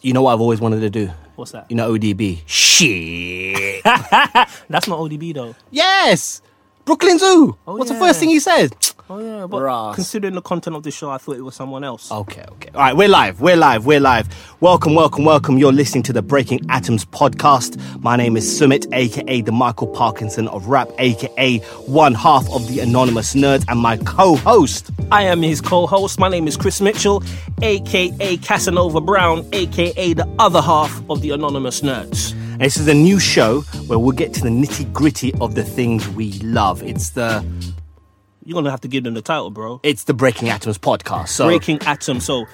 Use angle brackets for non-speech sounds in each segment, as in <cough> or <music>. You know what I've always wanted to do? What's that? You know ODB. <laughs> Shit. That's not ODB though. yes. Brooklyn Zoo. Oh, What's the yeah. first thing he says? Oh yeah, but Ras. considering the content of the show, I thought it was someone else. Okay, okay. All right, we're live. We're live. We're live. Welcome, welcome, welcome. You're listening to the Breaking Atoms podcast. My name is Summit, aka the Michael Parkinson of rap, aka one half of the Anonymous Nerds, and my co-host. I am his co-host. My name is Chris Mitchell, aka Casanova Brown, aka the other half of the Anonymous Nerds. And this is a new show where we'll get to the nitty gritty of the things we love. It's the You're gonna have to give them the title, bro. it's the Breaking Atoms podcast. So Breaking Atoms. So,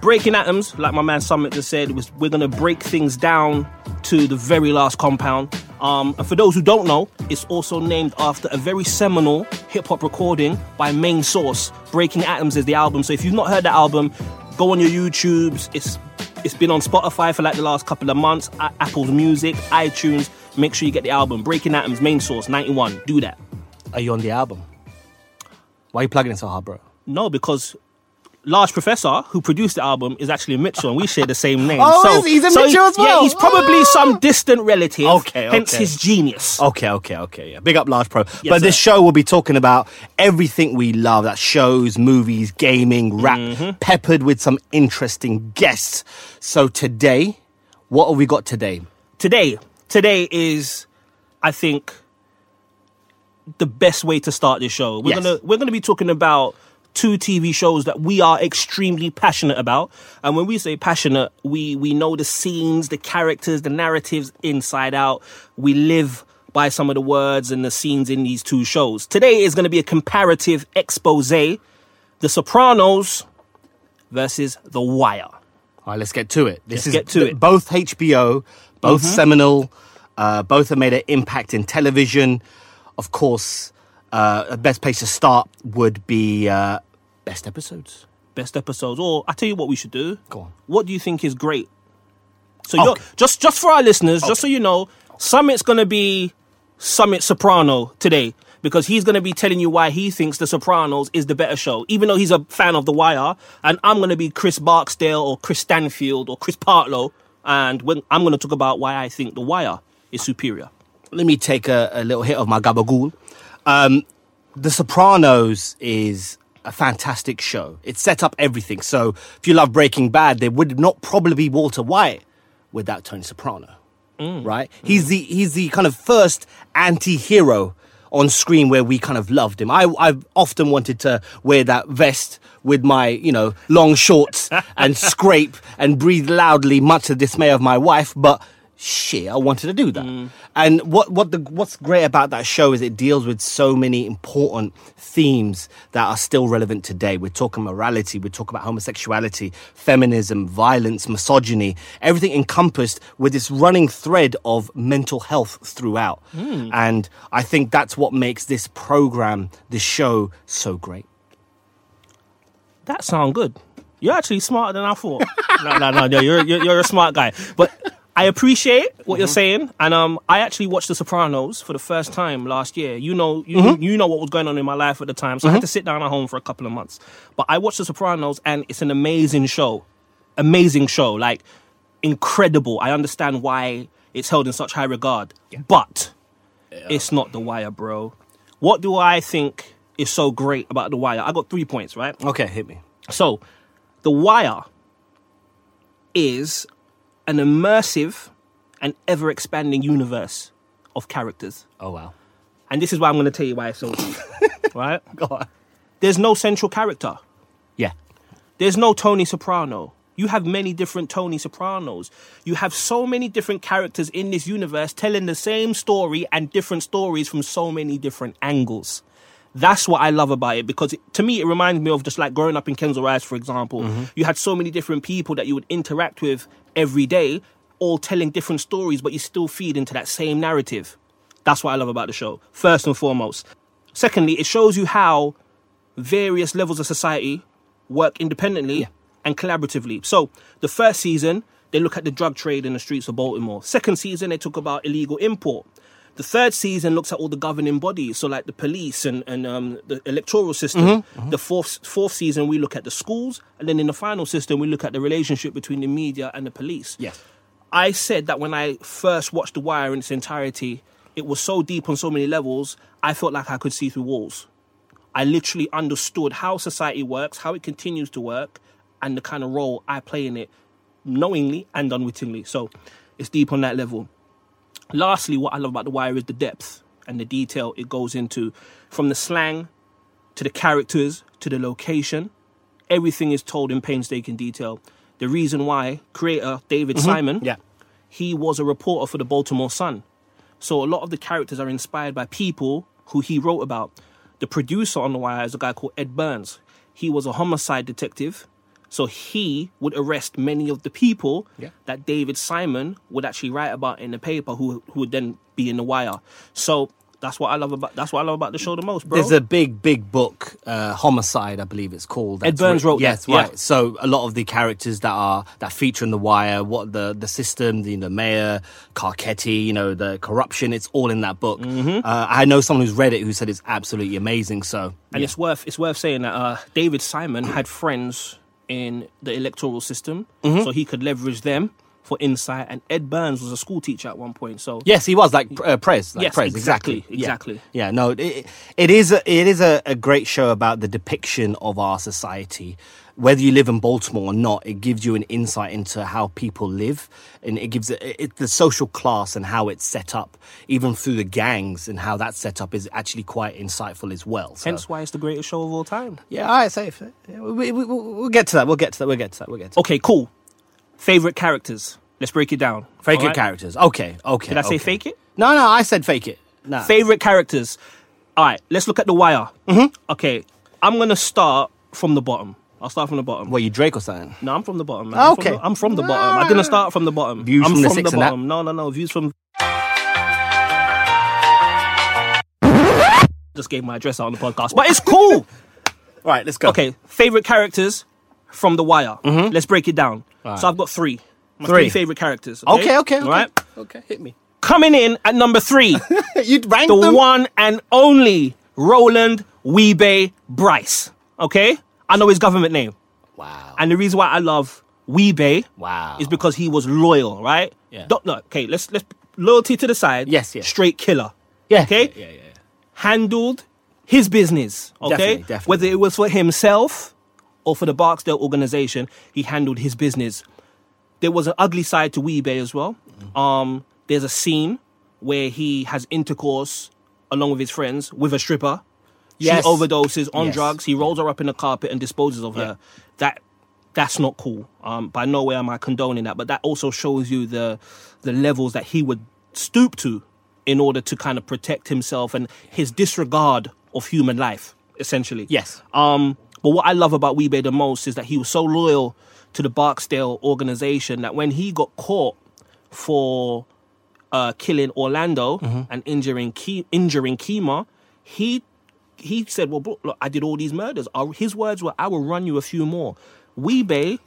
Breaking Atoms, like my man Summit just said, was we're gonna break things down to the very last compound. Um, and for those who don't know, it's also named after a very seminal hip hop recording by Main Source. Breaking Atoms is the album. So if you've not heard that album, go on your YouTubes. It's it's been on Spotify for like the last couple of months. A- Apple's Music, iTunes. Make sure you get the album Breaking Atoms, Main Source, ninety one. Do that. are you on the album? Why are you plugging it so hard, bro? No, because Large Professor, who produced the album, is actually Mitchell, and we share the same <laughs> name. Oh, so, is he? He's a so Mitchell as well? Yeah, he's probably <gasps> Ah! some distant relative. Okay, hence okay. his genius. Okay, okay, okay. Yeah, big up Large Pro. but sir. this show will be talking about everything we love. That's shows, movies, gaming, rap, peppered with some interesting guests. So today, what have we got today? Today, today is, I think, the best way to start this show. We're Yes. gonna we're gonna be talking about two TV shows that we are extremely passionate about. And when we say passionate, we we know the scenes, the characters, the narratives inside out. We live by some of the words and the scenes in these two shows. Today is gonna be a comparative expose, The Sopranos versus The Wire. All right, let's get to it. Mm-hmm. This Let's get to th- it. Both HBO, both seminal, uh, both have made an impact in television. Of course, uh, a best place to start would be uh, best episodes. best episodes. Or I tell you what we should do. Go on. What do you think is great? So you're, Okay. just just for our listeners, just so you know, Summit's gonna be Summit Soprano today because he's gonna be telling you why he thinks The Sopranos is the better show, even though he's a fan of The Wire. And I'm gonna be Chris Barksdale or Chris Stanfield or Chris Partlow, and when, I'm gonna talk about why I think The Wire is superior. let me take a, a little hit of my gabagool. Um, the Sopranos is a fantastic show. It set up everything. So if you love Breaking Bad, there would not probably be Walter White without Tony Soprano, right? He's the he's the kind of first anti-hero on screen where we kind of loved him. I I've often wanted to wear that vest with my you know long shorts and scrape and breathe loudly, much to the dismay of my wife, but shit, I wanted to do that. And what what the what's great about that show is it deals with so many important themes that are still relevant today. We're talking morality, we're talking about homosexuality, feminism, violence, misogyny, everything encompassed with this running thread of mental health throughout. And I think that's what makes this program, this show, so great. that sound good. You're actually smarter than I thought. <laughs> no, no, no, no. You're, you're you're a smart guy. But I appreciate what you're saying, and um, I actually watched The Sopranos for the first time last year. You know, you you know what was going on in my life at the time, so I had to sit down at home for a couple of months. But I watched The Sopranos, and it's an amazing show, amazing show, like incredible. I understand why it's held in such high regard, but it's not The Wire, bro. What do I think is so great about The Wire? I got three points, right? Okay, hit me. So, The Wire is an immersive and ever expanding universe of characters. Oh wow. <laughs> And this is why I'm going to tell you why it's so <laughs> good. right? Go on. There's no central character. Yeah. There's no Tony Soprano. You have many different Tony Sopranos. You have so many different characters in this universe telling the same story and different stories from so many different angles. That's what I love about it because it, to me, it reminds me of just like growing up in Kensal Rise, for example. You had so many different people that you would interact with every day, all telling different stories, but you still feed into that same narrative. That's what I love about the show, first and foremost. Secondly, it shows you how various levels of society work independently and collaboratively. So the first season, they look at the drug trade in the streets of Baltimore. Second season, they talk about illegal import. The third season looks at all the governing bodies, so like the police and and um, the electoral system. The fourth fourth season we look at the schools, and then in the final system we look at the relationship between the media and the police. Yes. I said that when I first watched The Wire in its entirety, it was so deep on so many levels, I felt like I could see through walls. I literally understood how society works, how it continues to work, and the kind of role I play in it knowingly and unwittingly. So it's deep on that level. Lastly, what I love about The Wire is the depth and the detail it goes into from the slang to the characters to the location. Everything is told in painstaking detail. The reason why creator David Simon, Yeah. he was a reporter for the Baltimore Sun. So a lot of the characters are inspired by people who he wrote about. The producer on The Wire is a guy called Ed Burns. He was a homicide detective. So he would arrest many of the people Yeah. that David Simon would actually write about in the paper who, who would then be in The Wire. So that's what I love about that's what I love about the show the most, bro. There's a big, big book, uh, Homicide, I believe it's called. that's Burns writ- wrote that, Yes, yeah. right. So a lot of the characters that are that feature in The Wire, what the the system, the, the mayor, Carcetti, you know, the corruption, it's all in that book. Mm-hmm. Uh, I know someone who's read it who said it's absolutely amazing. So And it's worth it's worth saying that uh, David Simon had friends in the electoral system, so he could leverage them for insight. And Ed Burns was a school teacher at one point, so Yes, he was like uh, Prez. Like Yes, Prez, exactly, exactly, Yeah. exactly. Yeah, no, it, it is a, it is a, a great show about the depiction of our society. Whether you live in Baltimore or not, it gives you an insight into how people live, and it gives it, it, the social class and how it's set up, even through the gangs and how that's set up is actually quite insightful as well. So. hence why it's the greatest show of all time. yeah, all right, safe. We, we, we, we'll get to that. We'll get to that. We'll get to that. We'll get to that. Okay, cool. Favorite characters. Let's break it down. Fake all it right? characters. Okay, okay. Did I say okay. fake it? No, no, I said fake it. No. Favorite characters. All right, let's look at the wire. Mm-hmm. Okay, I'm gonna start from the bottom. I'll start from the bottom. what, you Drake or something? No, I'm from the bottom. Man. I'm from Okay. Ah. the- I'm from the bottom. I didn't start from the bottom. Views I'm from the six and that? bottom. No, no, no. Views <laughs> from. Just gave my address out on the podcast, but it's cool. All right, let's go. okay, favorite characters from The Wire. Let's break it down. So I've got three. My Mm-hmm. three. Three. favorite characters. Okay, okay, okay. All right. Okay, hit me. Coming in at number three, <laughs> You'd rank the them? one and only Roland Weebay Bryce. Okay, I know his government name. Wow. And the reason why I love Weebay Wow. is because he was loyal, right? Yeah. Don't, look, okay, let's let's loyalty to the side. Yes, yes. Straight killer. yeah. Okay? Yeah, yeah, yeah. Handled his business. Okay. Definitely, definitely. Whether it was for himself or for the Barksdale organization, he handled his business. There was an ugly side to Weebay as well. Mm-hmm. Um, there's a scene where he has intercourse along with his friends with a stripper. Yes. She overdoses on Yes. drugs. He rolls her up in the carpet and disposes of her. That that's not cool. Um, by no way am I condoning that, but that also shows you the the levels that he would stoop to in order to kind of protect himself and his disregard of human life, essentially. Yes. Um, but what I love about Weebay the most is that he was so loyal to the Barksdale organization that when he got caught for uh, killing Orlando Mm-hmm. and injuring Ke- injuring Kima, he he said, "Well, bro, look, I did all these murders." I- his words were, "I will run you a few more." <laughs> Weebay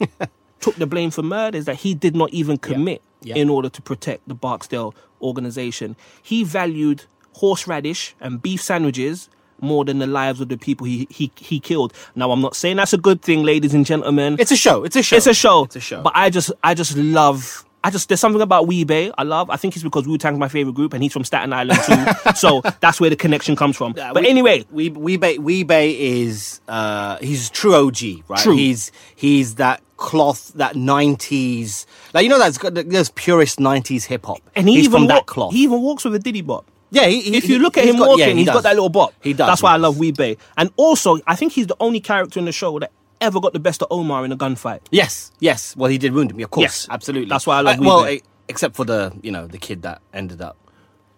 took the blame for murders that he did not even commit Yeah. in order to protect the Barksdale organization. He valued horseradish and beef sandwiches more than the lives of the people he, he, he killed. Now, I'm not saying that's a good thing, ladies and gentlemen. It's a show. It's a show. It's a show. It's a show. But I just, I just love. I just there's something about Weebay I love. I think it's because Wu Tang's my favorite group and he's from Staten Island <laughs> too, so that's where the connection comes from. Uh, but we- anyway, we Weebay Weebay is uh, he's true OG, right? True. He's he's that cloth, that '90s, like you know, that's got those purist '90s hip hop. and he he's from even walk- that cloth. he even walks with a diddy bop. yeah, he, he- if you look at he's him got- walking, yeah, he he's got does. that little bop. He does. That's he why I does. love Weebay. And also, I think he's the only character in the show that ever got the best of Omar in a gunfight. Yes, yes. Well, he did wound him. Of course, Yes. absolutely. That's why I love well, Weebay. eh, except for the you know the kid that ended up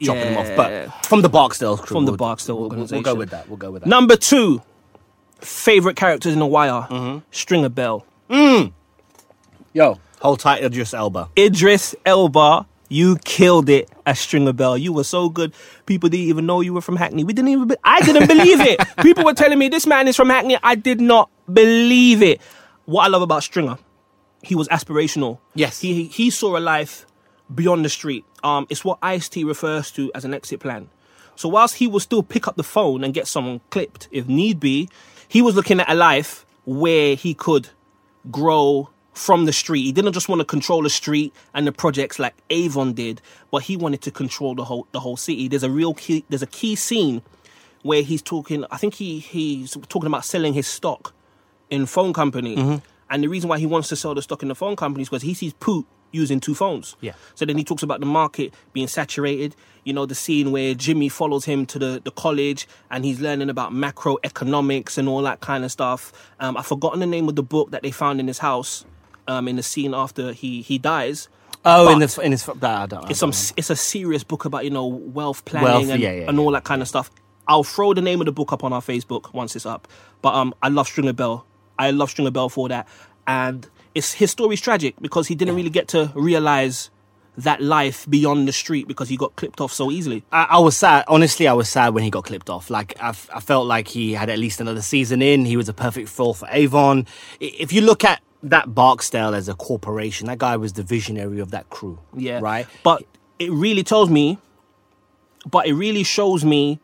chopping him off, Yeah. but from the Barksdale crew, From the we'll- Barksdale we'll- organization. We'll go with that. We'll go with that. Number two, favorite characters in The Wire, Mm-hmm. Stringer Bell. Yo, hold tight, Idris Elba. Idris Elba, you killed it as Stringer Bell. You were so good. People didn't even know you were from Hackney. We didn't even. Be- I didn't <laughs> believe it. People were telling me this man is from Hackney. I did not believe it. What I love about Stringer, he was aspirational. Yes. he he, he saw a life beyond the street. Um, it's what Ice T refers to as an exit plan. So whilst he will still pick up the phone and get someone clipped if need be, he was looking at a life where he could grow from the street. He didn't just want to control the street and the projects like Avon did, but he wanted to control the whole the whole city. There's a real key there's a key scene where he's talking I think he he's talking about selling his stock in phone company. And the reason why he wants to sell the stock in the phone company is because he sees Poot using two phones. Yeah. So then he talks about the market being saturated. You know, the scene where Jimmy follows him to the, the college and he's learning about macroeconomics and all that kind of stuff. Um, I've forgotten the name of the book that they found in his house um, in the scene after he, he dies. Oh, But in the f- in his that I don't. I it's don't some it's a serious book about you know wealth planning Wealth, and, yeah, yeah, and all yeah. that kind of stuff. I'll throw the name of the book up on our Facebook once it's up. But um, I love Stringer Bell. I love Stringer Bell for that, and it's his story's tragic because he didn't really get to realize that life beyond the street because he got clipped off so easily. I, I was sad. Honestly, I was sad when he got clipped off. Like I, f- I felt like he had at least another season in. He was a perfect fill for Avon. I- If you look at that Barksdale as a corporation, that guy was the visionary of that crew. Yeah. right. But it really tells me, but it really shows me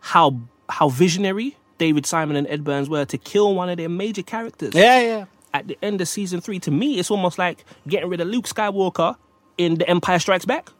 how how visionary David Simon and Ed Burns were to kill one of their major characters. Yeah, yeah. at the end of season three, to me, it's almost like getting rid of Luke Skywalker in The Empire Strikes Back. it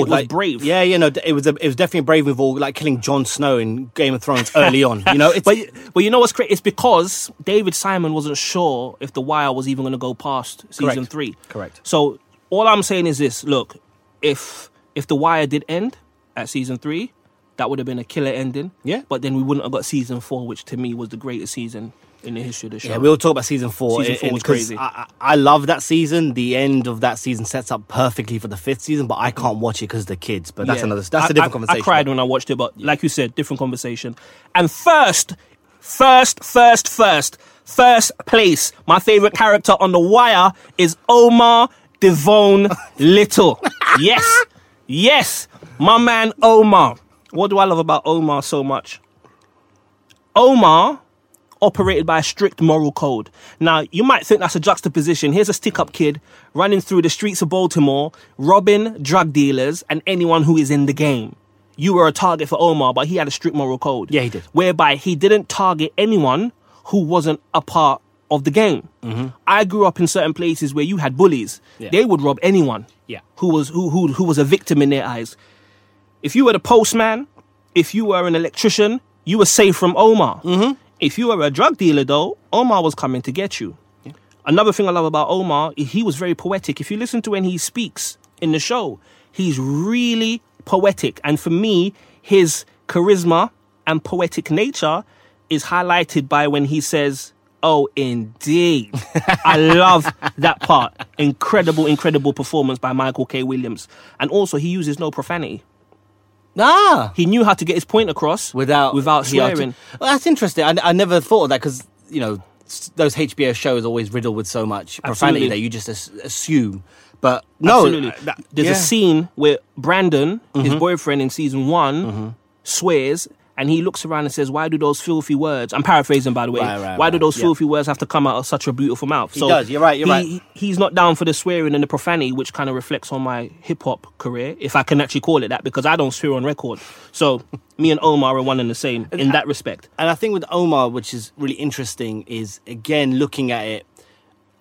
was Oh, like- brave. Yeah, you know, it was a, it was definitely brave with all like killing Jon Snow in Game of Thrones early on. You <laughs> know, it's But, but you know what's great? It's because David Simon wasn't sure if The Wire was even going to go past season Correct. three. Correct. So all I'm saying is this look, if if The Wire did end at season three, that would have been a killer ending. Yeah. But then we wouldn't have got season four, which to me was the greatest season in the history of the show. Yeah, we'll talk about season four. Season in- four in- was 'cause crazy. I, I I love that season. The end of that season sets up perfectly for the fifth season, but I can't watch it because the kids. But that's Mm-hmm. Yeah. another. That's I- a different I- conversation. I cried when I watched it, but like you said, different conversation. And first, first, first, first, first place. My favorite character on the wire is Omar <laughs> Devone Little. yes, yes, my man Omar. What do I love about Omar so much? Omar operated by a strict moral code. Now, you might think that's a juxtaposition. Here's a stick up kid running through the streets of Baltimore, robbing drug dealers and anyone who is in the game. You were a target for Omar, but he had a strict moral code. Yeah, he did. Whereby he didn't target anyone who wasn't a part of the game. I grew up in certain places where you had bullies. Mm-hmm. Yeah. They would rob anyone Yeah. who was who, who who was a victim in their eyes. If you were the postman, if you were an electrician, you were safe from Omar. Mm-hmm. If you were a drug dealer, though, Omar was coming to get you. Another thing I love about Omar, he was very poetic. If you listen to when he speaks in the show, he's really poetic. And for me, his charisma and poetic nature is highlighted by when he says, Oh, indeed. I love that part. Incredible, incredible performance by Michael K. Williams. And also, he uses no profanity. Ah, He knew how to get his point across without without he arti- swearing. well, that's interesting. I, I never thought of that because you know s- those HBO shows always riddled with so much profanity Absolutely. that you just as- assume. But no, Absolutely. uh, that- There's yeah. Mm-hmm. a scene where Brandon, his boyfriend in season one, swears and he looks around and says, Why do those filthy words? I'm paraphrasing, by the way. Right, right, Why do right, those yeah. filthy words have to come out of such a beautiful mouth? So does, you're right, you're he- right. he- he's not down for the swearing and the profanity, which kind of reflects on my hip hop career, if I can actually call it that, because I don't swear on record. So <laughs> me and Omar are one and the same Uh, in that respect. And I think with Omar, which is really interesting, is again looking at it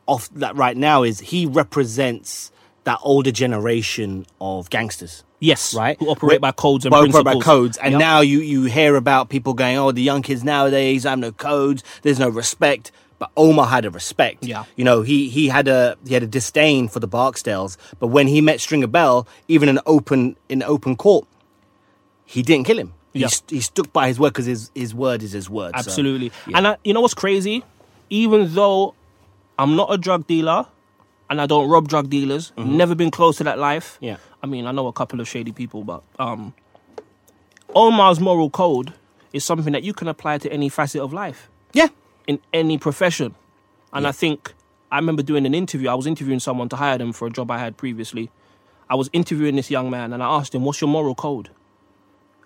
off that right now is he represents that older generation of gangsters. Yes. Right. Who operate by codes and Well, principles. by codes, and Yep. now you you hear about people going, "Oh, the young kids nowadays have no codes. There's no respect." But Omar had a respect. Yeah. you know he he had a he had a disdain for the Barksdales. But when he met Stringer Bell, even in open in open court, he didn't kill him. He Yeah. st- he stuck by his word because his his word is his word. so- Absolutely. And I, you know what's crazy? Even though I'm not a drug dealer and I don't rob drug dealers, never been close to that life. Mm-hmm. Yeah. I mean, I know a couple of shady people, but um, Omar's moral code is something that you can apply to any facet of life yeah. in any profession. And I think I remember doing an interview. I was interviewing someone to hire them for a job I had previously. I was interviewing this young man and I asked him, What's your moral code?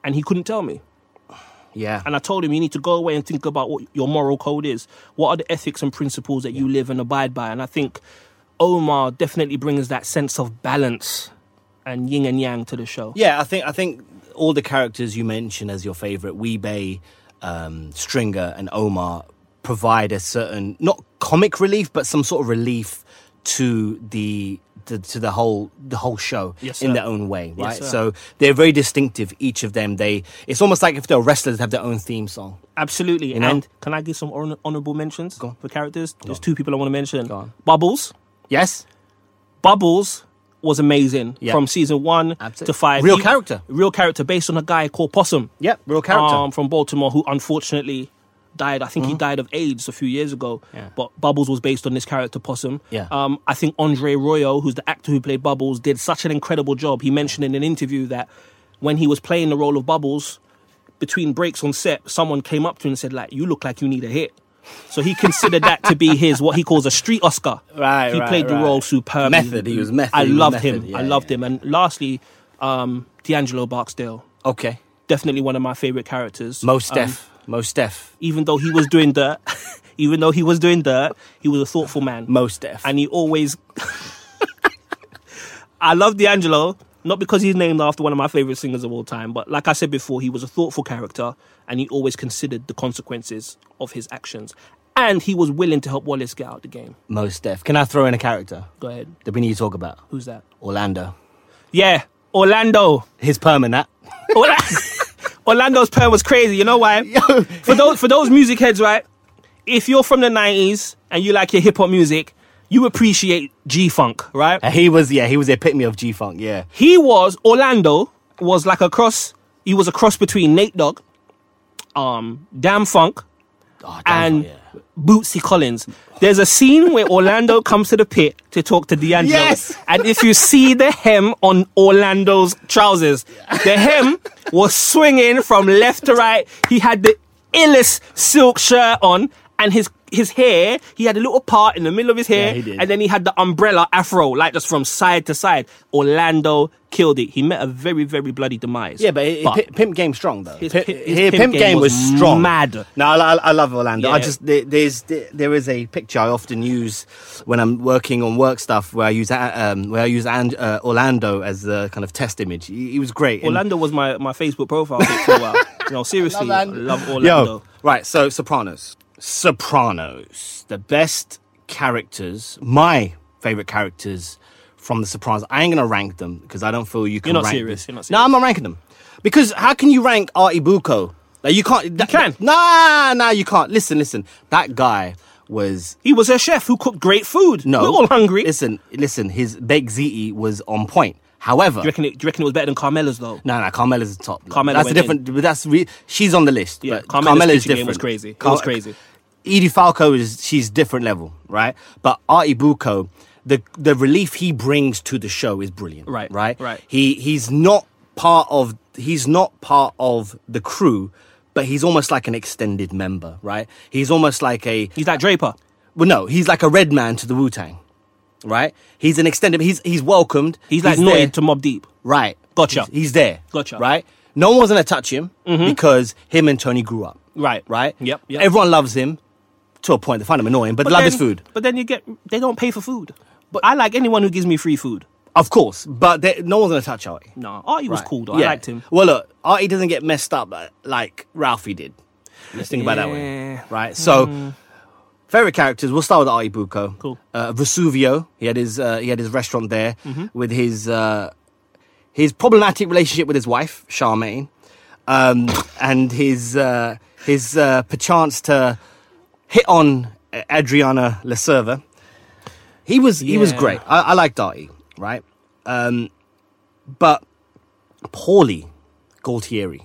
And he couldn't tell me. Yeah. And I told him, you need to go away and think about what your moral code is. What are the ethics and principles that you live and abide by? And I think Omar definitely brings that sense of balance and yin and yang to the show. Yeah, I think I think all the characters you mentioned as your favorite, Weebay, um, Stringer, and Omar, provide a certain not comic relief, but some sort of relief to the to, to the whole the whole show Yes, in sir. their own way, right? sir. so they're very distinctive. Each of them, they it's almost like if they're wrestlers, they have their own theme song. Absolutely. know? And can I give some honor- honorable mentions for characters? There's two people I want to mention. Go on. Bubbles. Yes, Bubbles was amazing Yeah. from season one Absolutely. to five. Real character. Real character based on a guy called Possum. yep, real character. Mm-hmm. um, from Baltimore who unfortunately died. I think he died of AIDS a few years ago. Yeah. But Bubbles was based on this character Possum. Yeah. Um, I think Andre Royo, who's the actor who played Bubbles, did such an incredible job. He mentioned in an interview that when he was playing the role of Bubbles, between breaks on set, someone came up to him and said, "Like, you look like you need a hit." So he considered that to be his what he calls a street Oscar. <laughs> Right, He right, played the right. role superbly. Method, he was method, I he was loved method, him. yeah, I loved yeah. him. And lastly, um, D'Angelo Barksdale okay, definitely one of my favorite characters. most Um, Def, most Def, even though he was doing dirt, <laughs> even though he was doing dirt, he was a thoughtful man, most Def. and he always. <laughs> I love D'Angelo not because he's named after one of my favorite singers of all time, but like I said before, he was a thoughtful character, and he always considered the consequences of his actions, and he was willing to help Wallace get out the game. most Def. Can I throw in a character Go ahead, that we need to talk about? who's that? Orlando. Yeah, Orlando. His <laughs> permanent. Orla- Orlando's perm was crazy. You know why? for those for those music heads, right? If you're from the '90s and you like your hip hop music, you appreciate G Funk, right? He was yeah, he was the epitome of G Funk. Yeah, He was Orlando was like a cross. He was a cross between Nate Dogg, um, Damn Funk, oh, damn, and yeah. Bootsy Collins. There's a scene where Orlando comes to the pit to talk to D'Angelo. Yes. And if you see the hem on Orlando's trousers, the hem was swinging from left to right. He had the illest silk shirt on and his his hair, he had a little part in the middle of his hair, Yeah, he did. and then he had the umbrella afro, like just from side to side. Orlando killed it. He met a very, very bloody demise. Yeah, but, it, Pi- Pimp Game strong though. His Pi- pi- his here, Pimp Pimp, Game Game, was was, strong. mad. No, I, I- I love Orlando. I Yeah. just there, there's there, there is a picture I often use when I'm working on work stuff where I use a- um, where I use and, uh, Orlando as the kind of test image. He, he was great. And- Orlando was my, my Facebook profile pic for a while. <laughs> No, seriously, I Orlando. love Orlando. Yo, right. So Sopranos. Sopranos. The best characters. My favorite characters from the Sopranos. I ain't gonna rank them because I don't feel you can. You're not rank serious, This. you're not No, I'm not ranking them because how can you rank Artie Bucco? Like you can't. That, can. Nah, nah, you can't. Listen, listen. That guy was He was a chef who cooked great food. no. We're all hungry. Do Listen, listen. His baked ziti was on point. However, you, reckon it, do you reckon it was better than Carmela's, though? No, no, Carmela's the top. Carmela that's a went in. different. But that's re- she's on the list. Yeah, but Carmela's Carmela's pitching game different. was crazy. It was crazy. Edie Falco is she's different level, right? But Artie Bucco, the the relief he brings to the show is brilliant. Right, right, right. He he's not part of he's not part of the crew, but he's almost like an extended member, right? He's almost like a He's like Draper. well, no, he's like a red man to the Wu Tang, right? He's an extended. He's he's welcomed. He's like there. Noid to Mob Deep. Right. Gotcha. He's, he's there. Gotcha. Mm-hmm. Right. No one was gonna touch him because him and Tony grew up. Right. Right. Yep, yep. Everyone loves him to a point. They find him annoying, but, But love then- his food, But then you get, they don't pay for food. But I like anyone who gives me free food. of course. But they, no one's gonna touch Artie. No, Artie was Right. cool, though. Yeah. I liked him. Well, look, Artie doesn't get messed up uh, like Ralphie did. Let's think about that Yeah. Mm. way. Right. So. Favorite characters. We'll start with Artie Bucco. Cool. Uh, Vesuvio. He had his uh, he had his restaurant there Mm-hmm. with his uh, his problematic relationship with his wife Charmaine, um, and his uh, his uh, perchance to hit on Adriana Laserva. He was he was Yeah. great. I, I liked Artie, right? Um, but Paulie Galtieri.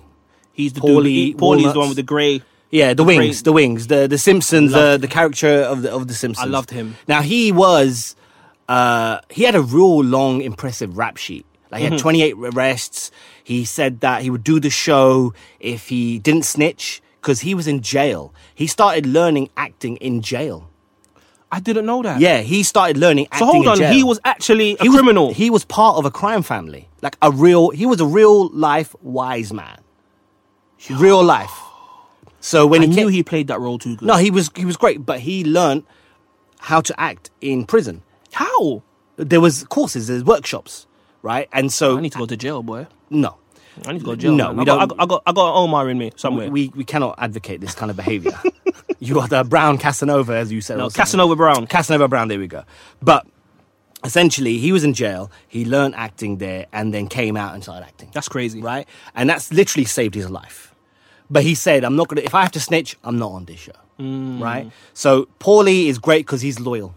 He's the Paulie dude. he- Paulie's the Walnuts. one with the grey. Yeah, the wings, great- the wings, the the Simpsons, uh, the, Loved the character of the of the Simpsons. I loved him. Now he was, uh, he had a real long, impressive rap sheet. Like he Mm-hmm. had 28 arrests. He said that he would do the show if he didn't snitch because he was in jail. He started learning acting in jail. I didn't know that. Yeah, he started learning acting. So hold in on, jail. he was actually a He was- criminal. he was part of a crime family, like a real. He was a real life wise man, real life. So when I he knew came, he played that role too good. no, he was he was great, but he learnt how to act in prison. How? There was courses, there's workshops right? And so I need to go to jail, boy. no, I need to go to jail. No, man. we I got, don't- I got, I got, I got an Omar in me somewhere. we, we cannot advocate this kind of behavior. <laughs> you are the brown Casanova, as you said. no, or something. Casanova Brown. Casanova Brown, there we go. But essentially, he was in jail. He learned acting there and then came out and started acting. That's crazy. Right? And that's literally saved his life. But he said, I'm not going to, if I have to snitch, I'm not on this show. Right? So Paulie is great because he's loyal.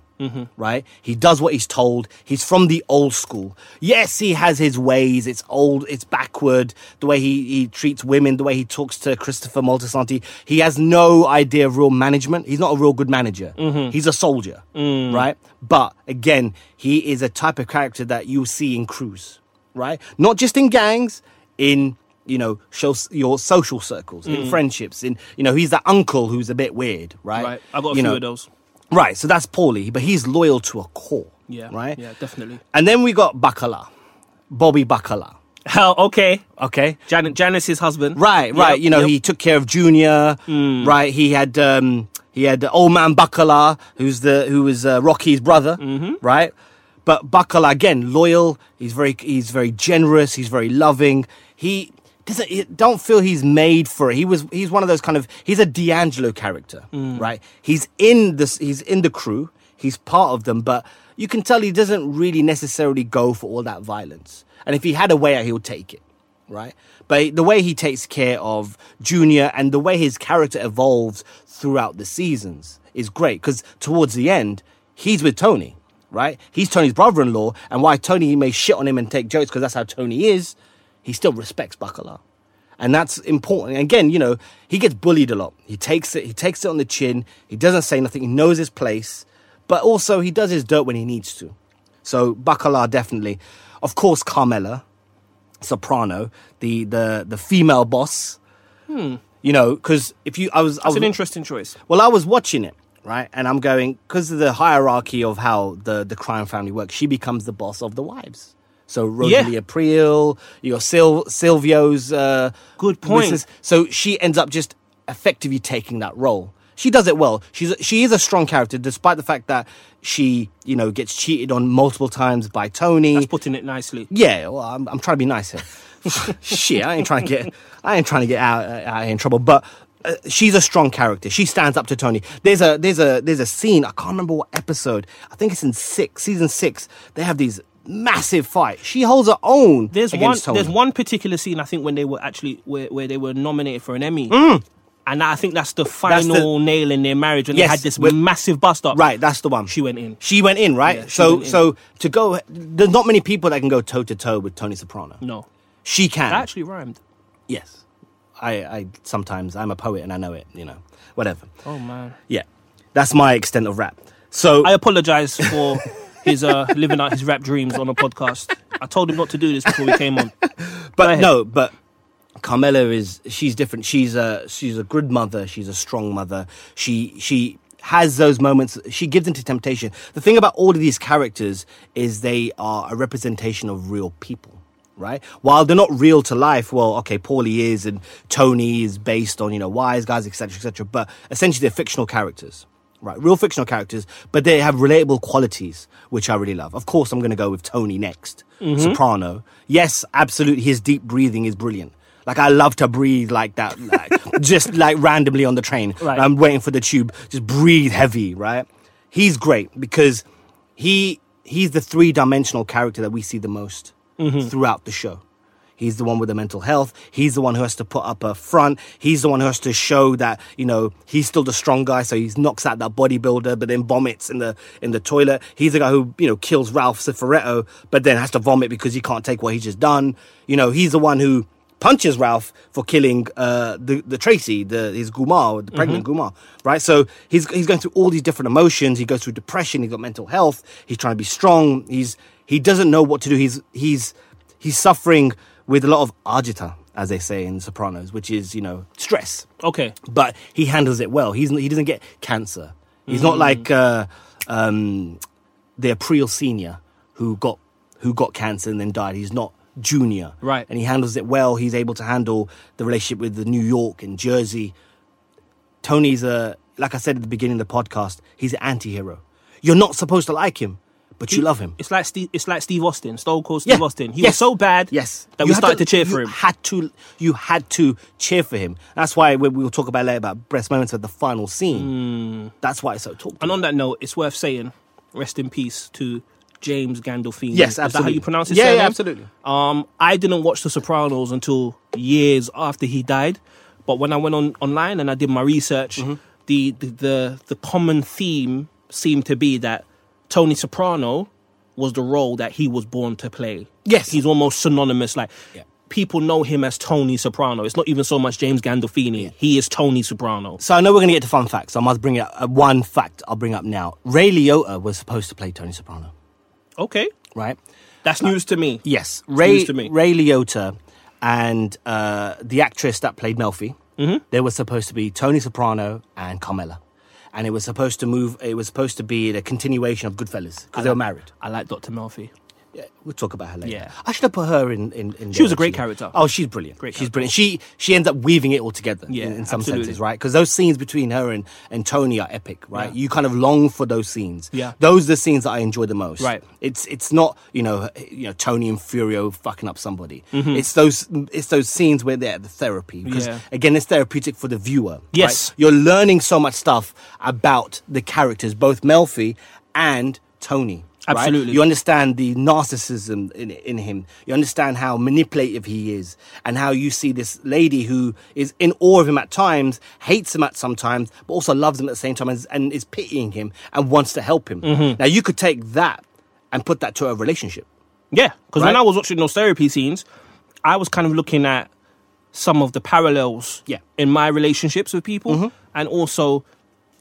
Right? He does what he's told. He's from the old school. Yes, he has his ways. It's old, it's backward. The way he, he treats women, the way he talks to Christopher Moltisanti. He has no idea of real management. He's not a real good manager. He's a soldier. Right? But again, he is a type of character that you see in crews right? Not just in gangs, in you know sho- your social circles, Mm. in friendships, in you know he's that uncle who's a bit weird, right? Right. I got you a few know, of those. Right, so that's Paulie, but he's loyal to a core, Yeah. right? Yeah, definitely. And then we got Bacala, Bobby Bacala, Hell, okay. okay? Jan- Janice's husband. Right, right. Yep, you know, yep. Mm. he took care of Junior. Right, he had um, he had old man Bacala, who's the who was uh, Rocky's brother. Mm-hmm. Right, but Bacala again loyal. He's very he's very generous. He's very loving. He doesn't he, don't feel he's made for it. He was he's one of those kind of he's a D'Angelo character. Mm. Right, he's in this he's in the crew. He's part of them, but you can tell he doesn't really necessarily go for all that violence. And if he had a way out, he'll take it right? But the way he takes care of Junior and the way his character evolves throughout the seasons is great because towards the end, he's with Tony, right? He's Tony's brother in law, and why Tony may shit on him and take jokes because that's how Tony is, he still respects Bacala. And that's important. And Again, you know, he gets bullied a lot. He takes it, he takes it on the chin, he doesn't say nothing, he knows his place, but also he does his dirt when he needs to. So Bacala definitely. Of course, Carmela, soprano, the the the female boss. You know, because if you, I was, I It's was, Hmm. an interesting choice. well, I was watching it right, and I'm going because of the hierarchy of how the the crime family works. She becomes the boss of the wives. So Yeah. Rosalie Priel, you got Sil- Silvio's. Uh, Good point. business- So she ends up just effectively taking that role. She does it well. She's a, she is a strong character, despite the fact that she you know gets cheated on multiple times by Tony. That's putting it nicely. Yeah, well, I'm, I'm trying to be nice here. <laughs> Shit, I ain't trying to get, I ain't trying to get out, out here in trouble. But uh, she's a strong character. She stands up to Tony. There's a, there's a, there's a scene. I can't remember what episode. I think it's in six, season six. They have these massive fights. She holds her own There's one. against Tony. There's one particular scene I think when they were actually where, where they were nominated for an Emmy. Mm. And I think that's the final nail in their marriage when Yes, they had this with- massive bust up. Right, that's the one. She went in. She went in, right? Yeah, she so, went in. so to go, there's not many people that can go toe to toe with Tony Soprano. No, She can. that actually rhymed. yes, I, I sometimes I'm a poet and I know it. You know, whatever. Oh man, Yeah, that's my extent of rap. So I apologize <laughs> for his uh, living out his rap dreams on a podcast. I told him not to do this before we came on. but ahead. no, but Carmela is she's different. She's a she's a good mother. She's a strong mother. She she has those moments. She gives into temptation. The thing about all of these characters is they are a representation of real people. Right. While they're not real to life, well, okay, Paulie is and Tony is based on you know wise guys, etc., etc. but essentially, they're fictional characters, right? Real fictional characters, but they have relatable qualities, which I really love. Of course, I'm going to go with Tony next, soprano. Yes, absolutely. His deep breathing is brilliant. Like I love to breathe like that, like, just like randomly on the train. Right. I'm waiting for the tube. Just breathe heavy, right? He's great because he he's the three dimensional character that we see the most throughout the show. He's the one with the mental health. He's the one who has to put up a front. He's the one who has to show that you know he's still the strong guy. So he knocks out that bodybuilder, but then vomits in the in the toilet. He's the guy who you know kills Ralph Cifaretto, but then has to vomit because he can't take what he's just done. You know he's the one who punches Ralph for killing uh, the the Tracy, the his Gumar, the pregnant Gumar, right? So he's he's going through all these different emotions. He goes through depression. He's got mental health. He's trying to be strong. He's he doesn't know what to do. He's he's he's suffering with a lot of agita, as they say in Sopranos, which is you know stress. Okay, But he handles it well. He's he doesn't get cancer. He's not like uh, um, their Priel senior who got who got cancer and then died. He's not junior, Right. And he handles it well. He's able to handle the relationship with the New York and Jersey. Tony's a like I said at the beginning of the podcast. He's an anti-hero. You're not supposed to like him, but you love him. It's like Steve, it's like Steve Austin, Stone Cold Steve Yeah. Austin. He was Yes. so bad Yes, that You we had started to, cheer for you him. Had to, you had to cheer for him. That's why we, we'll talk about later about breast moments at the final scene. Hmm. That's why it's so talked. and on that note, it's worth saying, rest in peace to James Gandolfini. Yes, Is that how absolutely. you pronounce his Yeah, yeah, surname? absolutely. Um, I didn't watch The Sopranos until years after he died, but when I went on online and I did my research, the, the the the common theme seemed to be that Tony Soprano was the role that he was born to play. Yes. he's almost synonymous. Like. Yeah. People know him as Tony Soprano. It's not even so much James Gandolfini. He is Tony Soprano. So I know we're going to get to fun facts. So I must bring up uh, one fact. I'll bring up now. Ray Liotta was supposed to play Tony Soprano, Okay, Uh, right? that's news to me. Yes, Ray news to me. Ray Liotta and uh, the actress that played Melfi. Mm-hmm. They were supposed to be Tony Soprano and Carmela, and it was supposed to move. It was supposed to be the continuation of Goodfellas because they were married. I like Dr. Melfi. Yeah, we'll talk about her later. Yeah. I should have put her in. in, in She was there, a great actually. character. Oh, she's brilliant. Great she's brilliant. She she ends up weaving it all together. Yeah, in, in some absolutely. senses, right? Because those scenes between her and, and Tony are epic, right? Yeah. You kind of long for those scenes. Yeah. those are the scenes that I enjoy the most. Right. It's it's not you know you know Tony and Furio fucking up somebody. It's those it's those scenes where they're at the therapy because Mm-hmm. Yeah. again it's therapeutic for the viewer. Yes. right? you're learning so much stuff about the characters, both Melfi and Tony. right? Absolutely. You you understand the narcissism in, in him. You understand how manipulative he is, and how you see this lady who is in awe of him at times, hates him at some times, but also loves him at the same time, and, is- and is pitying him and wants to help him. Mm-hmm. Now you could take that and put that to a relationship. Yeah, because when Right? I was watching those therapy scenes, I was kind of looking at some of the parallels Yeah. Mm-hmm. in my relationships with people. And also,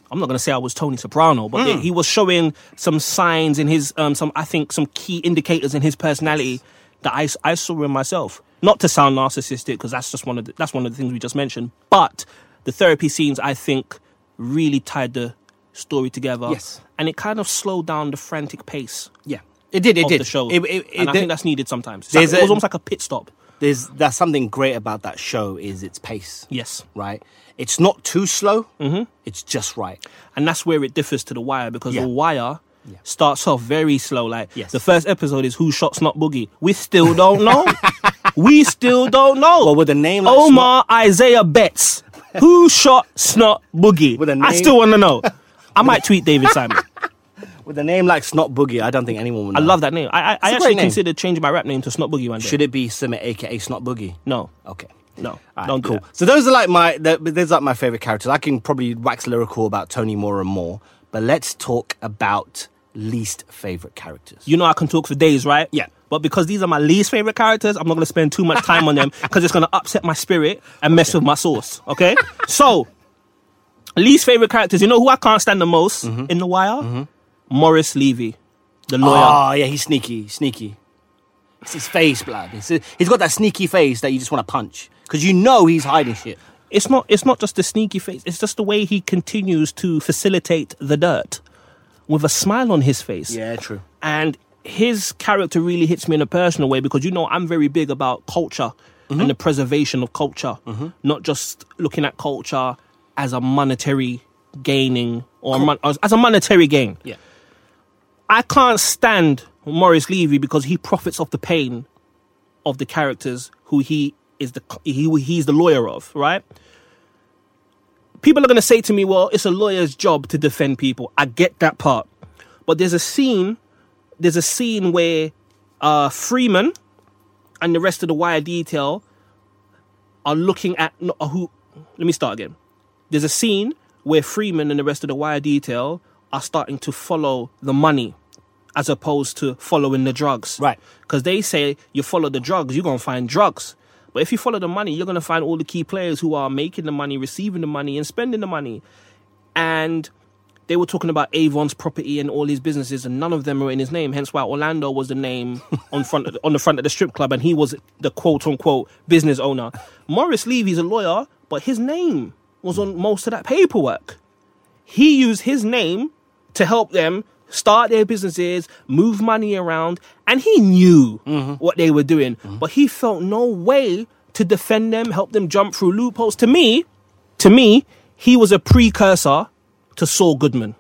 I'm not going to say I was Tony Soprano, but Mm. he was showing some signs in his, um, some I think, some key indicators in his personality that I, s- I saw in myself. Not to sound narcissistic, because that's just one of the, that's one of the things we just mentioned. But the therapy scenes, I think, really tied the story together. Yes. and it kind of slowed down the frantic pace Yeah, it did. It of did. the show. It, it, it, and I there- think that's needed sometimes. It's there's like- it was a- almost like a pit stop. there's that's something great about that show is its pace. Yes. Right. It's not too slow. Mm-hmm. It's just right. And that's where it differs to The Wire because Yeah. The Wire starts off very slow. Like, Yes. the first episode is Who Shot Snot Boogie? We still don't <laughs> know. we still don't know. Well, with a name like Omar Isaiah Betts. Who shot Snot Boogie? With a I name- still want to know. I might tweet David Simon. With a name like Snot Boogie, I don't think anyone would. I love that name. I, I, I a actually great name. considered changing my rap name to Snot Boogie one day. Should it be Summit, aka Snot Boogie? no, Okay. no, Alright, don't do cool. that. So those are like my th- those are like my favorite characters. I can probably wax lyrical about Tony more and more, but let's talk about least favorite characters. You know I can talk for days, right? Yeah. But because these are my least favorite characters, I'm not going to spend too much time on them because it's going to upset my spirit and mess with my sauce. Okay. so, least favorite characters. You know who I can't stand the most in the wire? Morris Levy, the lawyer. Oh yeah, he's sneaky, sneaky. It's his face, blood. It's he's got that sneaky face that you just want to punch because you know he's hiding shit. It's not. It's not just the sneaky face. It's just the way he continues to facilitate the dirt with a smile on his face. Yeah, true. and his character really hits me in a personal way because you know I'm very big about culture and the preservation of culture, not just looking at culture as a monetary gaining or a mon- as- as a monetary gain. Yeah. I can't stand Morris Levy because he profits off the pain of the characters who he is the he, he's the lawyer of, right? People are going to say to me, "Well, it's a lawyer's job to defend people." I get that part. But there's a scene there's a scene where uh Freeman and the rest of the wire detail are looking at no, uh, who let me start again there's a scene where Freeman and the rest of the wire detail are starting to follow the money as opposed to following the drugs. Right. Because they say you follow the drugs, you're going to find drugs. But if you follow the money, you're going to find all the key players who are making the money, receiving the money, and spending the money. And they were talking about Avon's property and all his businesses, and none of them were in his name. Hence why Orlando was the name on front of the, on the front of the strip club, and he was the quote unquote business owner. Morris Levy's a lawyer, but his name was on most of that paperwork. He used his name to help them start their businesses, move money around, and he knew Mm-hmm. what they were doing, but he felt no way to defend them, help them jump through loopholes. To me, to me, he was a precursor to Saul Goodman,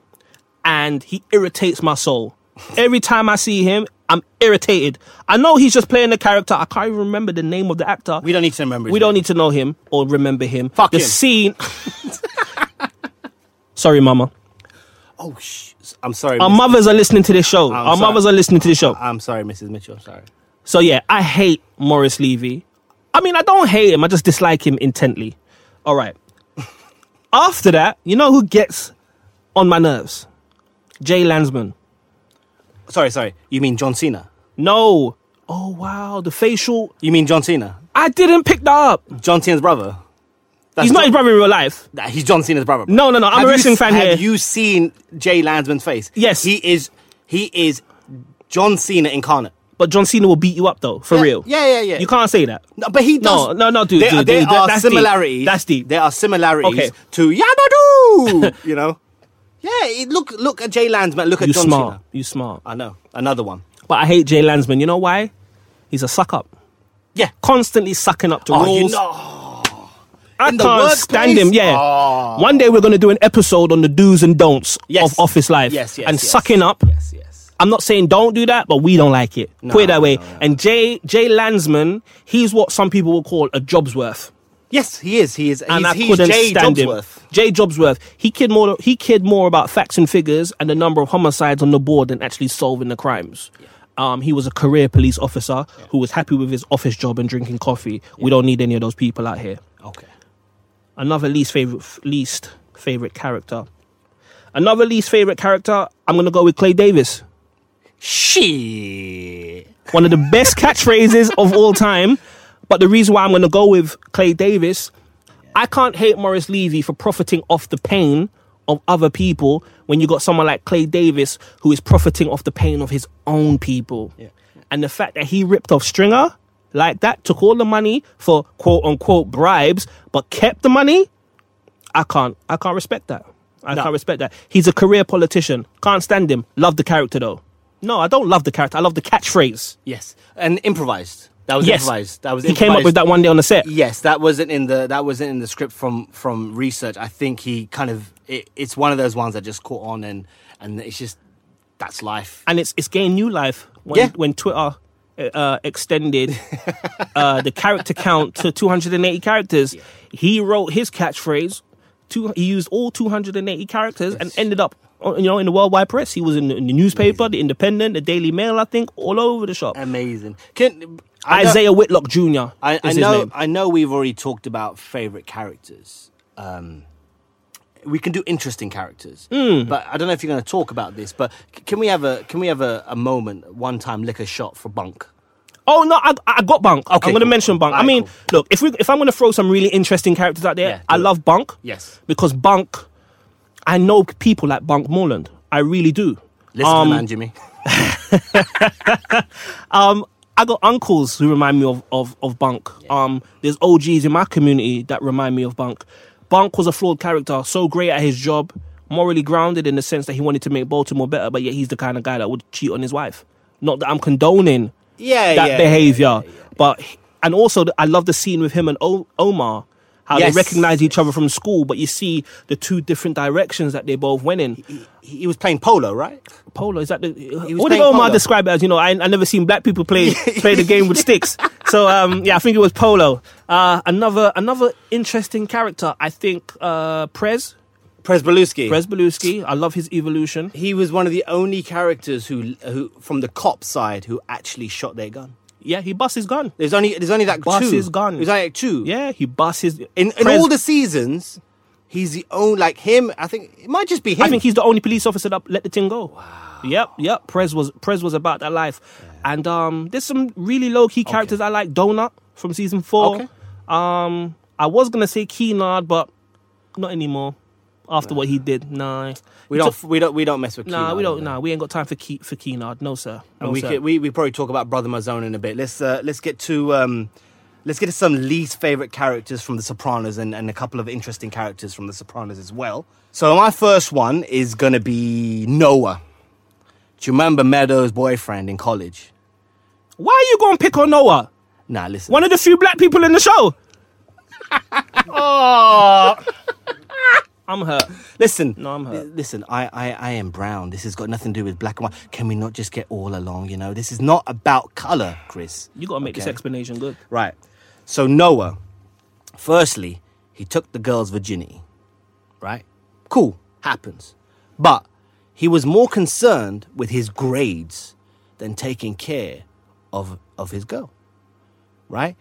and he irritates my soul Every time I see him, I'm irritated. I know he's just playing the character. I can't even remember the name of the actor. We don't need to remember. his We don't name. need to know him or remember him. Fuck the him. <laughs> scene. Sorry, Mama. Oh, sh- I'm sorry. Our miss- mothers are listening to this show. I'm Our sorry. mothers are listening to this show. I'm sorry, Mrs. Mitchell. I'm sorry. So yeah, I hate Morris Levy. I mean, I don't hate him. I just dislike him intently. All right. <laughs> After that, you know who gets on my nerves? Jay Landsman. Sorry, sorry. You mean John Cena? No. Oh wow, the facial. You mean John Cena? I didn't pick that up. John Cena's brother? That's He's not his brother in real life. Nah, He's John Cena's brother. bro. No, no, no, I'm a Have you wrestling s- fan have here. you seen Jay Landsman's face? Yes. He is. He is John Cena incarnate. But John Cena will beat you up though, for Yeah, real. yeah, yeah, yeah. You can't say that. No, but he does. No, no, no, dude, There, dude, there dude, that- are that's deep. similarities. That's deep. There are similarities Okay. to Yamadu. <laughs> you know. Yeah. it- look, look at Jay Landsman. Look at You John smart. Cena. You smart. I know. Another one. But I hate Jay Landsman. You know why? He's a suck up. Yeah. Constantly sucking up to Oh, rules. you know. I In the can't stand workplace? him. Yeah. Oh. One day we're going to do an episode on the do's and don'ts Yes. of office life. Yes, yes, And yes. sucking up. Yes. Yes. I'm not saying don't do that, but we don't like it. Put it that way. no, no. And Jay Jay Landsman, he's what some people will call a job's worth. Yes, he is. He is. he's, And I he's couldn't Jay stand Jobsworth. him. Jay Jobsworth. He cared more he cared more about facts and figures and the number of homicides on the board than actually solving the crimes. Um, he was a career police officer who was happy with his office job and drinking coffee. We don't need any of those people out here. Okay. another least favorite least favorite character. Another least favorite character. I'm gonna go with Clay Davis. She. One of the best catchphrases of all time. But the reason why I'm gonna go with Clay Davis, I can't hate Morris Levy for profiting off the pain of other people when you got someone like Clay Davis who is profiting off the pain of his own people. Yeah. And the fact that he ripped off Stringer like that, took all the money for quote unquote bribes, but kept the money. I can't. I can't respect that. I No. can't respect that. He's a career politician. Can't stand him. Love the character though. No, I don't love the character. I love the catchphrase. Yes, and improvised. That was Yes, improvised. That was he came up improvised. with that one day on the set. Yes, that wasn't in the that wasn't in the script from from research. I think he kind of it, it's one of those ones that just caught on and and it's just that's life. and it's it's gained new life when Yeah. when Twitter uh, <laughs> extended uh, the character count to 280 characters. He wrote his catchphrase. Two, he used all 280 characters and ended up, uh, you know, in the worldwide press. He was in the, in the newspaper, the Independent, the Daily Mail, I think, all over the shop. Amazing. Can I know- Isaiah Whitlock Jr. I, is I his know. name. I know. We've already talked about favorite characters. Um, we can do interesting characters, Hmm. but I don't know if you're going to talk about this. But c- can we have a can we have a, a moment, one time liquor shot for Bunk? Oh no, I, I got Bunk. Okay, I'm gonna cool. mention Bunk. I Alright, mean, cool. look, if we if I'm gonna throw some really interesting characters out there, Yeah, do I it. love Bunk. Yes. because Bunk, I know people like Bunk Moreland. I really do. Listen Um, to the man, Jimmy. I got uncles who remind me of of, of Bunk. Um, there's OGs in my community that remind me of Bunk. Bunk was a flawed character, so great at his job, morally grounded in the sense that he wanted to make Baltimore better, but yet he's the kind of guy that would cheat on his wife. Not that I'm condoning Yeah, that yeah, behavior, but and also th- I love the scene with him and o- Omar. How Yes. they recognize each other from school, but you see the two different directions that they both went in. He, he was playing polo, right? Polo is that the was what did playing Omar polo. describe it as? You know, I I never seen black people <laughs> play play the game with sticks. So um, yeah, I think it was Polo. Uh, another another interesting character, I think uh, Prez Presbaluski. Prez Belusky. I love his evolution. he was one of the only characters who, who from the cop side, who actually shot their gun. Yeah, he busts his gun. There's only there's only that Busts two. his gun. There's only like two. Yeah, he busts his In in Prez- all the seasons, he's the only like him. I think it might just be him. I think he's the only police officer that let the thing go. Yep, yep. Prez was Prez was about that life, and um, there's some really low key characters I like. Donut from season four. Okay. Um, I was gonna say Keenard, but not anymore. After what he did, nah. we don't we don't we don't mess with. Nah, Keenan, we don't. though. Nah, we ain't got time for Ke- for Keenard. No sir. No, And we, sir. could, we we probably talk about Brother Mazzone in a bit. Let's uh, let's get to um, let's get to some least favorite characters from The Sopranos and, and a couple of interesting characters from The Sopranos as well. So my first one is gonna be Noah. Do you remember Meadows' boyfriend in college? Why are you gonna pick on Noah? Nah, listen. <laughs> Oh. One of the few black people in the show. I'm hurt. Listen, No, I'm hurt. li- Listen, I, I, I am brown. This has got nothing to do with black and white. Can we not just get all along? You know, this is not about color, Chris. You gotta make this Okay? explanation good. Right. So Noah, firstly, he took the girl's virginity. Right? Cool. Happens. But he was more concerned with his grades than taking care of of his girl. Right?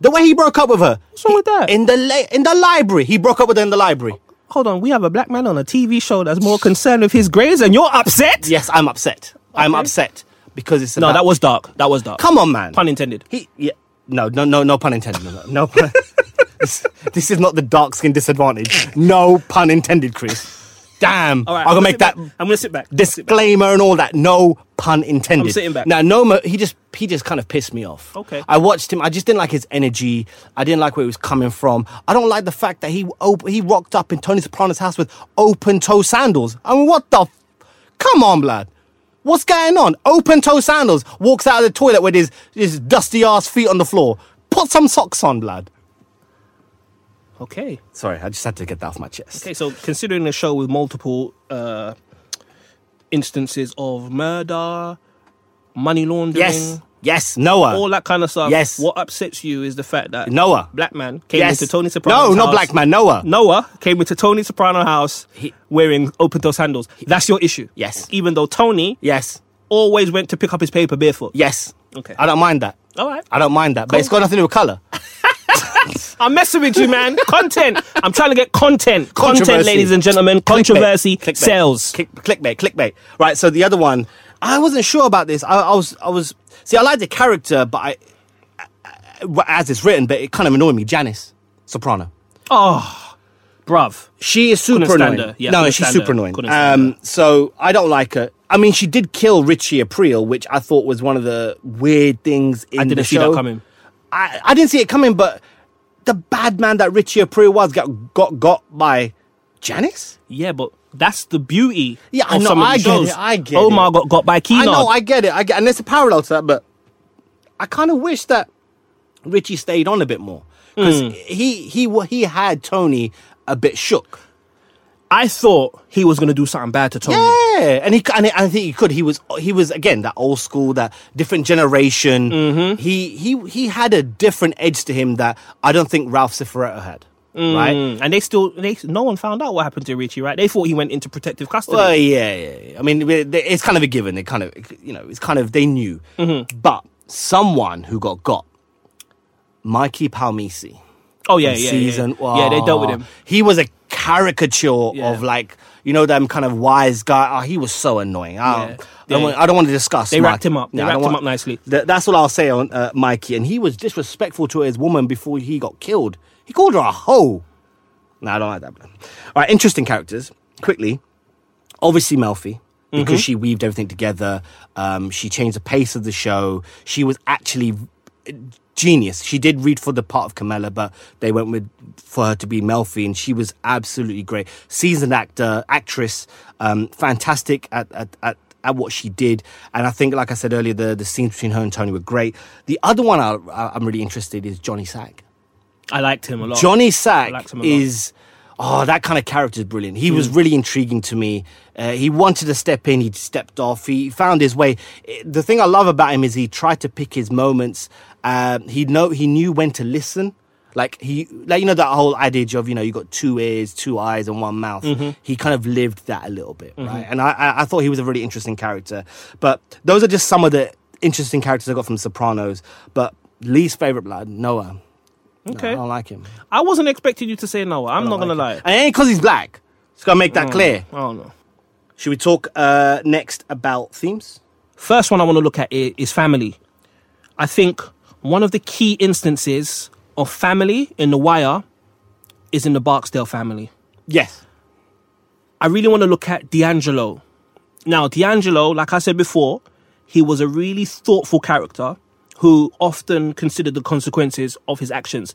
The way he broke up with her. What's wrong with that? In the la- in the library. He broke up with her in the library. Hold on, we have a black man on a TV show that's more concerned with his grades, and you're upset. Yes, I'm upset. I'm Okay. upset because it's No, about- that was dark. That was dark. Come on, man. Pun intended. He yeah. No, no, no, no pun intended. No, no pun. <laughs> this, this is not the dark skin disadvantage. No pun intended, Chris. Damn. All right, I'm gonna sit make that back. I'm gonna sit back. disclaimer and all that. No pun intended. I'm sitting back. Now, Noma, he just he just kind of pissed me off. Okay. I watched him. I just didn't like his energy. I didn't like where he was coming from. I don't like the fact that he op- he rocked up in Tony Soprano's house with open toe sandals. I mean, what the? F- Come on, lad. What's going on? Open toe sandals. Walks out of the toilet with his his dusty ass feet on the floor. Put some socks on, lad. okay. Sorry, I just had to get that off my chest. Okay, so considering a show with multiple uh, instances of murder, money laundering, Yes. Yes, Noah. all that kind of stuff. Yes. What upsets you is the fact that Noah. black man, came yes. into Tony Soprano's No, not house- black man. Noah. Noah came into Tony Soprano house wearing open toe sandals. That's your issue. Yes. Even though Tony Yes. always went to pick up his paper barefoot. Yes. Okay. I don't mind that. All right. I don't mind that, but it's got nothing to do with color. I'm messing with you, <laughs> man. content. I'm trying to get content. Content, Controversy. ladies and gentlemen. Controversy Clickbait. sells. Click, clickbait, clickbait. Right. So the other one, I wasn't sure about this. I, I was, I was. See, I like the character, but I, I- as it's written, but it kind of annoyed me. Janice Soprano. Oh, bruv. She is super stand annoying. her. Yeah, no, no, couldn't she's stand super her. annoying. Couldn't stand Um, so I don't like her. I mean, she did kill Richie April, which I thought was one of the weird things in I didn't the see show. that coming. I, I didn't see it coming, but the bad man that Richie April was got got got by Janice. Yeah, but that's the beauty Yeah, I of know, some of I these get shows. it, I get Omar it. got got by Keenan. I know, I get it, I get, and there's a parallel to that, but I kind of wish that Richie stayed on a bit more Hmm. because he he wa- he had Tony a bit shook. I thought he was gonna do something bad to Tony. Yeah, and he and I think he could. He was he was again that old school, that different generation. He he he had a different edge to him that I don't think Ralph Cifaretto had. Right? Mm, And they still, they no one found out what happened to Richie, right? They thought he went into protective custody. Well, yeah, yeah, yeah. I mean, we- they- it's kind of a given. They kind of, you know, it's kind of they knew. But someone who got got, Mikey Palmisi, oh yeah, in yeah, season. yeah. yeah, they dealt with oh, him. He was a caricature Yeah. of like you know them kind of wise guy. Oh, he was so annoying. I, Yeah. don't, I don't They- want, I don't want to discuss. they wrapped Mikey. him up. They I wrapped don't him want- up nicely. Th- that's all I'll say on uh, Mikey. And he was disrespectful to his woman before he got killed. He called her a hoe. No, I don't like that. Man. All right, interesting characters. Quickly, obviously Melfi. Mm-hmm. Because she weaved everything together, um, she changed the pace of the show. She was actually genius. She did read for the part of Camilla, but they went with for her to be Melfi, and she was absolutely great. Seasoned actor, actress, um, fantastic at, at, at at what she did, and I think, like I said earlier, the the scenes between her and Tony were great. The other one I, I, I'm really interested is Johnny Sack. I liked him a lot. Johnny Sack liked him a lot. Mm. is oh that kind of character is brilliant. He was really intriguing to me. Uh, he wanted to step in, he stepped off. He found his way. Eh, The thing I love about him is he tried to pick his moments. Um, he know he knew when to listen. Like he, like you know that whole adage of you know you got two ears, two eyes, and one mouth. Mm-hmm. He kind of lived that a little bit, right? And I, I, I thought he was a really interesting character. But those are just some of the interesting characters I got from Sopranos. But least favorite blood, Noah. No, Okay. I don't like him. I wasn't expecting you to say no. I'm not gonna lie. Mm. And it ain't because he's black. Just gotta make that clear. I don't know. Should we talk uh, next about themes? First one I want to look at i- is family. I think one of the key instances of family in The Wire is in the Barksdale family. Yes. I really want to look at D'Angelo. Now, D'Angelo, like I said before, he was a really thoughtful character who often considered the consequences of his actions.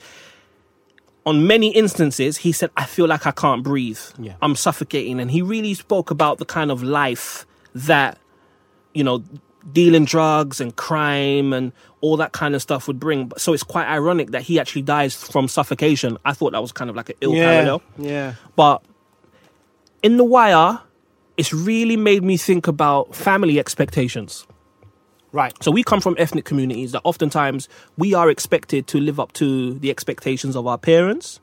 On many instances, he said, I feel like I can't breathe. Yeah. I'm suffocating. And he really spoke about the kind of life that, you know, dealing drugs and crime and all that kind of stuff would bring. So it's quite ironic that he actually dies from suffocation. I thought that was kind of like an ill parallel. Yeah. But in The Wire, it's really made me think about family expectations. Right. So we come from ethnic communities that oftentimes we are expected to live up to the expectations of our parents,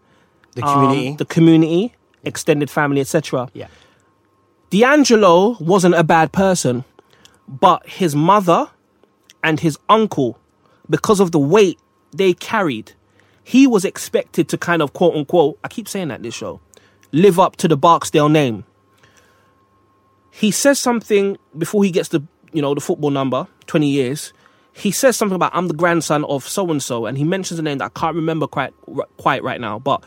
The um, community. the community, extended family, etc. yeah. D'Angelo wasn't a bad person, but his mother and his uncle, because of the weight they carried, he was expected to kind of quote unquote, I keep saying that this show, live up to the Barksdale name. He says something before he gets the you know the football number, 20 years. He says something about I'm the grandson of so and so, and he mentions a name that I can't remember quite quite right now, but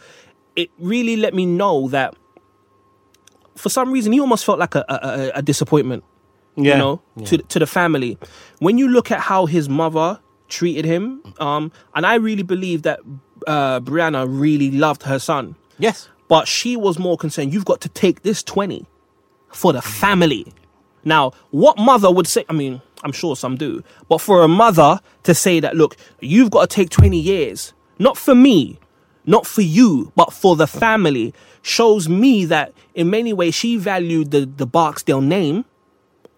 it really let me know that for some reason he almost felt like a a, a- a disappointment Yeah. you know, to to the family. When you look at how his mother treated him, um, and I really believe that uh, Brianna really loved her son, Yes. but she was more concerned. You've got to take this twenty for the family. Now, what mother would say? I mean, I'm sure some do, but for a mother to say that, look, you've got to take twenty years, not for me. Not for you, but for the family, shows me that in many ways she valued the, the Barksdale name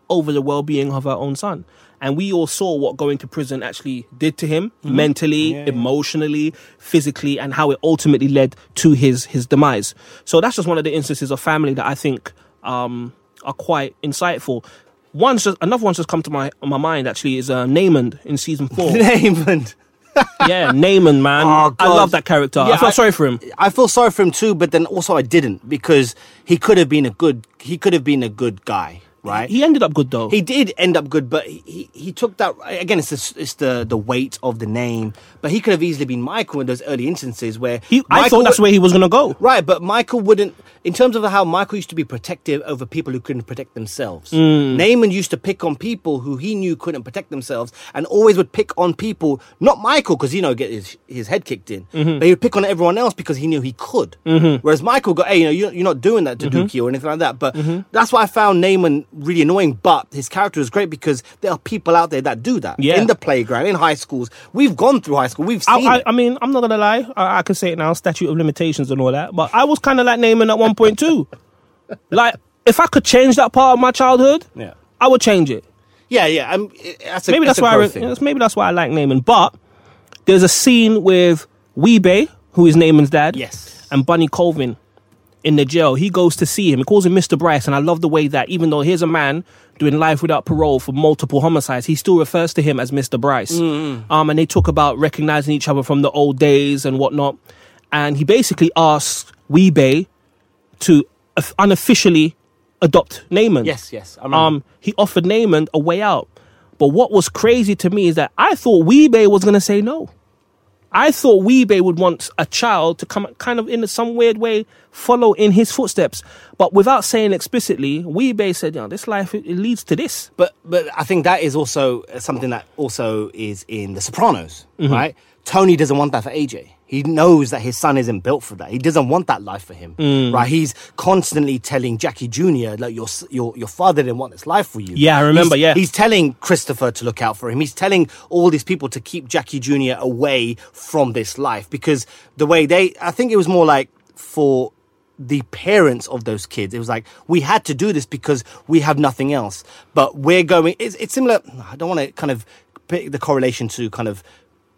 over the well-being of her own son. And we all saw what going to prison actually did to him mentally, emotionally, physically, and how it ultimately led to his his demise. So that's just one of the instances of family that I think um, are quite insightful. One's just, another one's just come to my my mind actually is uh, Naaman in season <laughs> four. Raymond. yeah, Naaman, man, Oh, I God. love that character. I Yeah, felt I- sorry for him. I feel sorry for him too, but then also I didn't because he could have been a good he could have been a good guy, right? He ended up good though. He did end up good, but he, he took that again. It's the, it's the the weight of the name, but he could have easily been Michael in those early instances where He- I Michael thought that's would- where he was gonna go. Right, but Michael wouldn't. In terms of how Michael used to be protective over people who couldn't protect themselves, Mm. Naaman used to pick on people who he knew couldn't protect themselves, and always would pick on people. Not Michael, because you know get his, his head kicked in, Mm-hmm. but he would pick on everyone else because he knew he could. Whereas Michael got, hey, you know, you're, you're not doing that to Mm-hmm. Dookie or anything like that. But that's why I found Naaman really annoying. But his character is great because there are people out there that do that Yeah. in the playground, in high schools. We've gone through high school. We've seen. I, I, it. I mean, I'm not gonna lie. I, I can say it now, statute of limitations and all that. But I was kind of like naming at one point too. like, if I could change that part of my childhood, Yeah. I would change it. yeah, yeah. I'm, it- that's a, Maybe that's, a why. I, growth re- thing. yes, maybe that's why I like naming. But there's a scene with Weebay, who is Naaman's dad. Yes. And Bunny Colvin in the jail. He goes to see him. He calls him Mr. Bryce, and I love the way that even though here's a man doing life without parole for multiple homicides, he still refers to him as Mr. Bryce. Mm-hmm. Um, and they talk about recognizing each other from the old days and whatnot. And he basically asks Weebay to of- unofficially adopt Naaman. Yes, yes. I remember. Um, he offered Naaman a way out. But what was crazy to me is that I thought Weebay was going to say no. I thought Weebay would want a child to come kind of in some weird way follow in his footsteps. But without saying explicitly, Weebay said, you know, this life, it it leads to this. But but I think that is also something that also is in The Sopranos, right? Tony doesn't want that for AJ. He knows that his son isn't built for that. He doesn't want that life for him, right? He's constantly telling Jackie Jr. like your s- your your father didn't want this life for you. Yeah, I remember, He's- yeah. he's telling Christopher to look out for him. He's telling all these people to keep Jackie Jr. away from this life because the way they, I think it was more like for the parents of those kids, it was like, we had to do this because we have nothing else. But we're going, it's, it's similar, I don't want to kind of pick the correlation to kind of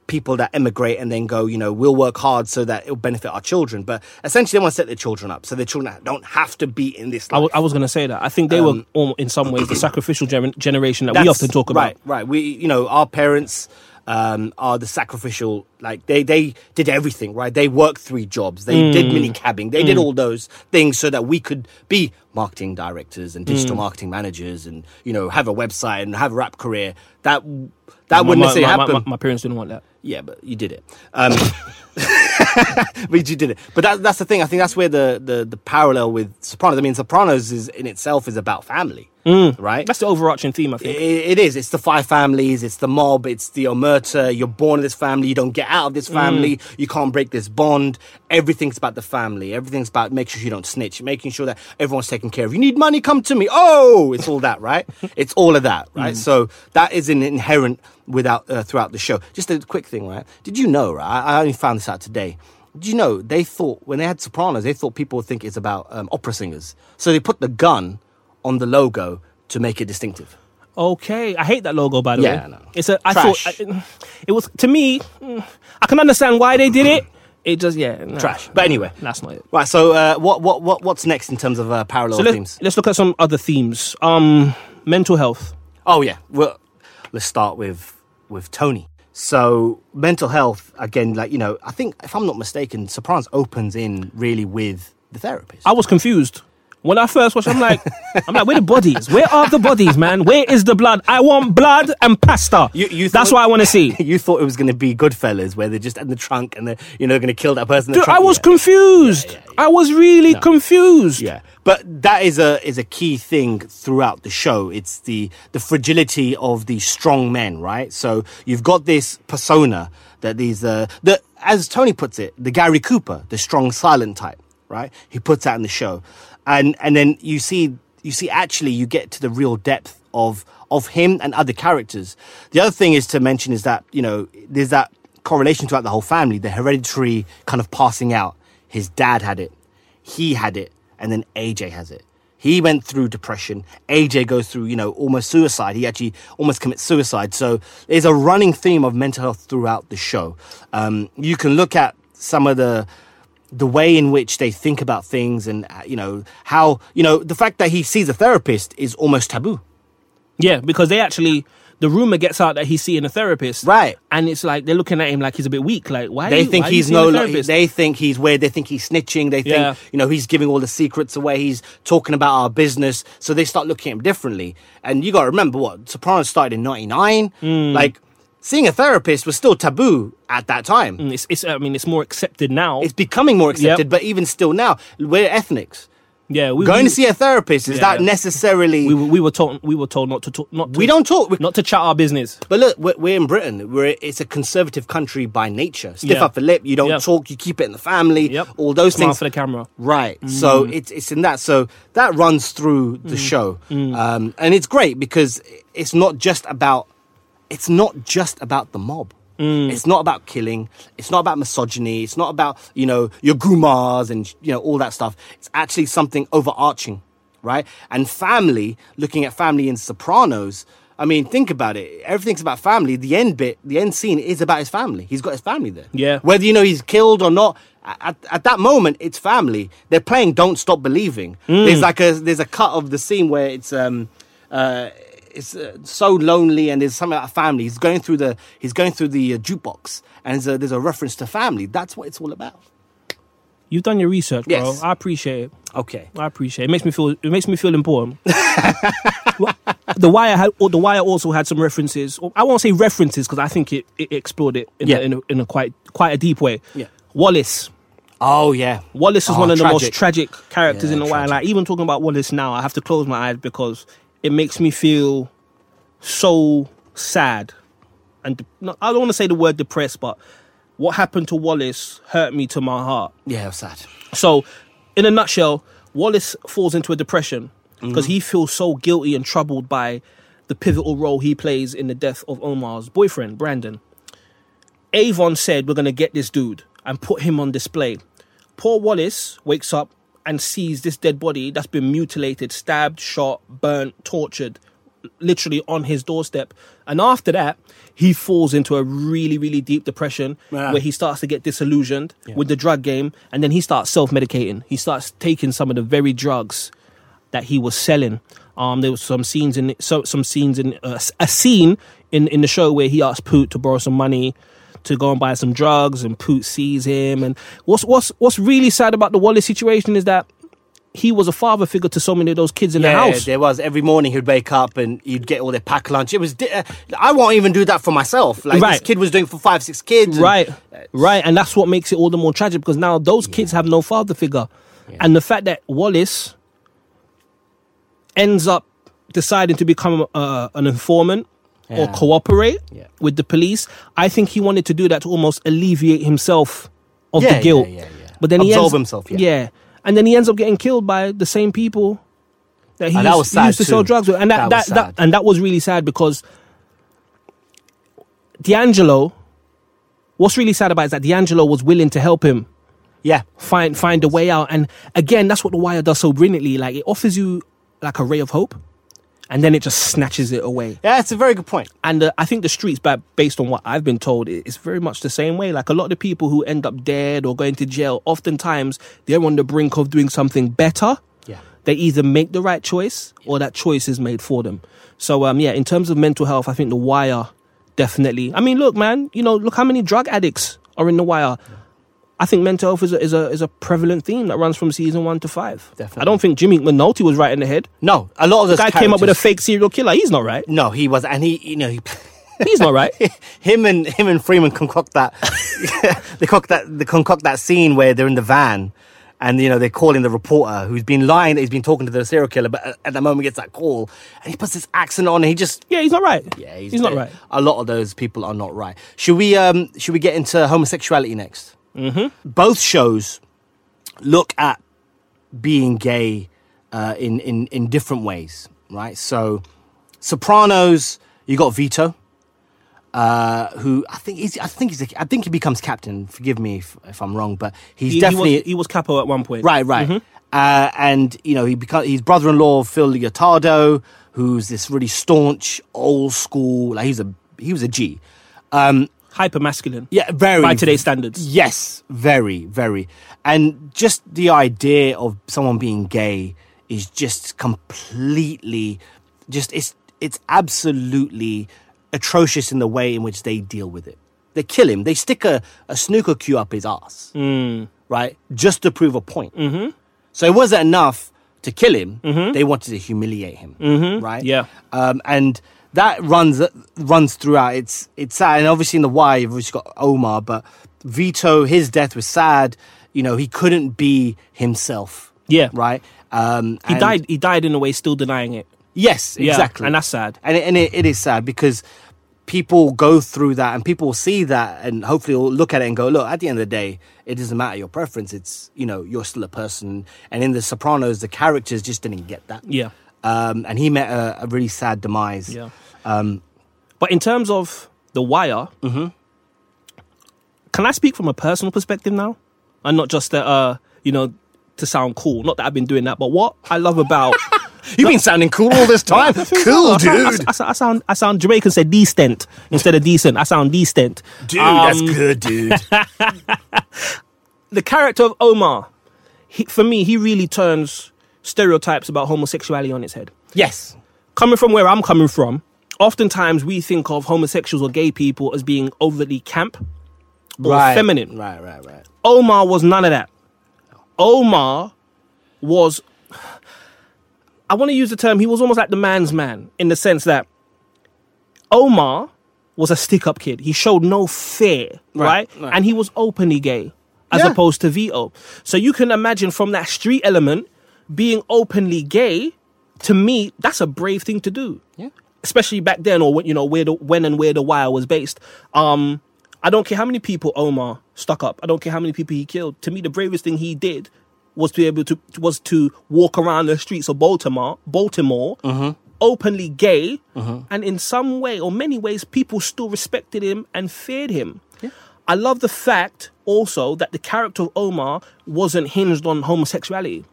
people that emigrate and then go, you know, we'll work hard so that it'll benefit our children. But essentially, they want to set their children up so their children don't have to be in this I life. wa- I was going to say that. I think they were, al- in some <clears throat> ways, the sacrificial gener- generation that we Um, That's- often talk about. Right, right. We, you know, our parents um, are the sacrificial. Like they, they did everything. Right, they worked three jobs. They did Mm. mini cabbing. They did all those things so that we could be marketing directors and digital Mm. marketing managers, and you know, have a website and have a rap career. That that wouldn't my, necessarily my- my- happen. my- my parents didn't want that. Yeah, but you did it. Um, <laughs> but you did it. But that, that's the thing. I think that's where the, the, the parallel with Sopranos. I mean, Sopranos is in itself is about family, right? Mm. That's the overarching theme, I think. It, it is. It's the five families. It's the mob. It's the omerta. You're born in this family. You don't get out of this Mm. family. You can't break this bond. Everything's about the family. Everything's about making sure you don't snitch. Making sure that everyone's taken care of. You need money? Come to me. Oh, it's all that, <laughs> right? it's all of that, right? Mm. So that is an inherent without uh, throughout the show. Just a quick thing, right? Did you know, right? I I only found this out today. Do you know they thought when they had Sopranos, they thought people would think it's about um, opera singers. So they put the gun on the logo to make it distinctive. Okay, I hate that logo by the Yeah, way. I know. It's a I Trash. thought I, it was to me. mm, I can understand why they did it. It just yeah nah. Trash. But anyway, That's not it. right. So uh, what what what what's next in terms of uh, parallel So themes? let's, let's look at some other themes. Um, mental health. Oh yeah. Well, let's start with with Tony. So mental health again, like you know, I think if I'm not mistaken, Sopranos opens in really with the therapist. I was confused when I first watched. <laughs> I'm like, I'm like, where the bodies? Where are the bodies, man? Where is the blood? I want blood and pasta. You- you That's thought- what I want to <laughs> see. you thought it was going to be Goodfellas, where they're just in the trunk and they're you know going to kill that person. in the Dude, I trunk. was Yeah. confused. I was really confused. Yeah, but that is a is a key thing throughout the show. It's the the fragility of the strong men, right? So you've got this persona that these uh, the as Tony puts it, the Gary Cooper, the strong silent type, right? He puts out in the show, and and then you see you see actually you get to the real depth of of him and other characters. The other thing is to mention is that you know there's that correlation throughout the whole family, the hereditary kind of passing out. His dad had it he had it and then AJ has it. He went through depression. AJ goes through, you know, almost suicide. He actually almost commits suicide. So there's a running theme of mental health throughout the show. Um, you can look at some of the the way in which they think about things, and uh, you know how you know the fact that he sees a therapist is almost taboo. Yeah, because they actually the rumor gets out that he's seeing a therapist. Right. And it's like they're looking at him like he's a bit weak. Like why? They you- think why he's you seeing no. a lo- therapist? They think he's weird. They think he's snitching. They think Yeah. you know he's giving all the secrets away. He's talking about our business. So they start looking at him differently. And you got to remember what Sopranos started in '99. Hmm. Like seeing a therapist was still taboo at that time. it's, it's I mean it's more accepted now. It's becoming more accepted, Hmm. Yep. but even still now, we're ethnics. yeah, we Going we, to see a therapist is Yeah. that necessarily? we, were- we were told we were told not to talk not to, we don't talk. We- not to chat our business. But look, we're, we're in Britain. We're it's a conservative country by nature. Stiff Yeah. upper lip. You don't Yeah. talk. You keep it in the family. Yep. All those Smile things for the camera. Right. So it's it's in that. So that runs through the show, um, and it's great because it's not just about it's not just about the mob. It's not about killing. It's not about misogyny. It's not about you know your gumas and you know all that stuff. It's actually something overarching, right? And family. Looking at family in Sopranos. I mean, think about it. Everything's about family. The end bit, the end scene is about his family. He's got his family there. Yeah. Whether you know he's killed or not, at, at that moment it's family. They're playing "Don't Stop Believing." There's like a there's a cut of the scene where it's um uh it's uh, so lonely and there's something about family. He's going through the he's going through the uh, jukebox and there's a, there's a reference to family. That's what it's all about. You've done your research, bro. Yes. I appreciate it. Okay. I appreciate it. It makes me feel it makes me <laughs> feel important. the wire had or the wire also had some references. Or I won't say references because I think it, it explored it in, Yeah. a, in, a, in a quite quite a deep way. Yeah. Wallace. Oh yeah. Wallace is Oh, one of the most tragic. tragic characters Yeah, in the wire. tragic. Like even talking about Wallace now, I have to close my eyes because it makes me feel so sad. And de- no, I don't want to say the word depressed, but what happened to Wallace hurt me to my heart. Yeah, it was sad. So, in a nutshell, Wallace falls into a depression because he feels so guilty and troubled by the pivotal role he plays in the death of Omar's boyfriend, Brandon. Avon said, We're going to get this dude and put him on display. Poor Wallace wakes up and sees this dead body that's been mutilated, stabbed, shot, burnt, tortured, literally on his doorstep. And after that, he falls into a really, really deep depression Yeah. where he starts to get disillusioned with the drug game and then he starts self medicating. He starts taking some of the very drugs that he was selling. Um, there was some scenes in so some scenes in uh, a scene in in the show where he asked Poot to borrow some money to go and buy some drugs, and Poot sees him. And what's what's what's really sad about the Wallace situation is that he was a father figure to so many of those kids in Yeah, the house. there was every morning he'd wake up and he'd get all their pack lunch. It was di- uh, I won't even do that for myself. Like this Right. kid was doing for five six kids. and- Right, right, and that's what makes it all the more tragic because now those kids have no father figure, and the fact that Wallace ends up deciding to become uh, an informant or Yeah. cooperate Yeah. with the police, I think he wanted to do that to almost alleviate himself of Yeah, the guilt. yeah, yeah, yeah. But then he Absolve ends, himself, yeah. and then he ends up getting killed by the same people that he, And used, that was he used sad to sell too. drugs with, and that That was that, that, sad. and that was really sad because D'Angelo. What's really sad about it is that D'Angelo was willing to help him Yeah. find find a way out. And again, that's what The Wire does so brilliantly. Like it offers you like a ray of hope, and then it just snatches it away. Yeah, it's a very good point. And uh, I think the streets, ba- based on what I've been told, i- it's very much the same way. Like a lot of the people who end up dead or going to jail, oftentimes they're on the brink of doing something better. Yeah. They either make the right choice or that choice is made for them. So um, yeah, in terms of mental health, I think the wire definitely. I mean, look, man, you know, look how many drug addicts are in the wire. I think mental health is a, is a is a prevalent theme that runs from season one to five. Definitely. I don't think Jimmy McNulty was right in the head. No, a lot of those Guy came up with a characters- fake serial killer. He's not right. No, he was, and he, you know, he, He's <laughs> not right. him and him and Freeman concoct that. <laughs> they concoct that. They concoct that scene where they're in the van, and you know they're calling the reporter who's been lying. that He's been talking to the serial killer, but at- at the moment gets that call, and he puts this accent on, and he just Yeah, he's not right. yeah, he's, he's, not dead. right. A lot of those people are not right. Should we um should we get into homosexuality next? Mm-hmm. Both shows look at being gay uh, in in in different ways, right? So, Sopranos, you got Vito, uh, who I think he's I think he's a, I think he becomes captain. Forgive me if, if I'm wrong, but he's He, definitely he was, he was capo at one point. Right, right. Mm-hmm. Uh, and you know, he beca- he's brother-in-law of Phil Leotardo, who's this really staunch, old school. Like he's a he was a G. Um, Hyper masculine. yeah, very By today's standards. Yes, very, very. And just the idea of someone being gay is just completely, just it's it's absolutely atrocious in the way in which they deal with it. They kill him. They stick a, a snooker cue up his ass, right, just to prove a point. Mm-hmm. So it wasn't enough to kill him. They wanted to humiliate him, right? Mm-hmm. Yeah. um, and that runs runs throughout. It's it's sad, and obviously in the why you've obviously got Omar, but Vito, his death was sad. You know, he couldn't be himself. Yeah. right. Um, He died he died in a way still denying it. Yes, Yeah, exactly, And that's sad. and it, and it, it is sad because people go through that and people see that and hopefully will look at it and go look at the end of the day it doesn't matter your preference it's you know you're still a person and in the sopranos the characters just didn't get that Yeah. um, and he met a, a really sad demise Yeah. Um, but in terms of the wire, Mm-hmm. can I speak from a personal perspective now? And not just that uh, you know, to sound cool. Not that I've been doing that, but what I <laughs> love about You've been sounding cool all this <laughs> time. cool, I sound- I dude. <laughs> s- I, sound, I sound I sound Jamaican said decent instead of decent. I sound decent. Um, Dude, that's good, <laughs> dude. the character of Omar, he, for me, he really turns stereotypes about homosexuality on its head. yes. Coming from where I'm coming from, oftentimes we think of homosexuals or gay people as being overly camp or feminine. Right, right, right. Omar was none of that. Omar was, <sighs> I want to use the term, he was almost like the man's man in the sense that Omar was a stick up kid. He showed no fear, Right, right? right. And he was openly gay as Yeah. opposed to Vito. So you can imagine from that street element, being openly gay, to me, that's a brave thing to do Yeah. especially back then or when you know where the when and where the wire was based um i don't care how many people omar stuck up i don't care how many people he killed to me the bravest thing he did was to be able to was to walk around the streets of baltimore baltimore openly gay and in some way or many ways people still respected him and feared him i love the fact also that the character of omar wasn't hinged on homosexuality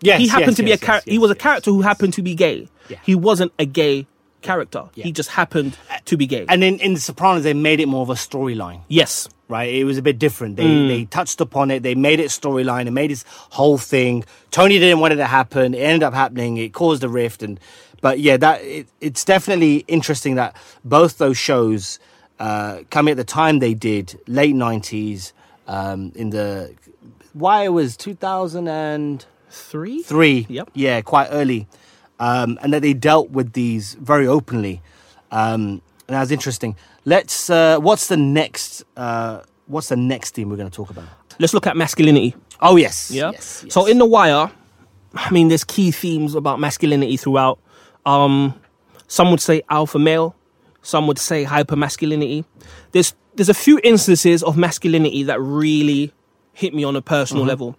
Yes. he happened yes, to be yes, a character. yes, he was a yes. character who happened to be gay. Yeah. He wasn't a gay character. Yeah. Uh, He just happened to be gay. And in, in The Sopranos, they made it more of a storyline, yes, right? It was a bit different. They, they touched upon it. They made it storyline. They made this whole thing. Tony didn't want it to happen. It ended up happening. It caused a rift. And But yeah, that it, it's definitely interesting that both those shows, uh, coming at the time they did, late 90s, um, in the... Why it was 2000 and... three. three. Yep. Yeah, quite early, um, and that they dealt with these very openly, um, and that was interesting. Let's. Uh, what's the next? Uh, what's the next theme we're going to talk about? Let's look at masculinity. Oh yes. Yeah. Yes, So yes. in the wire, I mean, there's key themes about masculinity throughout. Um, some would say alpha male. Some would say hyper masculinity. There's there's a few instances of masculinity that really hit me on a personal Mm-hmm. level.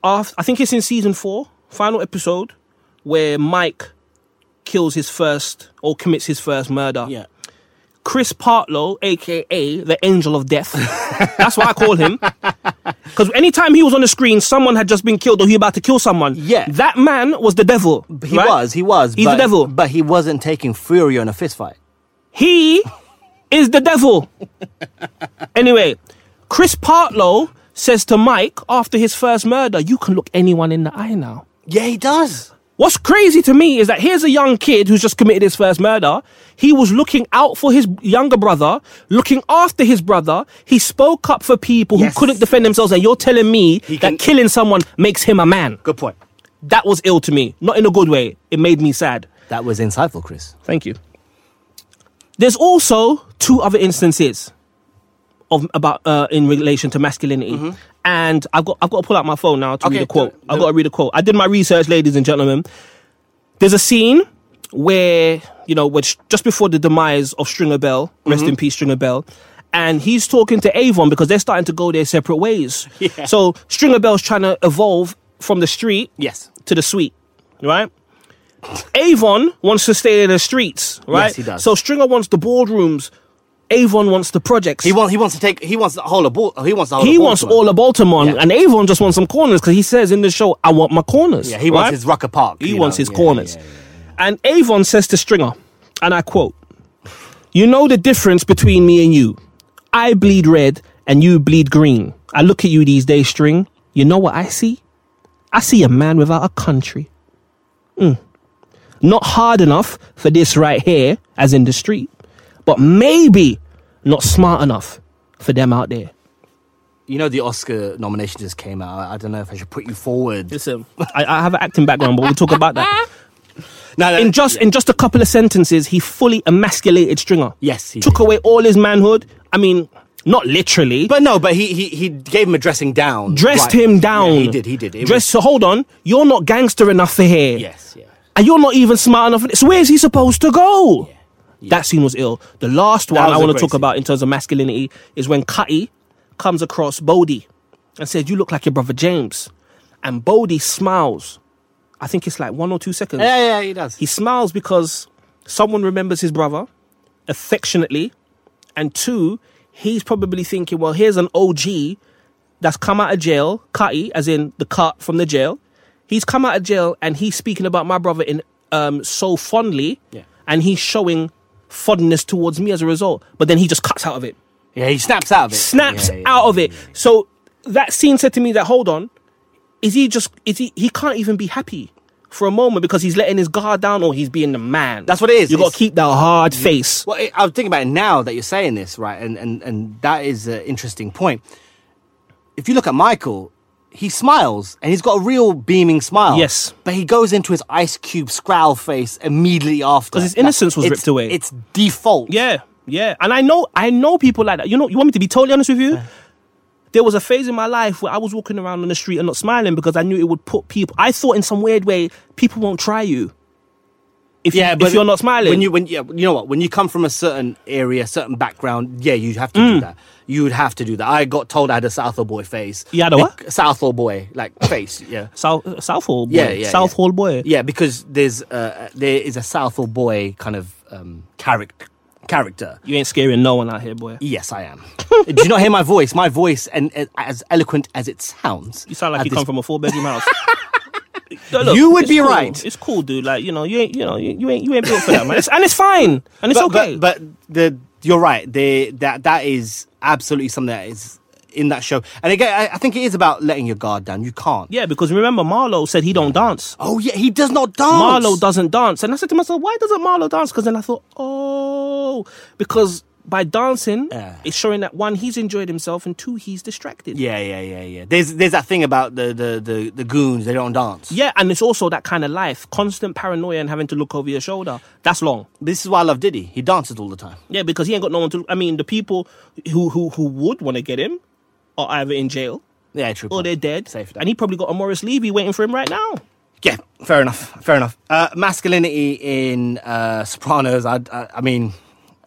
After, I think it's in season four, final episode, where Mike kills his first or commits his first murder. yeah. <laughs> Chris Partlow, aka the Angel of Death. That's what I call him. Because anytime he was on the screen, someone had just been killed or he about to kill someone. Yeah. That man was the devil. He right? was, he was. He's but, the devil. But he wasn't taking Fury on a fist fight. He is the <laughs> devil. anyway, Chris Partlow says to Mike after his first murder, You can look anyone in the eye now. Yeah, he does. What's crazy to me is that here's a young kid who's just committed his first murder. He was looking out for his younger brother, looking after his brother. He spoke up for people Yes. who couldn't defend themselves, and you're telling me can- that killing someone makes him a man. Good point. That was ill to me. Not in a good way. It made me sad. That was insightful, Chris. Thank you. There's also two other instances of about uh, in relation to masculinity, and I've got I've got to pull out my phone now to Mm-hmm. Okay, read a do quote. it, I've do got to read a quote. I did my research, ladies and gentlemen. There's a scene where you know, which just before the demise of Stringer Bell, rest Mm-hmm. in peace, Stringer Bell. And he's talking to Avon because they're starting to go their separate ways. <laughs> Yeah. So Stringer Bell's trying to evolve from the street Yes. to the suite, right? Avon wants to stay in the streets, right? he does. So Stringer wants the boardrooms. Avon wants the projects. He wants. He wants to take. He wants the whole of. Bal- He wants the whole. He of wants Baltimore. all of Baltimore, Yeah. and Avon just wants some corners because he says in the show, "I want my corners." Yeah, he wants right? his Rucker Park. He you wants know. his Yeah, corners. yeah, yeah. And Avon says to Stringer, and I quote, You know the difference between me and you. I bleed red and you bleed green. I look at you these days, String. You know what I see? I see a man without a country. Mm. Not hard enough for this right here, as in the street, but maybe not smart enough for them out there. You know the Oscar nomination just came out. I- I don't know if I should put you forward. Listen, I, I have an acting background, but we'll talk about that. No, no, In just in just a couple of sentences, he fully emasculated Stringer. Yes, he took did. away all his manhood. I mean, not literally, but But no, but he he, he gave him a dressing down. dressed Right. him down. Yeah, he did. He did. It dressed. So hold on, you're not gangster enough for here, Was, yes. Yeah. and you're not even smart enough. For this. So where is he supposed to go? That scene was ill. The last one was I a want to great talk scene. about in terms of masculinity is when Cutty comes across Bodie and says, "You look like your brother James," and Bodie smiles. I think it's like one or two seconds. Yeah. Yeah. He does. He smiles because someone remembers his brother affectionately, and two, he's probably thinking, well, here's an OG that's come out of jail, cutty, as in the cut from the jail. He's come out of jail and he's speaking about my brother in um, so fondly, Yeah. and he's showing fondness towards me as a result. But then he just cuts out of it, yeah. He snaps out of it. snaps Yeah, yeah, out yeah. of it. So that scene said to me that hold on, is he just is he he can't even be happy for a moment because he's letting his guard down or he's being the man. That's what it is. You got to It's- keep that hard face. Well, it, I'm thinking about it now that you're saying this, right? And and and that is an interesting point. If you look at Michael, he smiles and he's got a real beaming smile. Yes. but he goes into his ice cube scowl face immediately after 'Cause his innocence was It's- ripped away. It's default. Yeah, yeah. And I know I know people like that. You know, you want me to be totally honest with Uh. you? There was a phase in my life where I was walking around on the street and not smiling because I knew it would put people I thought in some weird way people won't try you. If you, if you're not smiling. when you when yeah, you know what when you come from a certain area, certain background, yeah, you have to Mm. do that. You would have to do that. I got told I had a Southall boy face. You had a what? Bec- Southall boy <laughs> like face. Yeah. South Southall boy. Yeah, yeah, South yeah. Hall boy. Yeah, because there's uh, there is a Southall boy kind of um, character. Character. You ain't scaring no one out here, boy. Yes, I <laughs> am. Do you not hear my voice? My voice, and, and as eloquent as it sounds, You sound like at you this- come from a four <laughs> bedroom house. No, You would it's be cool. right. It's cool, dude. Like you know, you ain't you know you, you ain't you ain't built for that, man. It's, and it's fine, and it's But, okay. but but the you're right. The that that is absolutely something that is in that show. And again, I, I think it is about letting your guard down. You can't. yeah, because remember Marlo said he don't dance. Oh yeah, he does not dance. Marlo doesn't dance. And I said to myself, why doesn't Marlo dance? Because then I thought, oh, because by dancing, Yeah. it's showing that one, he's enjoyed himself, and two, he's distracted. Yeah, yeah, yeah, yeah. There's there's that thing about the the the, the goons. They don't dance. Yeah, and it's also that kind of life, constant paranoia and having to look over your shoulder. That's long. This is why I love Diddy. He dances all the time. Yeah, because he ain't got no one to. I mean, the people who who who would want to get him are either in jail Yeah, true. or point. they're dead, Safe that. and he probably got a Morris Levy waiting for him right now. Yeah, fair enough. Fair enough. Uh, masculinity in uh, Sopranos. I, I, I mean,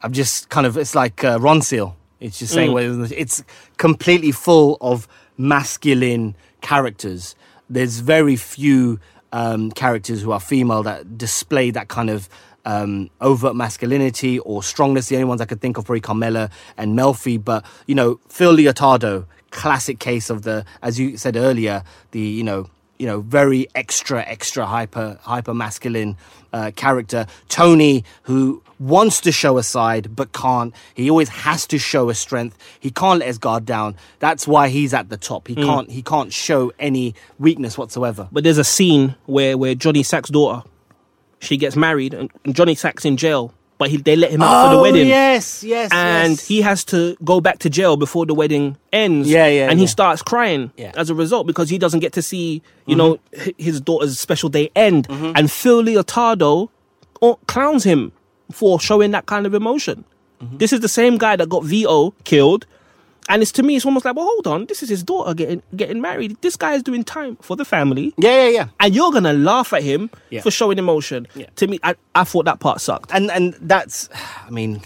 I'm just kind of. It's like uh, Ron Seal. It's just saying well, it's completely full of masculine characters. There's very few um, characters who are female that display that kind of um, overt masculinity or strongness. The only ones I could think of probably Carmela and Melfi. But you know, Phil Leotardo classic case of the, as you said earlier, the you know you know very extra extra hyper hyper masculine uh, character Tony who wants to show a side but can't. He always has to show a strength. He can't let his guard down. That's why he's at the top. Mm. He can't he can't show any weakness whatsoever. But there's a scene where where Johnny Sack's daughter, she gets married, and, and Johnny Sack's in jail, but he, they let him out Oh, for the wedding. yes, yes, and yes. he has to go back to jail before the wedding ends. Yeah, yeah, And he yeah. starts crying Yeah. Mm-hmm. as a result because he doesn't get to see, you know, hi- his daughter's special day end. And Phil Leotardo uh, clowns him for showing that kind of emotion. Mm-hmm. This is the same guy that got VO killed. And it's to me, it's almost like, well, hold on, this is his daughter getting getting married. This guy is doing time for the family yeah, yeah, yeah. and you're gonna laugh at him Yeah. for showing emotion. Yeah. To me, I, I thought that part sucked. and and that's i mean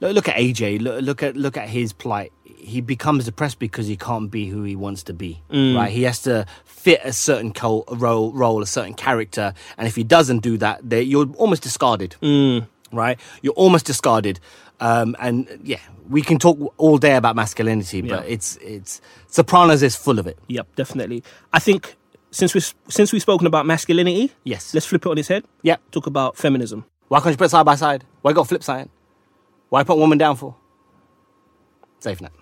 look, look at aj look, look at look at his plight he becomes depressed because he can't be who he wants to be right he has to fit a certain co- role role a certain character and if he doesn't do that they, you're almost discarded right you're almost discarded um, and yeah we can talk all day about masculinity but Yeah. it's it's sopranos is full of it Yep, definitely. I think since we since we've spoken about masculinity, Yes. let's flip it on its head. yeah Talk about feminism. why can't you put side by side why got flip side why put woman down for safe net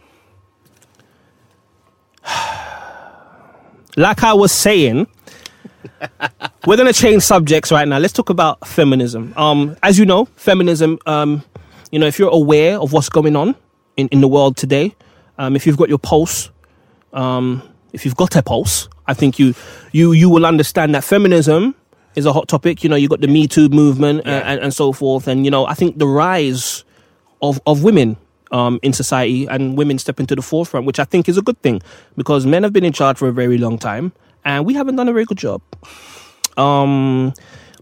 Like I was saying, we're gonna change subjects right now. Let's talk about feminism. Um, as you know, feminism. Um, you know, if you're aware of what's going on in in the world today, um, if you've got your pulse, um, if you've got a pulse, I think you you you will understand that feminism is a hot topic. You know, you got the Me Too movement uh, and, and so forth, and you know, I think the rise of of women um, in society and women stepping to the forefront, which I think is a good thing because men have been in charge for a very long time and we haven't done a very good job. Um,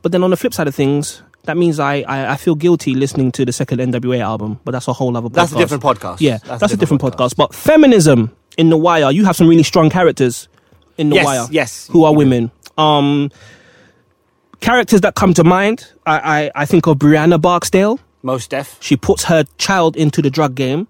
but then on the flip side of things. That means I, I, I feel guilty listening to the second NWA album, but that's a whole other podcast. That's a different podcast. Yeah, that's, a different, podcast. But feminism in The Wire, you have some really strong characters in The Yes, Wire. yes. Who are women. Um, characters that come to mind, I, I, I think of Brianna Barksdale. Most deaf. She puts her child into the drug game.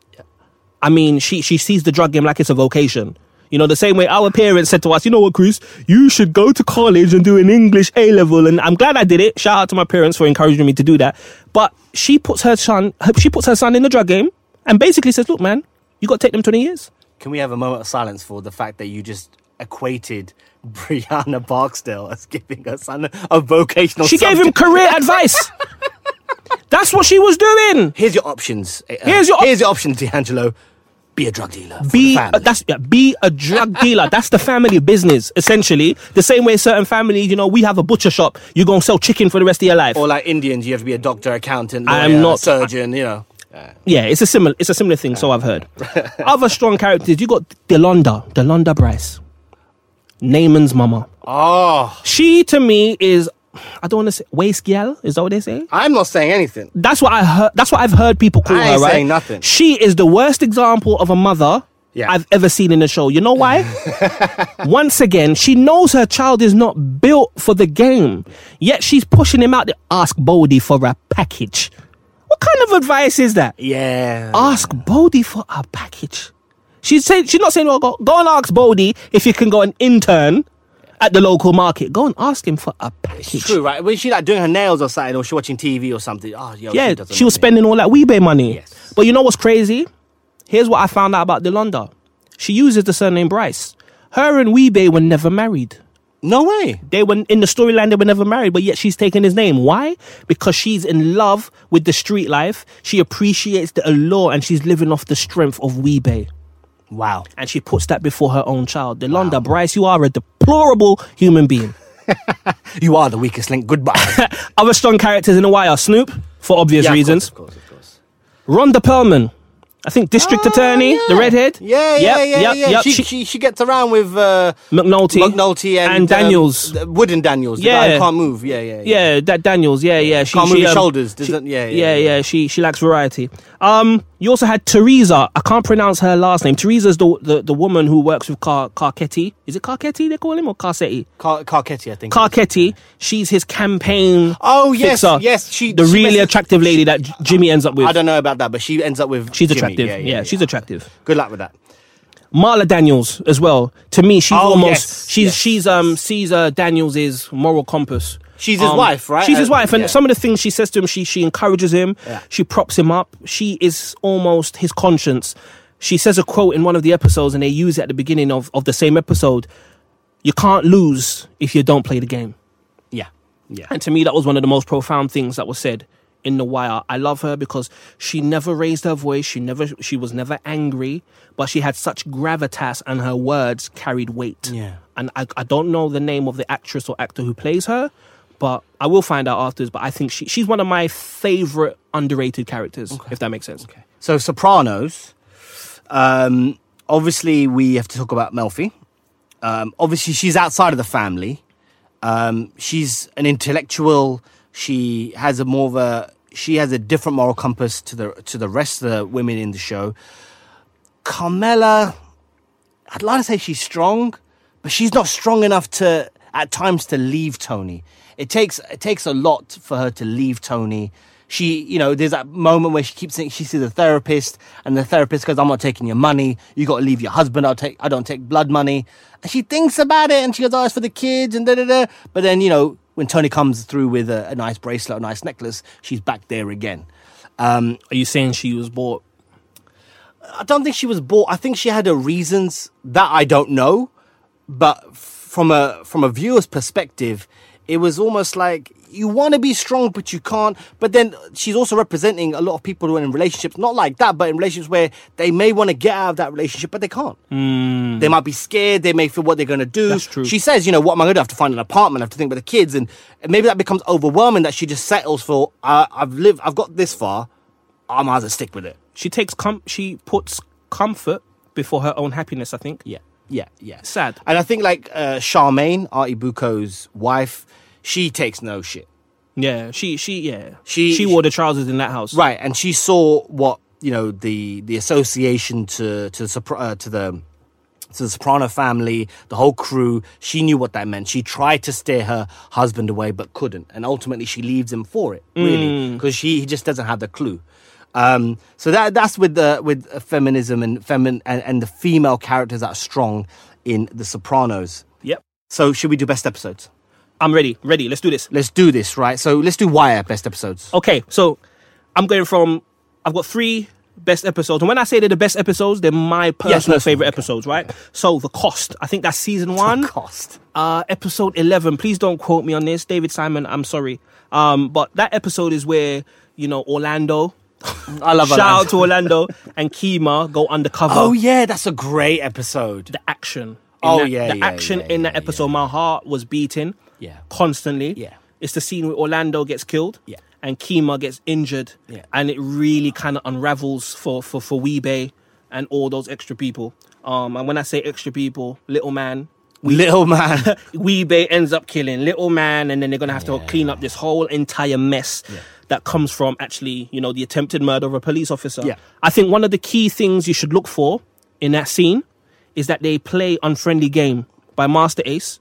I mean, she, she sees the drug game like it's a vocation. You know, the same way our parents said to us, you know what, Chris, you should go to college and do an English A level. And I'm glad I did it. Shout out to my parents for encouraging me to do that. But she puts her son, her- she puts her son in the drug game and basically says, look, man, you got to take them 20 years. Can we have a moment of silence for the fact that you just equated <laughs> Brianna Barksdale as giving her son a vocational? She gave him subject? career advice. That's what she was doing. Here's your options. uh, Here's your op- here's your options, D'Angelo. Be a drug dealer. for be the uh, family. that's yeah, be a drug dealer. that's the family business, essentially. The same way certain families, you know, we have a butcher shop. You gonna sell chicken for the rest of your life. or like Indians, you have to be a doctor, accountant, lawyer, I am not- surgeon. you know. yeah, it's a similar it's a similar thing. so <laughs> I've heard. Other strong characters. You got Delonda, Delonda Bryce, Naaman's mama. Oh, She to me is, I don't want to say waist gal. Is that what they say? I'm not saying anything. That's what I heard. That's what I've heard people call I her. ain't Right? saying nothing. She is the worst example of a mother Yeah. I've ever seen in a show. You know <laughs> why? Once again, she knows her child is not built for the game, yet she's pushing him out to ask Bodie for a package. What kind of advice is that? Yeah. Ask Bodie for a package. She's saying she's not saying, "Well, go, go and ask Bodie if you can go and intern at the local market. Go and ask him for a package." True, right? Was she like doing her nails or something, or she watching TV or something? Oh, yo, Yeah, doesn't she was know me. spending all that WeeBay money. Yes. But you know what's crazy? Here's what I found out about Delonda. She uses the surname Bryce. Her and WeeBay were never married. No way. They were in the storyline. They were never married, but yet she's taking his name. Why? Because she's in love with the street life. She appreciates the allure, and she's living off the strength of WeeBay. Wow. And she puts that before her own child. Delonda Bryce, you are a deplorable human being. You are the weakest link. <laughs> Goodbye. Other strong characters in the wire: Snoop, for obvious Yeah, of course, reasons. Of course, of course. Rhonda Perlman, I think district Oh, attorney, yeah. the redhead. Yeah, yeah, Yep, yeah, yep, yeah. yep. She, She- she she gets around with uh, McNulty, McNulty and, um, Daniels. the- Wooden Daniels. Yeah, the guy Yeah. who can't move. Yeah, yeah, yeah. yeah, that Daniels. Yeah, yeah. She, Can't move she, his um, shoulders. she- Doesn't, yeah, yeah, yeah. She she lacks variety. Um, you also had Teresa. I can't pronounce her last name. Teresa's the the, the woman who works with Car Carcetti. Is it Carcetti they call him or Carcetti? Car- Carcetti, I think. Carcetti. She's his campaign. oh yes, fixer. yes. She the she really messes- attractive lady that J- Jimmy ends up with. I don't know about that, but she ends up with. she's Jimmy. attractive. Yeah, yeah, yeah, she's attractive. Good luck with that. Marla Daniels as well. To me, she's Oh, almost yes, she's yes. she's um Caesar Daniels' moral compass. She's his Um, wife, right? She's his And- wife, and yeah. some of the things she says to him, she she encourages him, Yeah. she props him up. She is almost his conscience. She says a quote in one of the episodes, and they use it at the beginning of, of the same episode. You can't lose if you don't play the game. Yeah. Yeah. And to me, that was one of the most profound things that was said in The Wire. I love her because she never raised her voice. She never, she was never angry, but she had such gravitas and her words carried weight. Yeah. And I, I don't know the name of the actress or actor who plays her, but I will find out afterwards. But I think she, she's one of my favorite underrated characters, if that makes sense. Okay. So Sopranos. Um, obviously, we have to talk about Melfi. Um, obviously, she's outside of the family. Um, she's an intellectual. She has a more of a she has a different moral compass to the to the rest of the women in the show. Carmela, I'd like to say she's strong, but she's not strong enough to at times to leave Tony. It takes it takes a lot for her to leave Tony. She, you know, there's that moment where she keeps saying she sees a therapist, and the therapist goes, "I'm not taking your money. You got to leave your husband. I'll take. I don't take blood money." And she thinks about it, and she goes, "Oh, it's for the kids," and da da da. But then, you know, when Tony comes through with a, a nice bracelet, a nice necklace, she's back there again. Um, Are you saying she was bought? I don't think she was bought. I think she had her reasons that I don't know, but from a from a viewer's perspective, it was almost like you want to be strong but you can't. But then she's also representing a lot of people who are in relationships, not like that, but in relationships where they may want to get out of that relationship but they can't. They might be scared. They may feel what they're going to do. Hmm. That's true. She says, you know, what am I going to do? I have to find an apartment. I have to think about the kids, and maybe that becomes overwhelming that she just settles for. Uh, I've lived. I've got this far. I might as well stick with it. She takes com- she puts comfort before her own happiness. I think. Yeah, yeah, yeah. Sad. And I think like uh, Charmaine, Artie Bucco's wife, she takes no shit. Yeah. She she yeah. She- she wore the trousers in that house. Right, and she saw what you know the the association to to the Sopra- uh, to the to the Soprano family, the whole crew. She knew what that meant. She tried to steer her husband away, but couldn't, and ultimately she leaves him for it, really, because she he just doesn't have the clue. Um, so that that's with the with uh, feminism and femin and, and the female characters that are strong in the Sopranos. Yep. So should we do best episodes? I'm ready. Ready. Let's do this. Let's do this, right? So let's do Wire best episodes. Okay, so I'm going from I've got three best episodes, and when I say they're the best episodes, they're my personal that's- favorite episodes, right? So the cost. I think that's season one, Cost. uh, episode eleven. Please don't quote me on this, David Simon. I'm sorry, um, but that episode is where you know Orlando. I love Shout Orlando. out to Orlando <laughs> and Kima go undercover. Oh yeah, that's a great episode. the action. in Oh, that- yeah, the yeah, action yeah, in that yeah, episode. My heart was beating, Yeah. constantly. Yeah. it's the scene where Orlando gets killed, Yeah. and Kima gets injured, Yeah. and it really kind of unravels for for for Weebay and all those extra people. Um, and when I say extra people, little man. <laughs> Little man. Weebay ends up killing little man, and then they're gonna have to Yeah. clean up this whole entire mess that comes from actually, you know, the attempted murder of a police officer. Yeah. I think one of the key things you should look for in that scene is that they play Unfriendly Game by Master Ace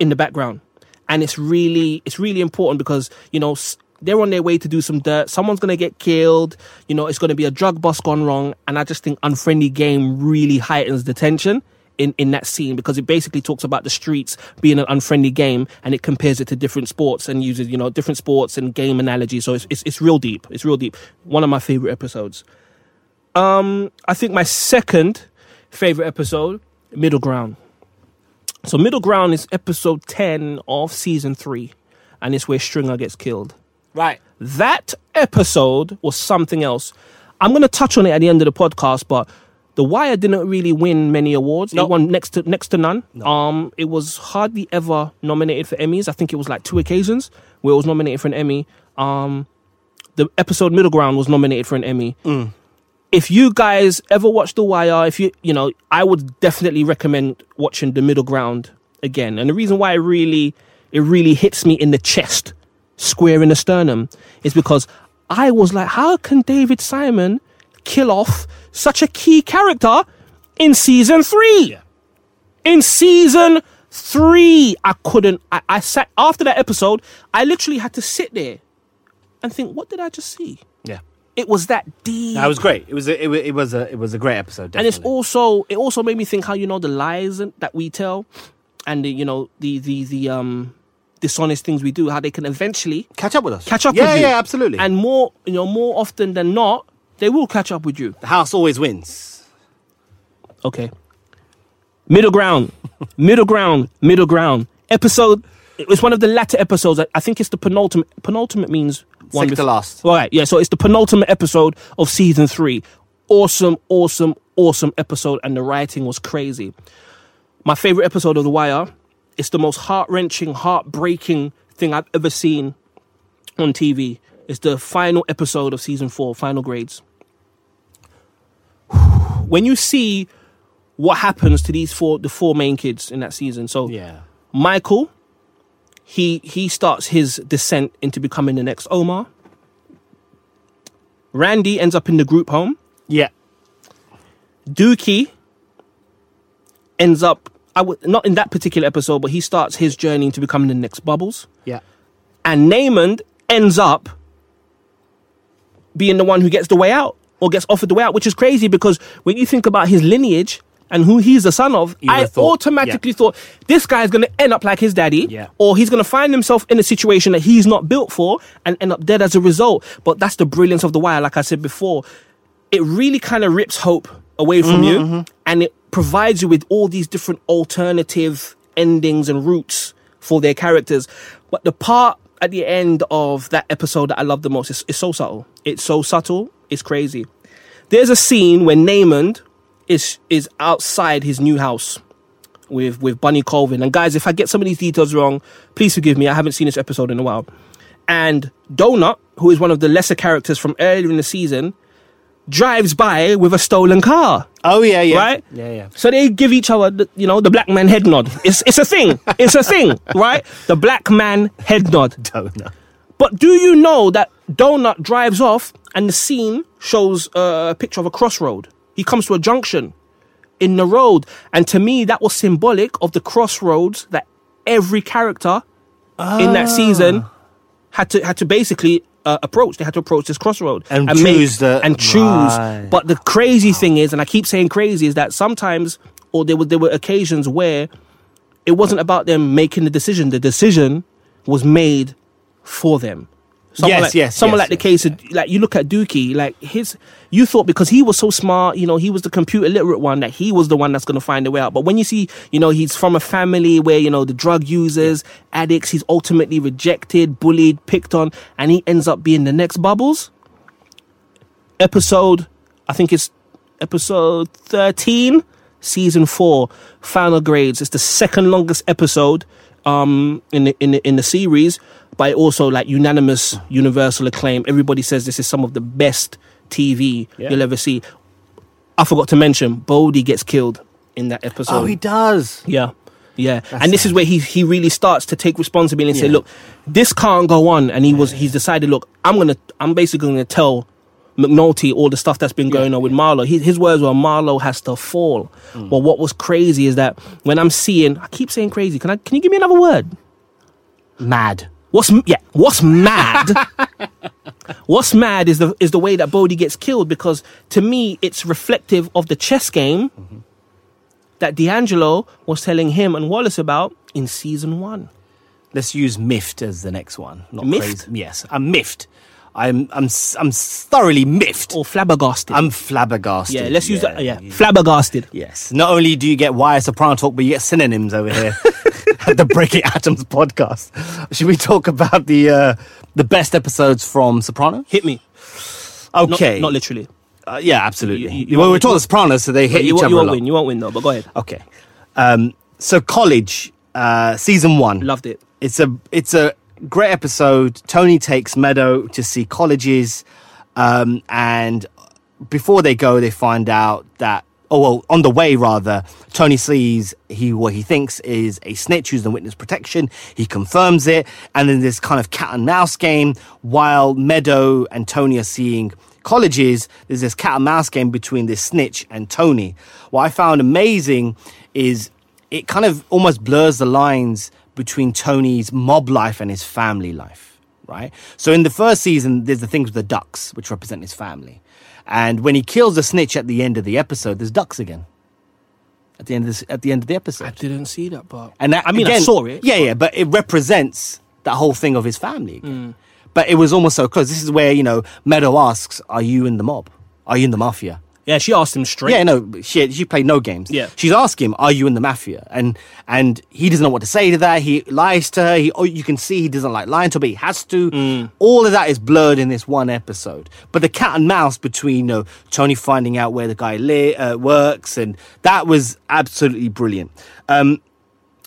in the background. And it's really, it's really important because, you know, s- they're on their way to do some dirt. Someone's going to get killed. You know, it's going to be a drug bust gone wrong. And I just think Unfriendly Game really heightens the tension in, in that scene because it basically talks about the streets being an unfriendly game and it compares it to different sports and uses, you know, different sports and game analogies. So it's, it's, it's real deep. It's real deep. One of my favorite episodes. Um, I think my second favorite episode, Middle Ground. So Middle Ground is episode 10 of season 3 and it's where Stringer gets killed. <laughs> right. That episode was something else. I'm going to touch on it at the end of the podcast, but The Wire didn't really win many awards. No. It won next to next to none. Um, it was hardly ever nominated for Emmys. I think it was like two occasions where it was nominated for an Emmy. Um, the episode Middle Ground was nominated for an Emmy. If you guys ever watch The Wire, if you you know, I would definitely recommend watching The Middle Ground again. And the reason why it really it really hits me in the chest, square in the sternum, is because I was like, how can David Simon kill off such a key character in season three? in season three. I couldn't. I, I sat after that episode. I literally had to sit there and think, what did I just see? Yeah. It was that deep. That was great. It was a, it, wa- it was a it was a great episode. and Definitely. it's also it also made me think how you know the lies and- that we tell, and the, you know the the the um dishonest things we do, how they can eventually catch up with us. catch up Yeah, with you. yeah, absolutely. And And more you know more often than not, they will catch up with you. the house always wins. Okay. Middle ground, <laughs> middle ground, middle ground. Episode. It's one of the latter episodes. I, I think it's the penultimate. Penultimate means one Second to before- last. All right. Yeah. So it's the penultimate episode of season three. Awesome, awesome, awesome episode, and the writing was crazy. My favorite episode of The Wire. It's the most heart wrenching, heartbreaking thing I've ever seen on TV. It's the final episode of season four, final grades. When you see what happens to these four, the four main kids in that season. So Yeah. Michael, he he starts his descent into becoming the next Omar. Randy ends up in the group home. Yeah. Dookie ends up I would not in that particular episode, but he starts his journey into becoming the next Bubbles. Yeah. And Naymond ends up being the one who gets the way out or gets offered the way out, which is crazy because when you think about his lineage and who he's the son of, would I have thought- automatically thought this guy is going to end up like his daddy, Yeah. or he's going to find himself in a situation that he's not built for and end up dead as a result. But that's the brilliance of The Wire, like I said before. It really kind of rips hope away from you and it provides you with all these different alternative endings and routes for their characters. But the part at the end of that episode that I love the most is, is so subtle. It's so subtle, it's crazy. There's a scene where Naymond is is outside his new house with with Bunny Colvin. And guys, if I get some of these details wrong, please forgive me. I haven't seen this episode in a while. And Donut, who is one of the lesser characters from earlier in the season, drives by with a stolen car. Oh yeah, yeah. Right? Yeah, <laughs> yeah. So they give each other, the, you know, the black man head nod. It's it's a thing. It's a thing, right? The black man head nod. Donut. But do you know that Donut drives off and the scene shows uh, a picture of a crossroad? He comes to a junction in the road. And to me, that was symbolic of the crossroads that every character in that season Ah. had to, had to basically uh, approach. They had to approach this crossroad And make- choose the- and choose. Right. But the crazy thing is, and I keep saying crazy, is that sometimes, or there were, there were occasions where it wasn't about them making the decision. The decision was made for them. Someone Yes, like, yes, Someone yes, like the yes, case of like you look at Dookie, like his you thought because he was so smart, you know, he was the computer literate one that he was the one that's gonna find a way out. But when you see, you know, he's from a family where, you know, the drug users, addicts, he's ultimately rejected, bullied, picked on, and he ends up being the next bubbles. Episode I think it's episode 13, season 4, final grades. It's the second longest episode um in the, in the, in the series, but also like unanimous universal acclaim. Everybody says this is some of the best TV Yeah. you'll ever see. I forgot to mention Bodhi gets killed in that episode. Oh, he does. Yeah. Yeah. and this is where he he really starts to take responsibility and say, Yeah. look, this can't go on. And he was he's decided, look, I'm gonna I'm basically gonna tell McNulty all the stuff that's been going on with Marlowe. His, his words were Marlowe has to fall. Well what was crazy is that when I'm seeing I keep saying crazy, can I can you give me another word? Mad. What's m- yeah? What's mad? <laughs> what's mad is the is the way that Bodhi gets killed because to me it's reflective of the chess game that D'Angelo was telling him and Wallace about in season one. Let's use miffed as the next one. Not Miffed? crazy. Yes, I'm miffed. I'm I'm s- I'm thoroughly miffed. Or flabbergasted. I'm flabbergasted. Oh. yeah, let's use that. Yeah, flabbergasted. Yes. Not only do you get wire soprano talk, but you get synonyms over here <laughs> at the Break It Atoms podcast. Should we talk about the uh, the best episodes from Soprano? Hit me. Not, Okay. not literally. Uh, yeah, absolutely. You- you well, won't we're win. talking the Sopranos, so they hit You, each won't, other you a won't lot. win. You won't win though. But go ahead. Okay. Um, so college uh, season one. Loved it. It's a it's a great episode. Tony takes Meadow to see colleges, um, and before they go, they find out that oh well, on the way rather, Tony sees he what he thinks is a snitch who's in witness protection. He confirms it, and then this kind of cat and mouse game while Meadow and Tony are seeing colleges, there's this cat and mouse game between this snitch and Tony. What I found amazing is it kind of almost blurs the lines between Tony's mob life and his family life. right? So in the first season, there's the things with the ducks, which represent his family. And when he kills the snitch at the end of the episode, there's ducks again. At the end of this, at the end of the I episode, didn't see that part. and that, I mean, again- I saw it. Yeah, yeah, but it represents that whole thing of his family. Mm. Again. But it was almost so close. This is where you know Meadow asks, "Are you in the mob? Are you in the mafia?" Yeah, she asked him straight. Yeah, no, she she played no games. Yeah. she's asked him, "Are you in the mafia?" And and he doesn't know what to say to that. He lies to her. He oh, you can see he doesn't like lying to her, but he has to. Mm. All of that is blurred in this one episode. But the cat and mouse between you know, Tony finding out where the guy li- uh, works, and that was absolutely brilliant. Um,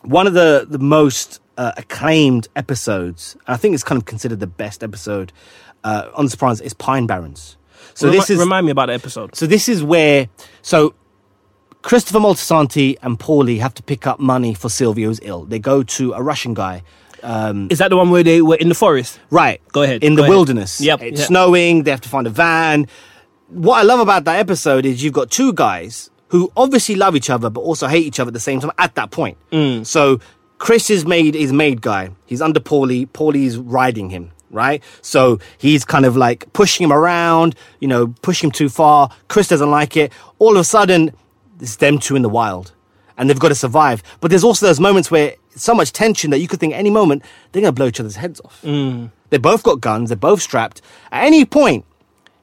one of the the most uh, acclaimed episodes, I think it's kind of considered the best episode uh, on The Sopranos, is Pine Barrens. So Remi- this is remind me about the episode. so this is where so Christopher Moltisanti and Paulie have to pick up money for Silvio who's ill. They go to a Russian guy. Is that the one where they were in the forest? Right. Go ahead, In go the ahead. wilderness. Yep, It's yeah. snowing, they have to find a van. What I love about that episode is you've got two guys who obviously love each other but also hate each other at the same time at that point. Mm. So Chris is made is made guy. He's under Paulie. Paulie's riding him, right? So he's kind of like pushing him around, you know, pushing him too far. Chris doesn't like it. All of a sudden, it's them two in the wild and they've got to survive. But there's also those moments where it's so much tension that you could think any moment they're going to blow each other's heads off. Mm. They both got guns, they're both strapped. At any point,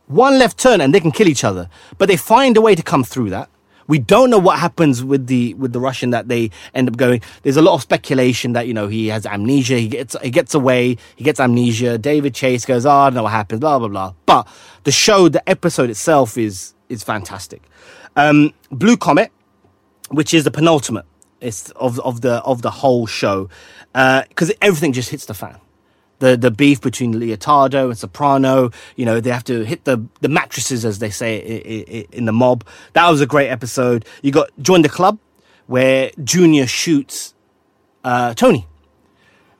one left turn and they can kill each other. But they find a way to come through that. We don't know what happens with the with the Russian that they end up going. There's a lot of speculation that you know he has amnesia. He gets he gets away. He gets amnesia. David Chase goes, oh, I don't know what happened. Blah blah blah. But the show, the episode itself is is fantastic. Um, Blue Comet which is the penultimate. It's of of the of the whole show because everything just hits the fan. The the beef between Leotardo and Soprano. You know they have to hit the the mattresses as they say i- i- i- in the mob. That was a great episode. You got join the club where Junior shoots uh, Tony,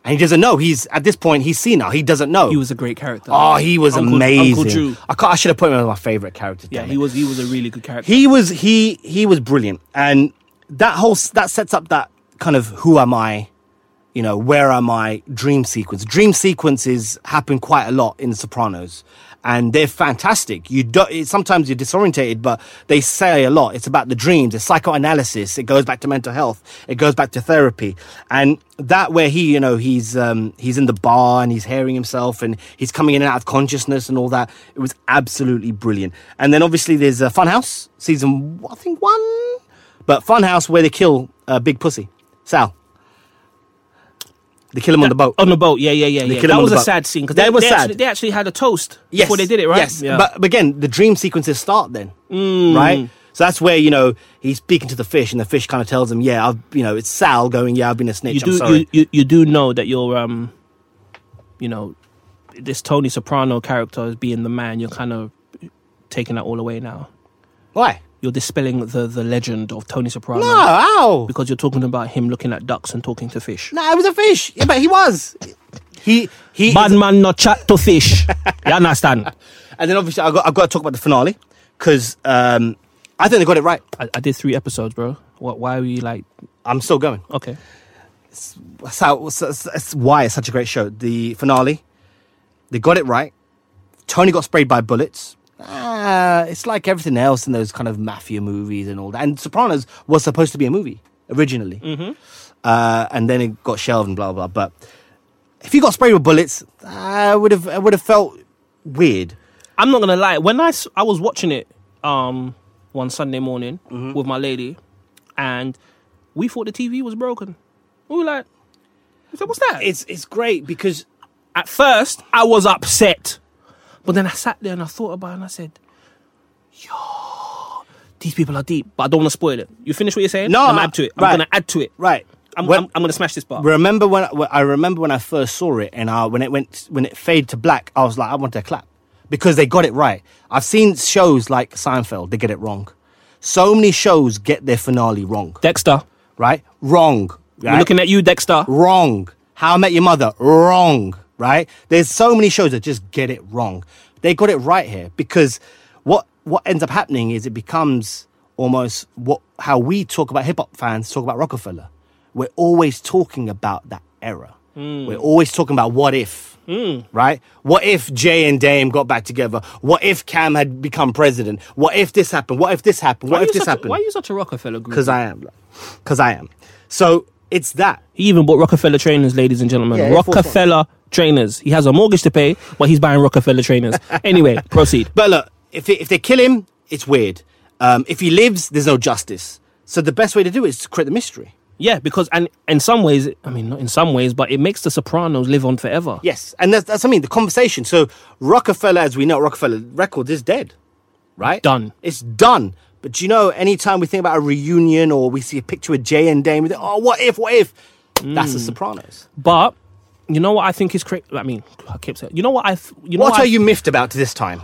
and he doesn't know. He's at this point he's senile. He doesn't know. He was a great character. oh he was Uncle- amazing. Uncle Drew. I, can't, I should have put him as my favorite character. Yeah, damn he it was. He was a really good character. he was he he was brilliant and that whole s- that sets up that kind of who am i you know where am i dream sequence dream sequences happen quite a lot in the sopranos and they're fantastic you do it- sometimes you're disorientated but they say a lot it's about the dreams it's psychoanalysis it goes back to mental health it goes back to therapy and that where he you know he's um he's in the bar and he's hearing himself and he's coming in and out of consciousness and all that it was absolutely brilliant and then obviously there's uh, funhouse season i think one but funhouse where they kill uh, big pussy sal they kill him on the boat on the boat. Yeah, yeah, yeah. yeah. kill him That on was the a boat. sad scene because That they, was they sad. Actually, they actually had a toast yes, before they did it, right? Yes, Yeah. Mm. but but again, the dream sequences start then, right? So that's where you know he's speaking to the fish, and the fish kind of tells him, "Yeah, I've you know it's Sal going, yeah, I've been a snitch. you I'm do sorry." you, you you do know that you're um, you know, this Tony Soprano character as being the man. You're kind of taking that all away now. Why? You're dispelling the the legend of Tony Soprano No, ow! because you're talking about him looking at ducks and talking to fish. No, it was a fish. Yeah, but he was. He he. Bad man not chat to <laughs> fish. you understand? and then obviously I got I got to talk about the finale because um, I think they got it right. I, I did three episodes, bro. What? Why were you like? I'm still going. Okay. That's how. That's, that's why it's such a great show. The finale, they got it right. Tony got sprayed by bullets. Ah, it's like everything else in those kind of mafia movies and all that. And Sopranos was supposed to be a movie originally, mm-hmm. uh, and then it got shelved and blah blah. But if he got sprayed with bullets, I would have I would have felt weird. I'm not gonna lie. When I, s- I was watching it um one Sunday morning Mm-hmm. with my lady, and we thought the TV was broken. We were like, we said, "What's that?" It's it's great because At first, I was upset, but then I sat there and I thought about it and I said, "Yo, these people are deep." But I don't want to spoil it. You finish what you're saying? No, I'm I- add to it. right. I'm gonna add to it. right. I'm, when- I'm, I'm gonna smash this bar. remember when when- I remember when I first saw it, and I, when it went when it faded to black, I was like, I want to clap because they got it right. I've seen shows like Seinfeld; they get it wrong. So many shows get their finale wrong, Dexter, right? Wrong. we're right? looking at you, Dexter. wrong. How I Met Your Mother, wrong, right? There's so many shows that just get it wrong. They got it right here because what what ends up happening is it becomes almost what how we talk about hip hop fans talk about Rockefeller. We're always talking about that era. Hmm. We're always talking about what if, right? What if Jay and Dame got back together? What if Cam had become president? What if this happened? What if this happened? What Why are if you this such a- happened? Why are you such a Rockefeller group? Because I am. Because I am. So it's that. He even bought Rockefeller trainers, ladies and gentlemen. Yeah, Air Force One. Rockefeller trainers. He has a mortgage to pay, but he's buying Rockefeller <laughs> trainers. anyway, proceed. But look, if they, if they kill him, it's weird. Um, if he lives, there's no justice. So the best way to do it is to create the mystery. Yeah, because and in some ways, I mean, not in some ways, but it makes The Sopranos live on forever. Yes, and that's that's what I mean. The conversation. So Rockefeller, as we know, Rockefeller Records is dead, right? Done. It's done. But do you know, anytime we think about a reunion or we see a picture of Jay and Dame, we think, oh, what if? What if? That's Hmm. The Sopranos. But you know what I think is crazy. I mean, I keep saying. You know what I? th- You know What I are you miffed about this time?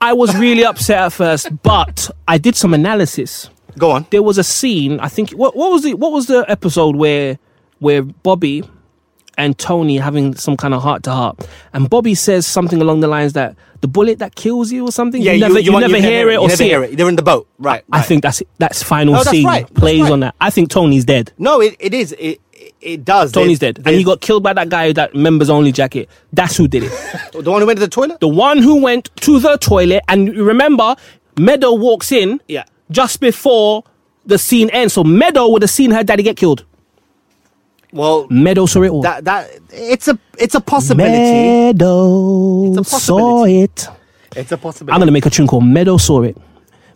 I was really upset at first, but I did some analysis. Go on. There was a scene. I think what what was the what was the episode where where Bobby and Tony having some kind of heart to heart, and Bobby says something along the lines that the bullet that kills you or something. you never you, want- never hear it you or never see hear it. They're in the boat, right? I right. think that's that's final No, that's scene right, that's plays right. on that. I think Tony's dead. no, it, it is. It it- it does. Tony's They- dead, and he got killed by that guy with that members only jacket. That's who did it. they- the one who went to the toilet. the one who went to the toilet and remember meadow walks in Yeah. just before the scene ends so meadow would have seen her daddy get killed Well, meadow saw it all that that it's a it's a possibility. meadow It's a saw possibility. it It's a i'm possibility. gonna make a tune called meadow saw it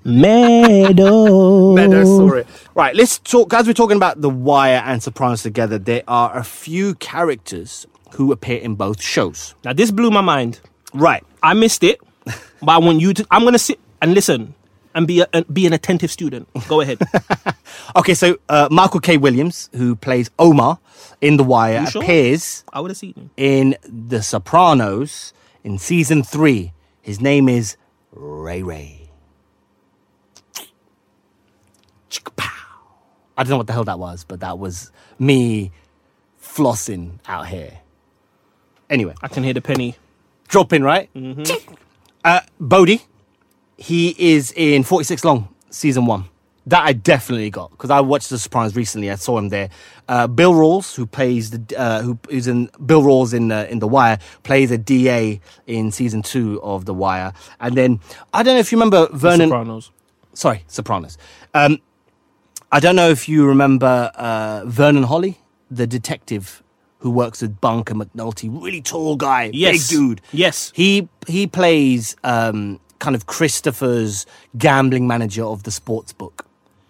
<laughs> meadow Better sorry. Right, let's talk. As we're talking about The Wire and Sopranos together, there are a few characters who appear in both shows. now this blew my mind Right. i missed it but i want you to i'm gonna sit and listen and be a, and be an attentive student go <laughs> ahead Okay, so uh, Michael K. Williams, who plays Omar in The Wire, sure? appears i would have seen you in The Sopranos in season three. His name is Ray Ray. Chick-pow. I don't know what the hell that was, but that was me flossing out here. Anyway, i can hear the penny dropping right. Mm-hmm. Chink. Uh, Bodhi, he is in Forty Six Long season one. That I definitely got because I watched The Sopranos recently. I saw him there. Uh, Bill Rawls, who plays the uh, who, who's in Bill Rawls in uh, in The Wire, plays a DA in season two of The Wire. And then I don't know if you remember Vernon. sopranos Sorry, Sopranos. Um, I don't know if you remember uh, Vernon Holly, the detective who works with Bunker McNulty, really tall guy, Yes. big dude. Yes. he he plays um, kind of Christopher's gambling manager of the sports book.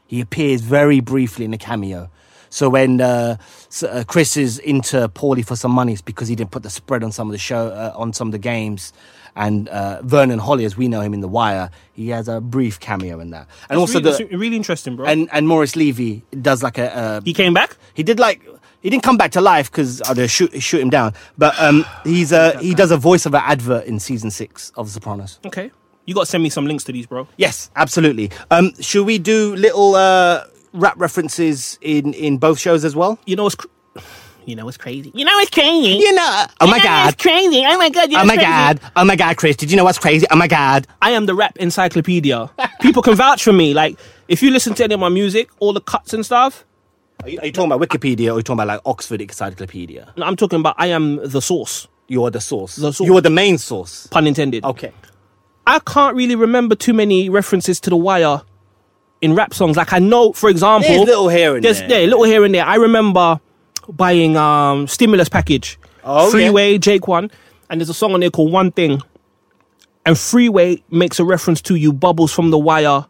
He appears very briefly in a cameo. So when uh, s- uh, Chris is into Paulie for some money, it's because he didn't put the spread on some of the show uh, on some of the games. And uh, Vernon Holly, as we know him in The Wire, he has a brief cameo in that. And also really, the it's really interesting bro and and Maurice Levy does like a uh, he came back he did like he didn't come back to life because uh, they shoot shoot him down. But um, he's uh, he does a voice of an advert in season six of The Sopranos. Okay. You got to send me some links to these, bro. Yes, absolutely. Um, should we do little uh, rap references in in both shows as well? You know what's, cr- <sighs> you know what's crazy. You know what's crazy. You know, oh my god. It's crazy. Oh my god. you Oh know my what's crazy? god! Oh my god, Chris! Did you know what's crazy? Oh my god! I am the rap encyclopedia. People can vouch for me. Like, if you listen to any of my music, all the cuts and stuff. Are you, are you talking about Wikipedia or are you talking about like Oxford Encyclopedia? no, I'm talking about. I am the source. You're the source. The source. You're the main source. Pun intended. Okay. I can't really remember too many references to the wire in rap songs. Like I know, for example, There's little here and there's- there. Yeah, little here and there. I remember buying um stimulus package, Oh, yeah. Freeway, Jake One, and there's a song on there called One Thing, and Freeway makes a reference to you bubbles from the wire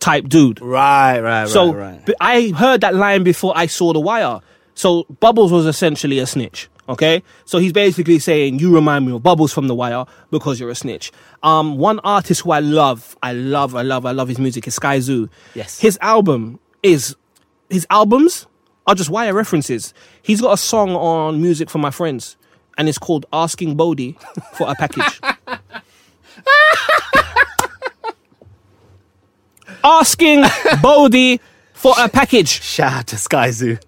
type dude. Right, right, So right, right. b- I heard that line before I saw the wire. So Bubbles was essentially a snitch. Okay, so he's basically saying you remind me of Bubbles from the wire because you're a snitch. Um, one artist who I love, I love, I love, I love his music is Sky Zoo. Yes. his album is his albums are just wire references. He's got a song on music for my friends, and it's called "Asking Bodhi for <laughs> a Package." Asking Bodhi for a package Shout out to Sky Zoo.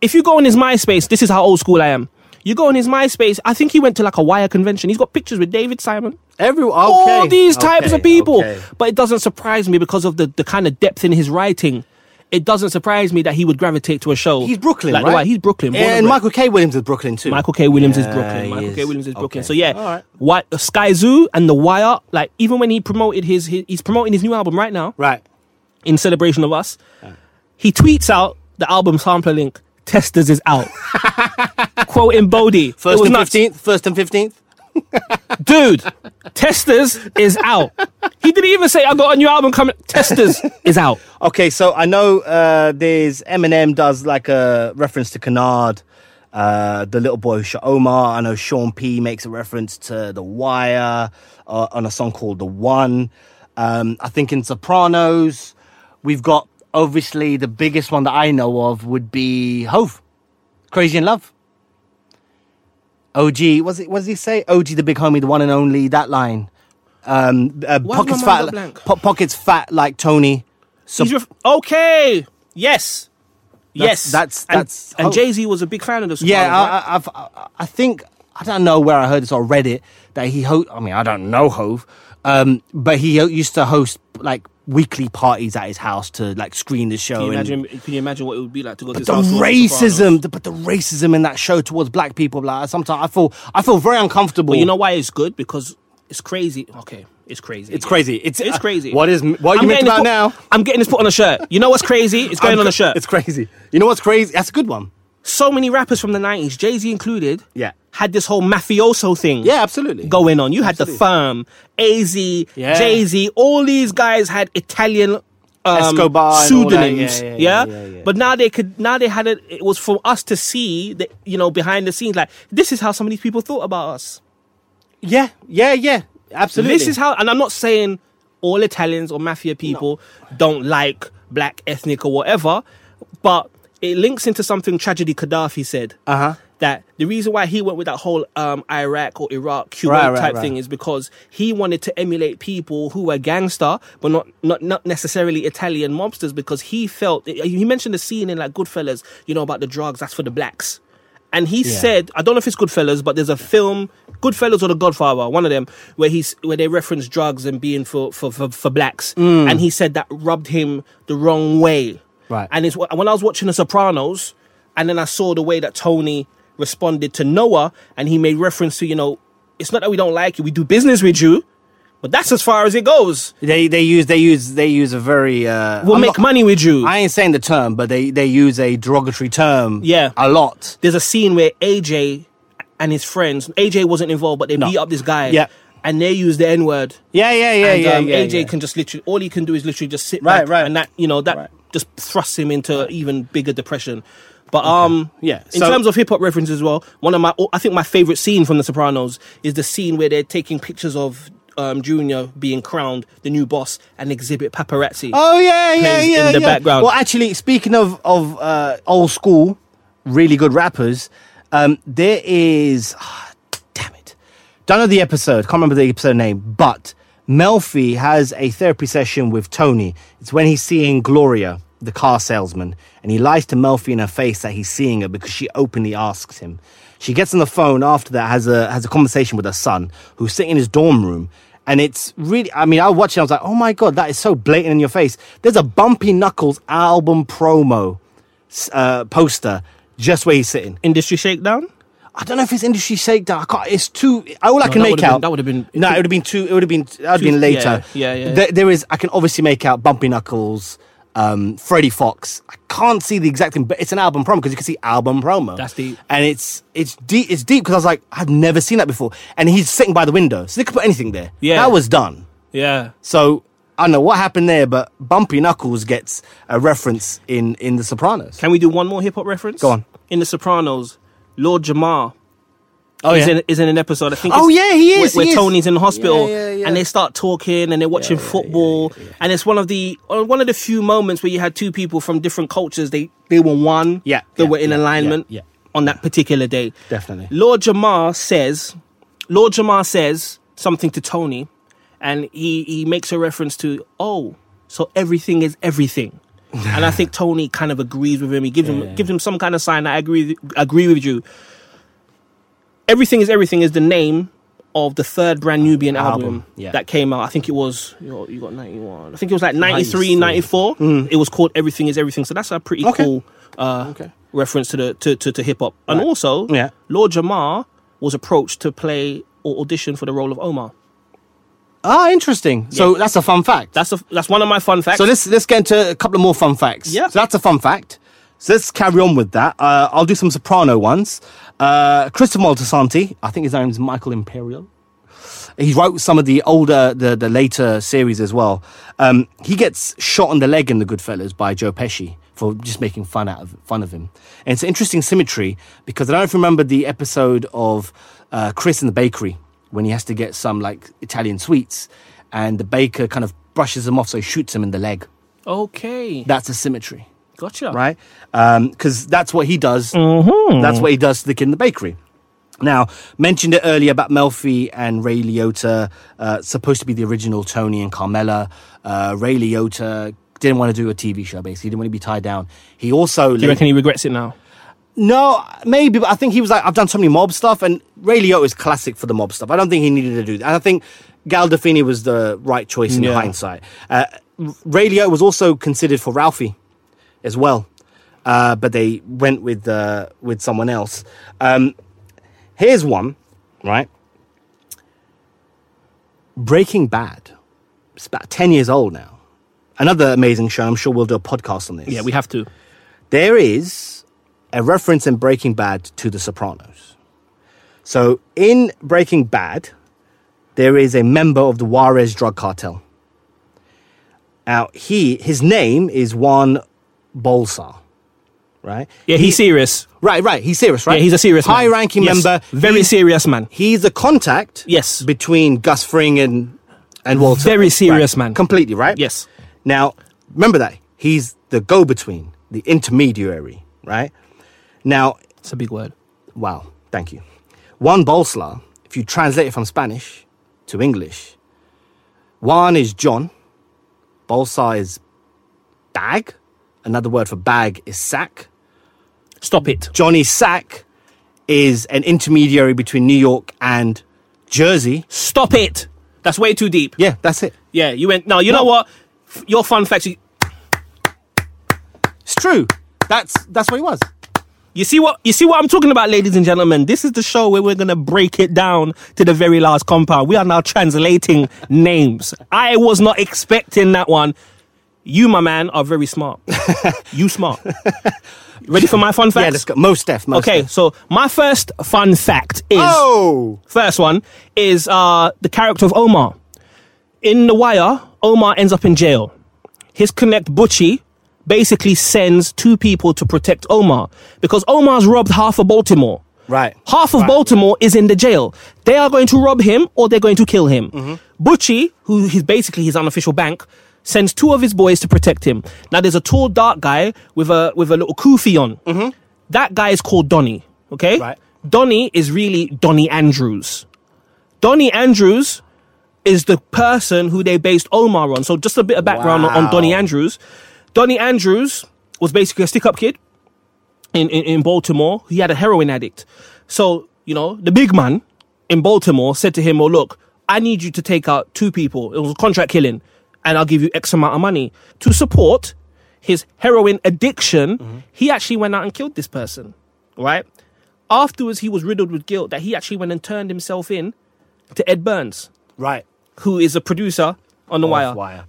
if you go on his MySpace, this is how old school I am. You go on his MySpace. I think he went to like a Wire convention. He's got pictures with David Simon, Every okay, all these types okay, of people. okay. But it doesn't surprise me because of the, the kind of depth in his writing. it doesn't surprise me that he would gravitate to a show. He's Brooklyn, like the right? way- He's Brooklyn. born and bred. Michael K. Williams is Brooklyn too. Michael K. Williams Yeah, is Brooklyn. he Michael K. is. Williams is Brooklyn. Okay. So yeah, All right. Wi- Sky Zoo and The Wire. Like even when he promoted his, his, he's promoting his new album right now Right. in celebration of us. He tweets out the album sampler link. Testers is <laughs> out. Quoting Bodie. It First was and nuts. fifteenth. First and fifteenth. dude, Testers is out. He didn't even say I got a new album coming. Testers is out. Okay, so I know uh, there's Eminem does like a reference to Canard, uh, the little boy who shot Omar. I know Sean P makes a reference to The Wire uh, on a song called The One. Um, I think in Sopranos, we've got obviously the biggest one that I know of would be Hove, Crazy in Love. OG, was it? What does he say? OG, the big homie, the one and only. That line. Um, uh, Why has pockets my mind fat, got blank? po- pockets fat like Tony. <laughs> So He's ref- okay. Yes. yes. that's- and, that's- and oh. Jay Z was a big fan of the Sopranos. Yeah, right? I, I, I've, I, I think I don't know where I heard this or read it that he. Ho- I mean, I don't know Hove, um, but he ho- used to host like weekly parties at his house to like screen the show. Can you and imagine? Can you imagine what it would be like to go to his the house to watch racism, the, but the racism in that show towards black people. Like sometimes I feel, I feel very uncomfortable. But you know why it's good? Because it's crazy. Okay, it's crazy. it's crazy. It's It's uh, crazy. what is what are I'm you meant getting this about put- now? I'm getting this put on a shirt. You know what's crazy? It's going I'm on a cr- shirt. It's crazy. You know what's crazy? That's a good one. so many rappers from the '90s, Jay Z included, Yeah. had this whole mafioso thing. Yeah, absolutely. going on. You had the Absolutely. firm, AZ, Yeah. Jay Z, all these guys had Italian um, Escobar and all that. pseudonyms. Yeah, yeah, yeah, yeah, yeah. But now they could now they had it it was for us to see that you know behind the scenes, like this is how some of these people thought about us. Yeah, yeah, yeah. Absolutely. This is how and I'm not saying all Italians or mafia people don't like black, ethnic or whatever, but it links into something tragedy Gaddafi said uh huh. that the reason why he went with that whole um, Iraq or Iraq Kuwait Right, right, type right. thing is because he wanted to emulate people who were gangster, but not not not necessarily Italian mobsters. Because he felt he mentioned the scene in like Goodfellas, you know about the drugs. That's for the blacks. And he said, I don't know if it's Goodfellas, but there's a film, Goodfellas or The Godfather, one of them, where he's where they reference drugs and being for for for, for blacks, and he said that rubbed him the wrong way. Right. And it's when I was watching The Sopranos, and then I saw the way that Tony responded to Noah, and he made reference to, you know, it's not that we don't like you, we do business with you, but that's as far as it goes. They they use they use they use a very uh, We'll I'm make not- money with you. I ain't saying the term, but they they use a derogatory term. Yeah. a lot. There's a scene where AJ and his friends, AJ wasn't involved, but they beat up this guy, Yeah. and they use the N word. Yeah, yeah, yeah, and yeah, um, yeah. AJ yeah. can just literally all he can do is literally just sit Right, back, right. and that you know that Right. just thrusts him into even bigger depression. But um, Yeah, In so- terms of hip hop references as well, one of my I think my favorite scene from The Sopranos is the scene where they're taking pictures of um, Junior being crowned the new boss and exhibit paparazzi. Oh yeah, yeah, plays in yeah. the yeah. background. Well, actually, speaking of of uh, old school, really good rappers, um, there is. ah, damn it, don't know the episode. Can't remember the episode name, but Melfi has a therapy session with Tony. It's when he's seeing Gloria, the car salesman, and he lies to Melfi in her face that he's seeing her because she openly asks him. She gets on the phone after that, has a has a conversation with her son, who's sitting in his dorm room, and it's really, I mean, I watched it, I was like, oh my God, that is so blatant in your face. There's a Bumpy Knuckles album promo s- uh, poster just where he's sitting. Industry shakedown. I don't know if it's Industry Shakedown. I can't, it's too, all I can that make would've been- out. that would've been- No, it would have been too, it would have been, that would have Too- been later. yeah, yeah, yeah. There, there is, I can obviously make out Bumpy Knuckles, um, Freddie Fox. I can't see the exact thing, but it's an album promo because you can see album promo. That's deep. And it's, it's deep, it's deep because I was like, I've never seen that before. And he's sitting by the window. So they could put anything there. Yeah. That was done. Yeah. So I don't know what happened there, but Bumpy Knuckles gets a reference in in The Sopranos. Can we do one more hip hop reference? Go on. In The Sopranos, Lord Jamar Oh is, in, is in an episode. I think. Oh, it's yeah, he is, Where, he where is. <laughs> Tony's in the hospital, Yeah, yeah, yeah. and they start talking, and they're watching football, and it's one of the uh, one of the few moments where you had two people from different cultures. They they were one. Yeah, they yeah, were in yeah, alignment. yeah, on that particular day. Definitely. Lord Jamar says, Lord Jamar says something to Tony, and he he makes a reference to oh, so everything is <laughs> everything. and I think Tony kind of agrees with him. He gives him gives him some kind of sign that I agree with- agree with you everything is everything is the name of the third brand Nubian album, Album, yeah. that came out. I think it was you, know, you got 91. I think it was like 93. 93, 94. It was called Everything Is Everything. So that's a pretty Mm. Okay. cool uh, Okay. reference to the to, to, to hip hop. And also, Yeah. Lord Jamar was approached to play or audition for the role of Omar. Ah, interesting. So that's a fun fact. That's a, that's one of my fun facts. so let's let's get into a couple of more fun facts. Yeah. So that's a fun fact. So let's carry on with that. Uh, I'll do some soprano ones. Uh, Christopher Maltasanti, I think his name's Michael Imperial. He wrote some of the older, the, the later series as well. Um, he gets shot on the leg in The Goodfellas by Joe Pesci for just making fun out of fun of him. And it's an interesting symmetry because I don't know if you remember the episode of uh, Chris in the bakery when he has to get some like Italian sweets, and the baker kind of brushes him off, so he shoots him in the leg. okay, That's a symmetry gotcha. right? Because that's what he does. That's what he does to the kid in the bakery. Now, mentioned it earlier about Melfi and Ray Liotta, uh, supposed to be the original Tony and Carmella. Uh, Ray Liotta didn't want to do a TV show, basically. He didn't want to be tied down. He also. Do you reckon he regrets it now? No, maybe, but I think he was like, I've done so many mob stuff, and Ray Liotta is classic for the mob stuff. I don't think he needed to do that. And I think Galdafini was the right choice in Yeah. hindsight. Uh, Ray Liotta was also considered for Ralphie as well, uh, but they went with uh, with someone else. Um, here's one, right? Breaking Bad. It's about ten years old now. Another amazing show. I'm sure we'll do a podcast on this. Yeah, we have to. There is a reference in Breaking Bad to The Sopranos. So in Breaking Bad, there is a member of the Juarez drug cartel. Now he his name is Juan Bolsa, right? Yeah, he's serious. Right, right. He's serious, right? Yeah, he's a serious man. high-ranking Yes, member. Very he's, serious man. He's the contact. Yes. between Gus Fring and and Walter. Very serious Right. man. Completely right. Yes. Now, remember that. He's the go between, the intermediary, right? Now, It's a big word. wow, thank you. Juan Bolsla, if you translate it from Spanish to English, Juan is John, Bolsa is bag. Another word for bag is sack. Stop it. Johnny Sack is an intermediary between New York and Jersey. Stop it. That's way too deep. Yeah, that's it. Yeah, you went. No, you know No. what? F- Your fun facts. You, It's true. That's that's what he was. you see what you see what I'm talking about, ladies and gentlemen. This is the show where we're gonna break it down to the very last compound. We are <laughs> now translating names. I was not expecting that one. You, my man, are <laughs> very smart. you smart. Ready for my fun facts? Yeah, let's go. Most Def. Most Okay, Def. so my first fun fact is Oh, First one is uh, the character of Omar. In The Wire, Omar ends up in jail. His connect Butchie basically sends two people to protect Omar because Omar's robbed half of Baltimore. right. Half of Baltimore is in the jail. They are going to rob him or they're going to kill him. Mm-hmm. Butchie, who is basically his unofficial bank, sends two of his boys to protect him. Now there's a tall, dark guy with a with a little kufi on. That guy is called Donnie. Okay, Mm-hmm. Right. Donnie is really Donnie Andrews. Donnie Andrews is the person who they based Omar on. So just a bit of background on- on Wow. Donnie Andrews. Donnie Andrews was basically a stick-up kid in, in, in Baltimore, he had a heroin addict. So, you know, the big man in Baltimore said to him, Oh, look, I need you to take out two people. It was a contract killing, and I'll give you X amount of money. To support his heroin addiction, he actually went out and killed this person, right? Afterwards, he was riddled with guilt that he actually went and turned himself in to Ed Burns, Right. who is a producer on The Wire. Wire.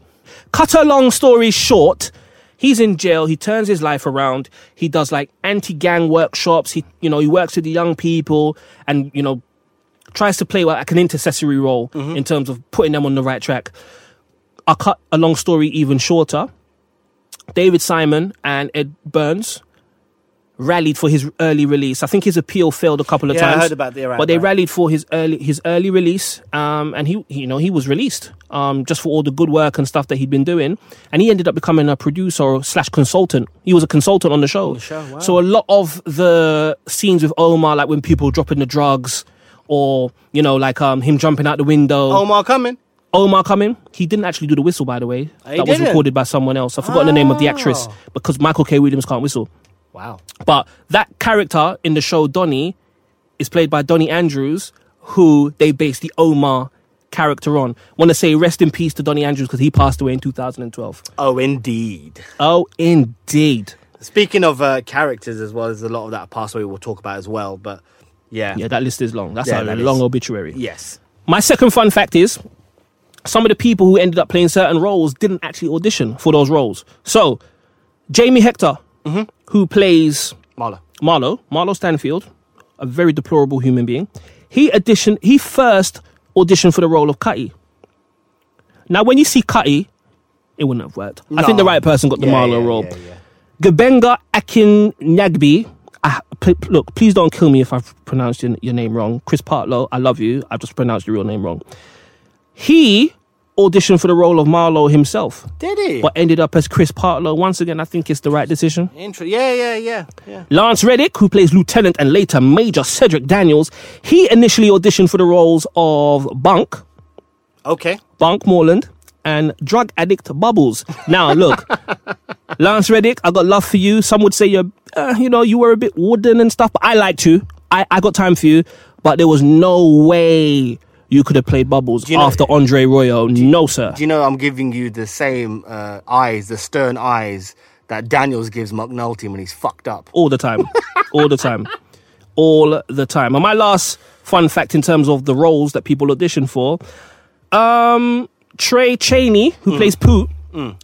Cut a long story short, he's in jail. He turns his life around. He does like anti-gang workshops. He, you know, he works with the young people, and you know, tries to play like an intercessory role Mm-hmm. in terms of putting them on the right track. I cut a long story even shorter. David Simon and Ed Burns rallied for his early release. I think his appeal failed a couple of Yeah, I times. heard about the- right, but they right. rallied for his early his early release, um, and he you know he was released um, just for all the good work and stuff that he'd been doing, and he ended up becoming a producer slash consultant. He was a consultant on the show. show, wow. So a lot of the scenes with Omar, like when people dropping the drugs. Or you know, like um, him jumping out the window. Omar coming. Omar coming. He didn't actually do the whistle, by the way. that was didn't? recorded by someone else. I've forgotten the name of the actress Oh. because Michael K. Williams can't whistle. Wow. But that character in the show, Donnie, is played by Donnie Andrews. who they based the Omar character on. Want to say rest in peace to Donny Andrews because he passed away in 2012. Oh, indeed. Oh, indeed. Speaking of uh, characters as well, there's a lot of that past away we'll talk about as well. But yeah, Yeah, that list is long. That's Yeah, a that long is. obituary. yes, My second fun fact is some of the people who ended up playing certain roles didn't actually audition for those roles. So, Jamie Hector, Mm-hmm. who plays Marla. Marlo, Marlo Stanfield, a very deplorable human being, he auditioned, he first auditioned for the role of Cutty. Now, when you see Cutty, it wouldn't have worked. I think the No. right person got the Yeah, Marlo yeah, role. yeah, yeah. Gabenga Akin Nagby. I, p- p- ah, look, please don't kill me if I've pronounced your, your name wrong. Chris Partlow, I love you. I've just pronounced your real name wrong. He auditioned for the role of Marlowe himself, Did he? but ended up as Chris Partlow. Once again, I think it's the right decision. Intro. Yeah, yeah, yeah, yeah. Lance Reddick, who plays Lieutenant and later Major Cedric Daniels, he initially auditioned for the roles of Bunk, Okay. Bunk Moreland, and drug addict Bubbles. <laughs> Now, look, Lance Reddick, I got love for you. Some would say you're, uh, you know, you were a bit wooden and stuff, but I liked you. I, I got time for you, but there was no way you could have played Bubbles you know- after Andre Royo. No, sir. Do you know I'm giving you the same uh, eyes, the stern eyes that Daniels gives McNulty when he's fucked up? all the time, all the time, all the time. And my last fun fact in terms of the roles that people audition for, um, Trey Cheney, Hmm. who plays Poot,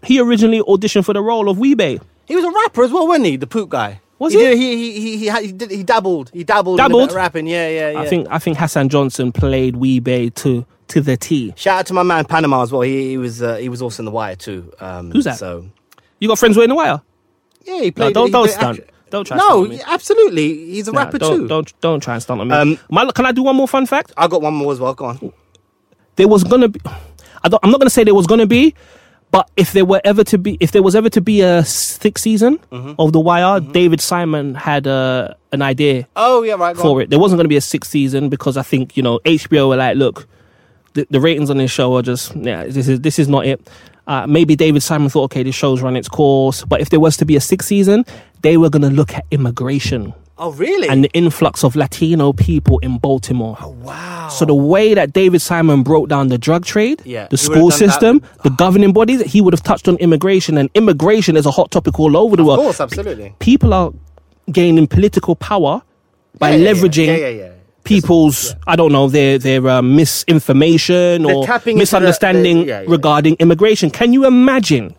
he originally auditioned for the role of Weebay. He was a rapper as well, wasn't he? The poop guy. Was he? he? Did, he, he, he, he, had- he, did, he dabbled. He dabbled. In a bit Dabbled? of rapping. Yeah, yeah, yeah. I think I think Hassan Johnson played Weebay to to the T. Shout out to my man Panama as well. He, he was uh, he was also in the wire too. Um, Who's that? So You got friends waiting the wire. yeah, he played. don't- he don't played stunt. act- Don't try No, stunt on me. yeah, absolutely. He's a Nah, rapper don't, too. Don't don't try and stunt on me. Um, my, can I do one more fun fact? I got one more as well. Go on. there was gonna be I don't, I'm not gonna say there was gonna be but if there were ever to be if there was ever to be a sixth season of the wire David Simon had uh, an idea Oh yeah, right. Go on. for it there wasn't gonna be a sixth season because I think you know HBO were like look the, the ratings on this show are just yeah this is this is not it uh, maybe David Simon thought okay this show's run its course but if there was to be a sixth season they were gonna look at immigration Oh really? and the influx of Latino people in Baltimore wow. so the way that David Simon broke down the drug trade, Yeah, he the school would've done Ah. system, the governing bodies, he would have touched on immigration, and immigration is a hot topic all over the of world. course, absolutely. People are gaining political power by Yeah, yeah, yeah. leveraging Yeah, yeah, yeah. people's I don't know their their uh, misinformation or tapping into misunderstanding the- the- yeah, yeah. regarding immigration. Can you imagine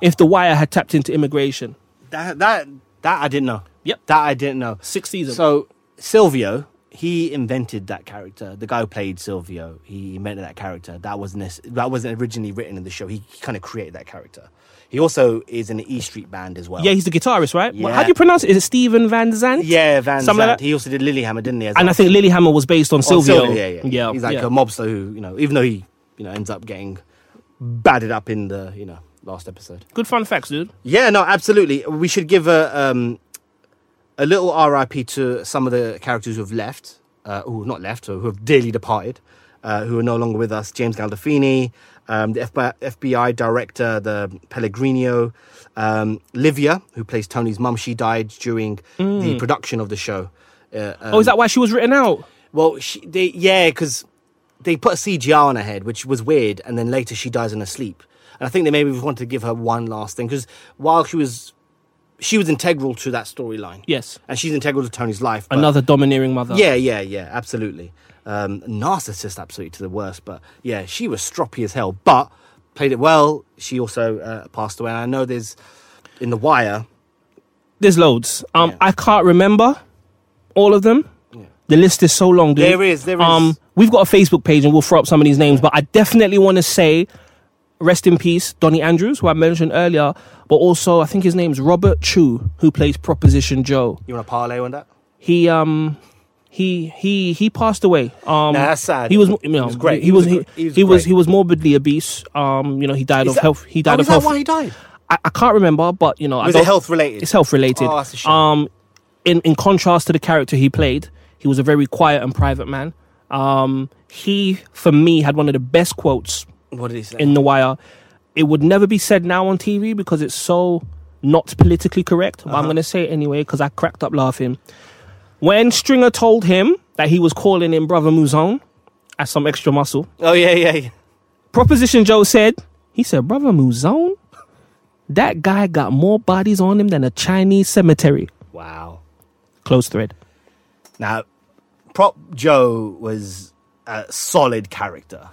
if the wire had tapped into immigration? That that that I didn't know. Yep. That I didn't know. Six seasons. So Silvio, he invented that character. The guy who played Silvio, he invented that character. That wasn't nec- that wasn't originally written in the show. He, kind of created that character. He also is in the E Street band as well. yeah, he's the guitarist, right? Well, Yeah. How do you pronounce it? Is it Stephen Van Zandt? yeah, Van Something like Zandt. that. He also did Lilyhammer, didn't he? as And well? I think Lilyhammer was based on Or Silvio. Silvio, yeah, yeah, He's like yeah. a mobster who, you know, even though he, you know, ends up getting batted up in the, you know, last episode. Good fun facts, dude. Yeah, no, absolutely. We should give a um, a little RIP to some of the characters who have left, uh, who not left, who have dearly departed, uh, who are no longer with us. James Gandolfini, um, the FBI, FBI director, the Pellegrino, um, Livia, who plays Tony's mum. She died during the production of the show. Uh, oh, is that why she was written out? Well, she, they, yeah, because they put a CGI on her head, which was weird, and then later she dies in her sleep. And I think they maybe wanted to give her one last thing because while she was, she was integral to that storyline. Yes. and she's integral to Tony's life. but- Another domineering mother. Yeah, yeah, yeah, absolutely. Um, narcissist, absolutely to the worst. But yeah, she was stroppy as hell, but played it well. She also uh, passed away. And I know there's in the Wire. There's loads. Um, I can't remember all of them. The list is so long, dude. There is, there is. Um, we've got a Facebook page and we'll throw up some of these names, but I definitely want to say rest in peace, Donnie Andrews, who I mentioned earlier, but also I think his name's Robert Chu, who plays Proposition Joe. You want to parlay on that? He um he he he passed away. Nah, Um, that's sad. He was, He you know, was great. He was He he, was a gr- he was he was great. he was morbidly obese. Um, you know, he died of that- health. He died oh, of is that health. why he died? I, I can't remember, but you know, I Was don't- it health related? It's health related. Oh, that's a shame. Um, in in contrast to the character he played, he was a very quiet and private man. Um, he for me had one of the best quotes What did he say? in the wire. It would never be said now on TV because it's so not Uh-huh. politically correct. But I'm going to say it anyway because I cracked up laughing when Stringer told him that he was calling him Brother Muzon as some extra muscle. Oh yeah, yeah, yeah. Proposition Joe said, he said, Brother Muzon, that guy got more bodies on him than a Chinese cemetery. Wow. Close thread. Now, Prop Joe was a solid character.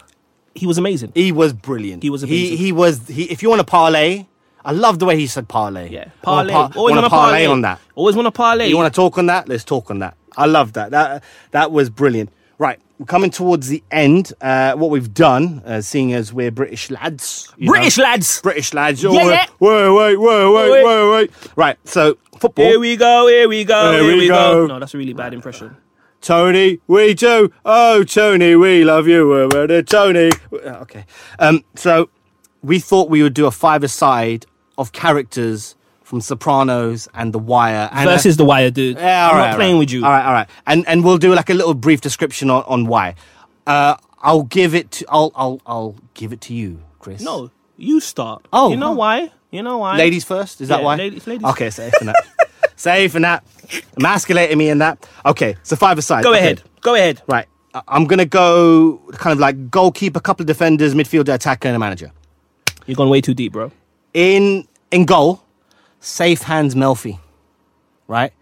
He was amazing. He was brilliant. He was He, amazing. he was. He, if you want to parlay, I love the way he said parlay. Yeah. Parlay. Parlay. Want Always to want to parlay on that. Always want to parlay. You want to talk on that? Let's talk on that. I love that. That that was brilliant. Right, we're coming towards the end. Uh, what we've done, uh, seeing as we're British lads, you know. British lads. British lads. Oh, Yeah, yeah. Wait, wait, wait, wait, wait, Wait. wait, Right. So football. Here we go. Here we go. Here Here, we we, go. go. No, that's a really bad impression. Tony, we do. Oh, Tony, we love you. We're, we're the Tony. Okay. Um, so we thought we would do a five-a-side of characters from Sopranos and The Wire. And uh, Versus the wire, dude. Yeah, all I'm right, not all playing right. with you. All right, all right, and and we'll do like a little brief description on, on why. Uh, I'll give it. To, I'll I'll I'll give it to you, Chris. No, you start. Oh, you know huh. why? You know why? ladies first. Is that Yeah, why? ladies- ladies. Okay, safe <laughs> and that. safe and that. Emasculating me in that. Okay, so five aside. Go Okay. ahead. Go ahead. Right, I- I'm gonna go kind of like goalkeeper, couple of defenders, midfielder, attacker, and a manager. You're going way too deep, bro. In in goal, safe hands, Melfi. Right,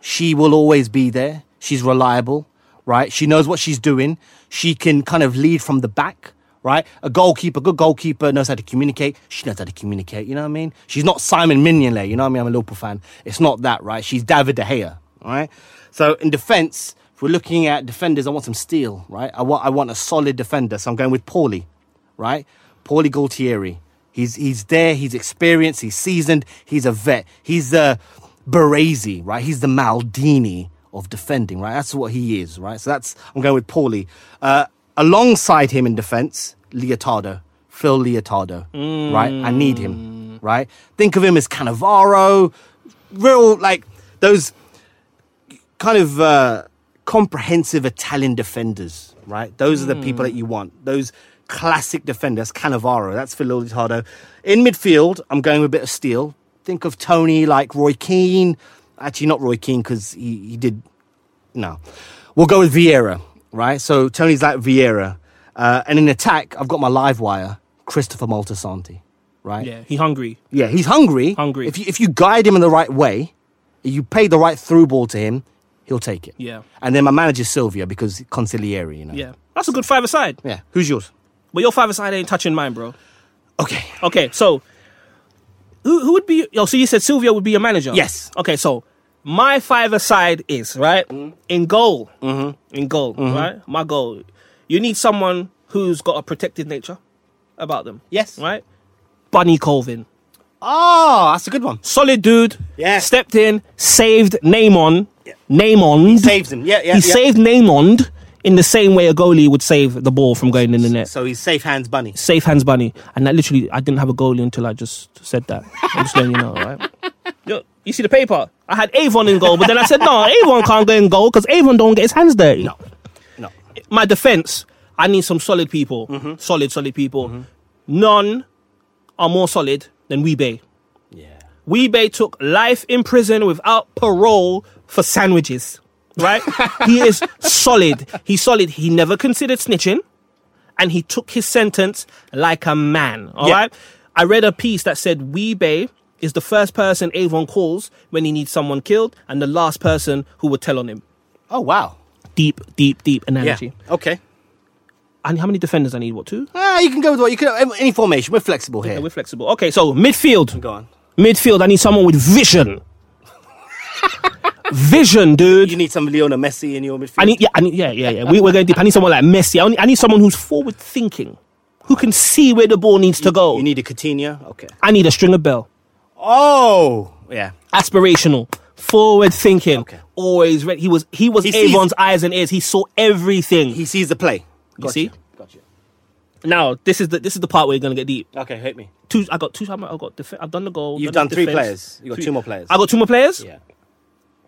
she will always be there. She's reliable. Right, she knows what she's doing. She can kind of lead from the back. Right, a goalkeeper, good goalkeeper knows how to communicate. She knows how to communicate. You know what I mean? She's not Simon Mignolet. You know what I mean? I'm a Liverpool fan. It's not that, right? She's David de Gea. All right. So in defence, if we're looking at defenders, I want some steel. Right. I want I want a solid defender. So I'm going with Paulie right? Paulie Gualtieri. He's he's there. He's experienced. He's seasoned. He's a vet. He's the Baresi, right? He's the Maldini of defending, right? That's what he is, right? So that's I'm going with Paulie. Uh, alongside him in defence, Leotardo, Phil Leotardo, right? I need him, right? Think of him as Cannavaro, real like those kind of uh, comprehensive Italian defenders, right? Those are the people that you want. Those classic defenders. Cannavaro, that's Phil Litardo. In midfield, I'm going with a bit of steel. Think of Tony like Roy Keane. Actually, not Roy Keane because he, he did. No. We'll go with Vieira, right? So Tony's like Vieira. Uh, and in attack, I've got my live wire, Christopher Moltisanti, right? Yeah, he's hungry. Yeah, he's hungry. Hungry. If you, if you guide him in the right way, you pay the right through ball to him, he'll take it. Yeah. And then my manager's Sylvia because conciliary, you know. Yeah. That's a good five aside. Yeah. Who's yours? But your five aside ain't touching mine, bro. Okay. Okay, so who who would be? Oh, so you said Silvio would be your manager. Yes. Okay, so my five aside is right in goal. Mm-hmm. In goal, right? My goal. You need someone who's got a protected nature about them. Yes. Right. Bunny Colvin, Oh, that's a good one. solid dude. Yeah. Stepped in, saved Namon. Namon. Saves him. Yeah, yeah. he yeah. saved Namon in the same way a goalie would save the ball from going in the net So he's safe hands bunny. safe hands bunny. And that literally, I didn't have a goalie until I just said that. I'm just letting you know, right? <laughs> Yo, you see the paper? I had Avon in goal, but then I said, no, Avon can't go in goal because Avon don't get his hands dirty. No. No. My defense, I need some solid people. Solid, solid people. None are more solid than Weebay. Yeah. Weebay took life in prison without parole for sandwiches. Right? he is solid. He's solid. He never considered snitching and he took his sentence like a man. All right. Yeah. I read a piece that said Weebay is the first person Avon calls when he needs someone killed and the last person who would tell on him. <laughs> Oh, wow. Deep, deep, deep Yeah. analogy. Okay. And how many defenders I need? What, two? Ah, you can go with what you can. Any formation. We're flexible here. Yeah, we're flexible. Okay, so midfield. go on. Midfield, I need someone with vision. <laughs> vision, dude. You need some Leona Messi in your midfield. I need, yeah, I need, yeah, yeah, yeah. We, we're going deep. I need someone like Messi. I need, I need someone who's forward thinking, who can see where the ball needs to go. You need a Coutinho. Okay. I need a stringer bell. Oh. Yeah. aspirational, forward thinking, Okay. always ready. He was he was He sees- Avon's eyes and ears. He saw everything. He sees the play. You see? Gotcha. now this is the this is the part where you're gonna get deep. Okay, hit me. Two, I got two. I got. Def- I've done the goal. You've done the three defense. players. You've got two more players. I got two more players. Yeah.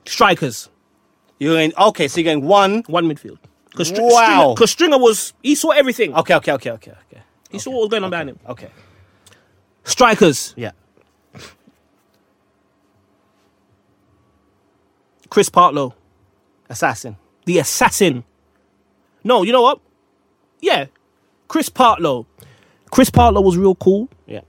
Strikers, You're going okay, so you're going one. one midfield. Cause Str- Wow. Because Stringer was he saw everything. Okay, okay, okay, okay, okay. he saw what was going on behind him. Okay. Strikers, Yeah. Chris Partlow, Assassin. the assassin. No, you know what? Yeah, Chris Partlow. Chris Partlow was real cool. Yeah.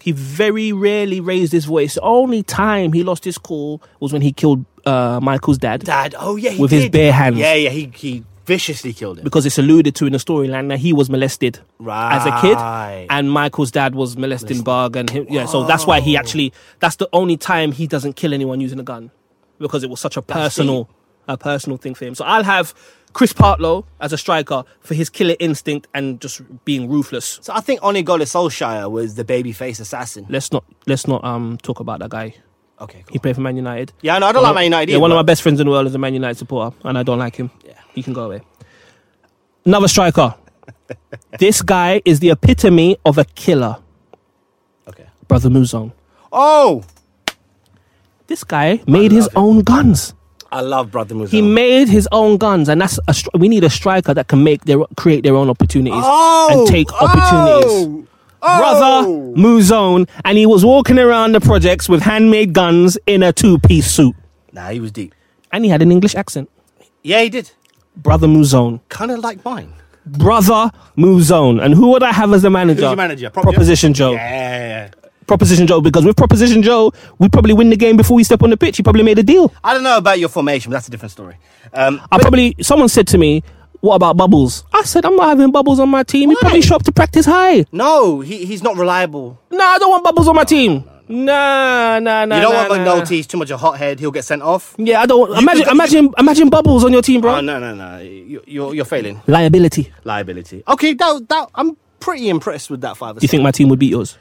He very rarely raised his voice. The only time he lost his cool was when he killed uh, Michael's dad, Dad. Oh yeah. He With his did. bare hands. Yeah, yeah. He he viciously killed him. because it's alluded to in the storyline that he was molested Right. as a kid, and Michael's dad was molesting Barg, and him, yeah, so that's why he actually that's the only time he doesn't kill anyone using a gun because it was such a personal a personal thing for him. So I'll have Chris Partlow as a striker for his killer instinct and just being ruthless. So I think Onigole Solskjaer was the babyface assassin. Let's not let's not um talk about that guy. Okay. He Cool. played for Man United. Yeah, no, I don't like Man United. Yeah, either, one of my but- best friends in the world is a Man United supporter, and I don't like him. Yeah. He can go away. Another <laughs> striker. this guy is the epitome of a killer, Okay. brother Muzon. Oh, This guy made his love him. own guns. I love Brother Muzo. He made his own guns, and that's a str- we need a striker that can make their create their own opportunities oh, and take opportunities. Oh, Brother oh. Muzon, and he was walking around the projects with handmade guns in a two-piece suit, Nah, he was deep. and he had an English accent. Yeah, he did. Brother Muzon. Kind of like mine. brother Muzone. And who would I have as the manager? Who's your manager? Prop- Proposition Joe. Yeah. Proposition Joe. Because with Proposition Joe, we probably win the game before we step on the pitch. He probably made a deal. I don't know about your formation, but that's a different story. Um, I probably someone said to me, "What about Bubbles?" I said, "I'm not having Bubbles on my team. He probably shot up to practice high. no, he, he's not reliable. Nah, I don't want Bubbles on my team. Nah, nah, nah. You don't nah, want nah. McNulty. He's too much of a hothead. He'll get sent off. Yeah, I don't. Want, imagine, could- imagine, imagine Bubbles on your team, bro. Oh, no, no, no. You, you're, you're failing. Liability. Liability. Okay, that, that, I'm pretty impressed with that five. Do you think my team would beat yours?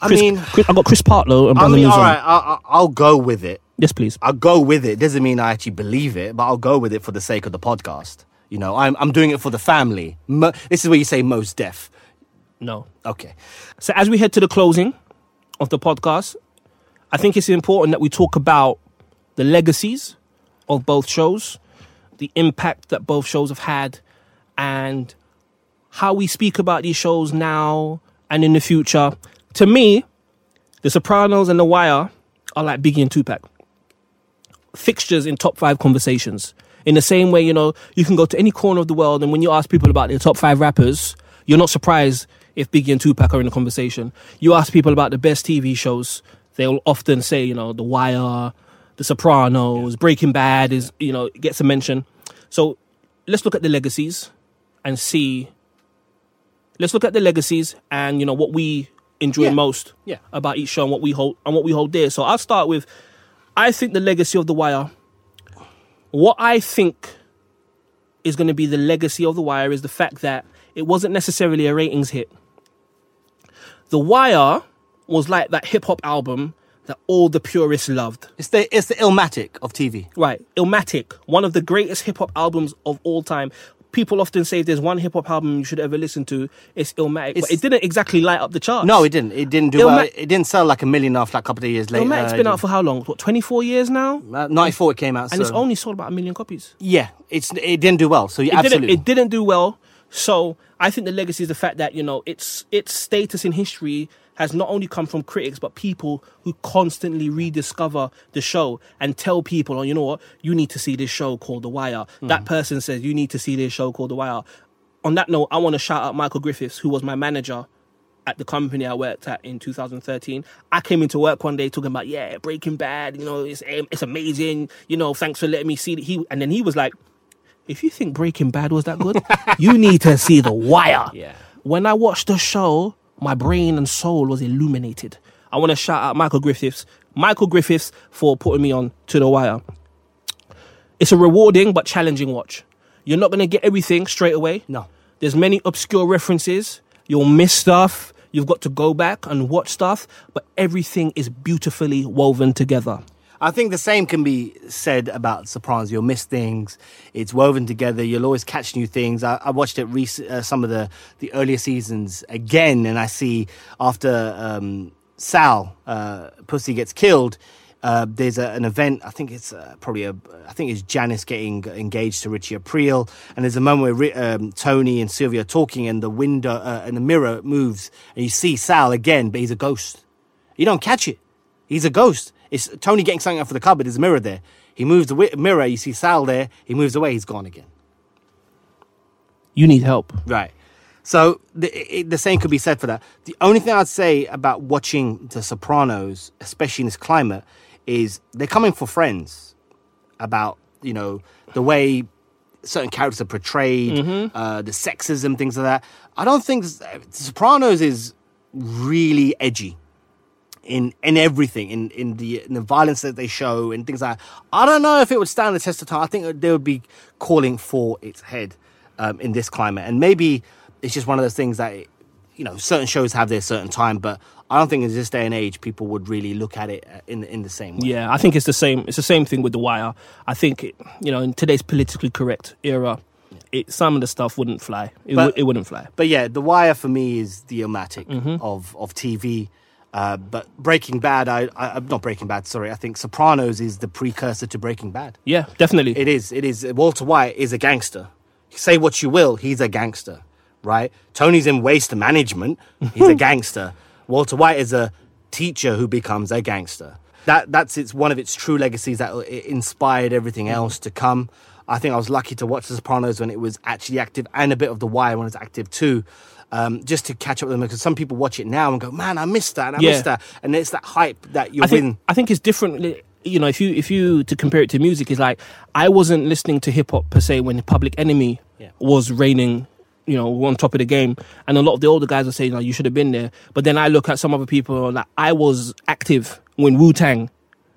I Chris, mean, Chris, I got Chris Partlow and I brother mean, Muzone. all right, I, I, I'll go with it. Yes, please. I'll go with it. Doesn't mean I actually believe it, but I'll go with it for the sake of the podcast. You know, I'm, I'm doing it for the family. Mo- this is where you say most deaf. No. Okay. So as we head to the closing of the podcast, I think it's important that we talk about the legacies of both shows, the impact that both shows have had, and how we speak about these shows now and in the future. To me, The Sopranos and The Wire are like Biggie and Tupac. Fixtures in top five conversations. In the same way, you know, you can go to any corner of the world, and when you ask people about their top five rappers, you're not surprised if Biggie and Tupac are in the conversation. You ask people about the best TV shows, they'll often say, you know, The Wire, The Sopranos, Breaking Bad is, you know, gets a mention. So let's look at the legacies and see. Let's look at the legacies and you know what we enjoy Yeah. most Yeah. about each show and what we hold and what we hold dear. So I'll start with I think the legacy of the wire. What I think is going to be the legacy of the wire is the fact that it wasn't necessarily a ratings hit. The wire was like that hip hop album that all the purists loved. It's the, it's the Illmatic of TV. Right, Illmatic, one of the greatest hip hop albums of all time. People often say if there's one hip hop album you should ever listen to, it's Illmatic. but It's- it didn't exactly light up the charts. No, it didn't. It didn't do Illma- well. It- It didn't sell like a million after like a couple of years later. Illmatic's been out for how long? What, 24 years now? And Uh, 94 it came out. so. it's only sold about a million copies. Yeah, it's, it didn't do well. So you It didn't, absolutely. it didn't do well. So I think the legacy is the fact that, you know, its its status in history has not only come from critics, but people who constantly rediscover the show and tell people, oh, you know what, you need to see this show called The Wire. That person says, you need to see this show called The Wire. On that note, I want to shout out Michael Griffiths, who was my manager at the company I worked at in 2013. I came into work one day talking about, yeah, Breaking Bad, you know, it's, it's amazing, you know, thanks for letting me see it. He, and then he was like, if you think Breaking Bad was that good, you need to see The Wire. Yeah. When I watched the show, my brain and soul was illuminated. I want to shout out Michael Griffiths, Michael Griffiths for putting me on to The Wire. It's a rewarding but challenging watch. You're not going to get everything straight away. No. There's many obscure references. You'll miss stuff. You've got to go back and watch stuff, but everything is beautifully woven together. I think the same can be said about Sopranos. You'll miss things. It's woven together. You'll always catch new things. I, I watched it rec- uh, some of the, the earlier seasons again, and I see after um, Sal uh, Pussy gets killed, uh, there's a, an event. I think it's uh, probably a. I think it's Janice getting engaged to Richie Aprile, and there's a moment where Ri- um, Tony and Sylvia are talking, and the window uh, and the mirror moves, and you see Sal again, but he's a ghost. You don't catch it. He's a ghost. It's Tony getting something out of the cupboard. There's a mirror there. He moves the wi- mirror. You see Sal there. He moves away. He's gone again. You need help. Right. So the, it, the same could be said for that. The only thing I'd say about watching The Sopranos, especially in this climate, is they're coming for friends about you know the way certain characters are portrayed, uh, the sexism, things like that. I don't think The Sopranos is really edgy in in everything in in the in the violence that they show and things like that. I don't know if it would stand the test of time. I think they would be calling for its head um, in this climate, and maybe it's just one of those things that you know certain shows have their certain time, but I don't think in this day and age people would really look at it uh, in in the same way. Yeah, I think it's the same. It's the same thing with The Wire. I think it, you know in today's politically correct era, it some of the stuff wouldn't fly. It, But- wou- it wouldn't fly. But yeah, The Wire for me is the omatic of of TV. Uh, but Breaking Bad, I, I not Breaking Bad. Sorry, I think Sopranos is the precursor to Breaking Bad. Yeah, definitely. It is. It is. Walter White is a gangster. Say what you will, he's a gangster, right? Tony's in waste management. He's <laughs> a gangster. Walter White is a teacher who becomes a gangster. That that's its one of its true legacies that uh, it inspired everything Mm-hmm. else to come. I think I was lucky to watch The Sopranos when it was actually active, and a bit of The Wire when it was active too. Um, just to catch up with them because some people watch it now and go, "Man, I missed that, and I Yeah. missed that," and it's that hype that you're I think in. I think it's different. You know, if you if you to compare it to music, it's like I wasn't listening to hip hop per se when Public Enemy Yeah. was reigning. You know, on top of the game, and a lot of the older guys are saying, "No, you should have been there." But then I look at some other people like I was active when Wu Tang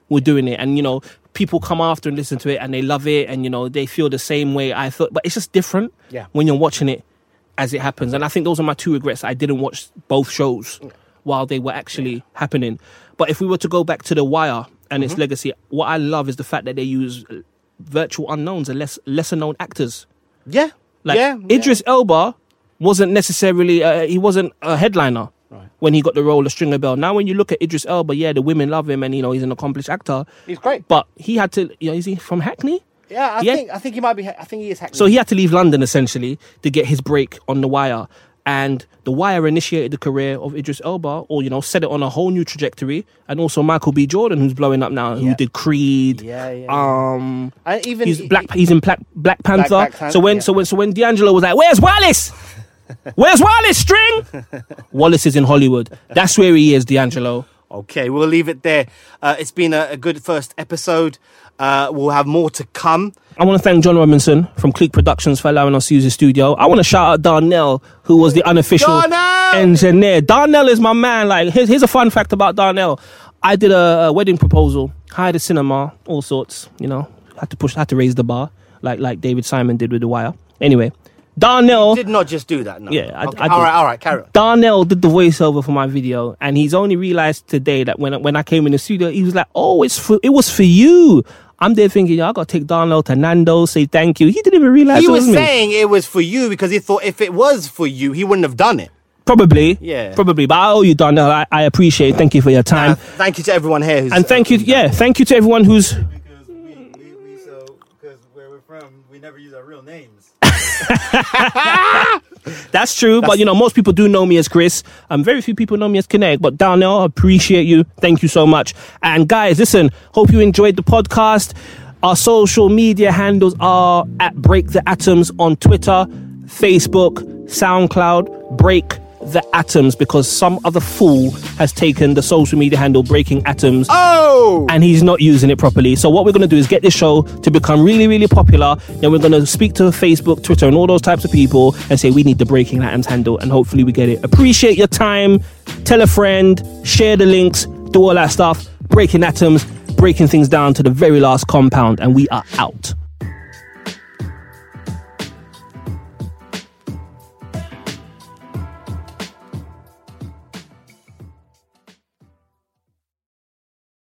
were doing it, and you know, people come after and listen to it, and they love it, and you know, they feel the same way I felt. But it's just different Yeah. when you're watching it as it happens. And I think those are my two regrets. I didn't watch both shows while they were actually happening. But if we were to go back to The Wire and Mm-hmm. its legacy, what I love is the fact that they use uh, virtual unknowns and less lesser known actors. Yeah, Like yeah, Idris Elba wasn't necessarily uh, he wasn't a headliner Right. when he got the role of Stringer Bell. Now when you look at Idris Elba, yeah, the women love him and you know he's an accomplished actor, yeah. he's great. but he had to you know is he from Hackney? Yeah, I Yeah. think I think he might be. I think he is. Hackney. So he had to leave London essentially to get his break on The Wire. And The Wire initiated the career of Idris Elba, or you know, set it on a whole new trajectory. And also Michael B. Jordan, who's blowing up now, Yeah. who did Creed. Yeah, yeah. Um, And even he's black. He's in Black Black Panther. Black Panther, so when, yeah. so when, so when D'Angelo was like, "Where's <laughs> Wallace? Where's Wallace? String? Wallace is in Hollywood. That's where he is, D'Angelo. Okay, we'll leave it there. Uh, it's been a, a good first episode. Uh, we'll have more to come. I want to thank John Robinson from Clique Productions for allowing us to use his studio. I want to shout out Darnell, who was the unofficial Darnell! engineer. Darnell is my man. Like, here's, here's a fun fact about Darnell. I did a, a wedding proposal, hired a cinema, all sorts. You know, had to push, had to raise the bar, like like David Simon did with The Wire. Anyway, Darnell, Did not just do that. No. Yeah, I- Okay, I all did. right, all right, carry on. Darnell did the voiceover for my video, and he's only realized today that when when I came in the studio, he was like, "Oh, it's for it was for you." I'm there thinking, "Yo, I gotta take Darnell to Nando's, say thank you." He didn't even realize He it was me. saying it was for you because he thought if it was for you, he wouldn't have done it. Probably. Yeah. Probably. But I owe you, Darnell. I, I appreciate it. Thank you for your time. Uh, thank you to everyone here. Who's, and thank you. Yeah. Thank you to everyone who's. because we, we, we so because where we're from we never use our real names <laughs> That's true. but, you know, most people do know me as Chris. Um, very few people know me as Connect. But, Darnell, I appreciate you. Thank you so much. And, guys, listen, hope you enjoyed the podcast. Our social media handles are at Break the Atoms on Twitter, Facebook, SoundCloud, Break the Atoms, because some other fool has taken the social media handle Breaking Atoms Oh, and he's not using it properly. So what we're going to do is get this show to become really, really popular. Then we're going to speak to Facebook, Twitter, and all those types of people and say we need the Breaking Atoms handle, and hopefully we get it. Appreciate your time. Tell a friend. Share the links. Do all that stuff. Breaking Atoms, breaking things down to the very last compound, and we are out.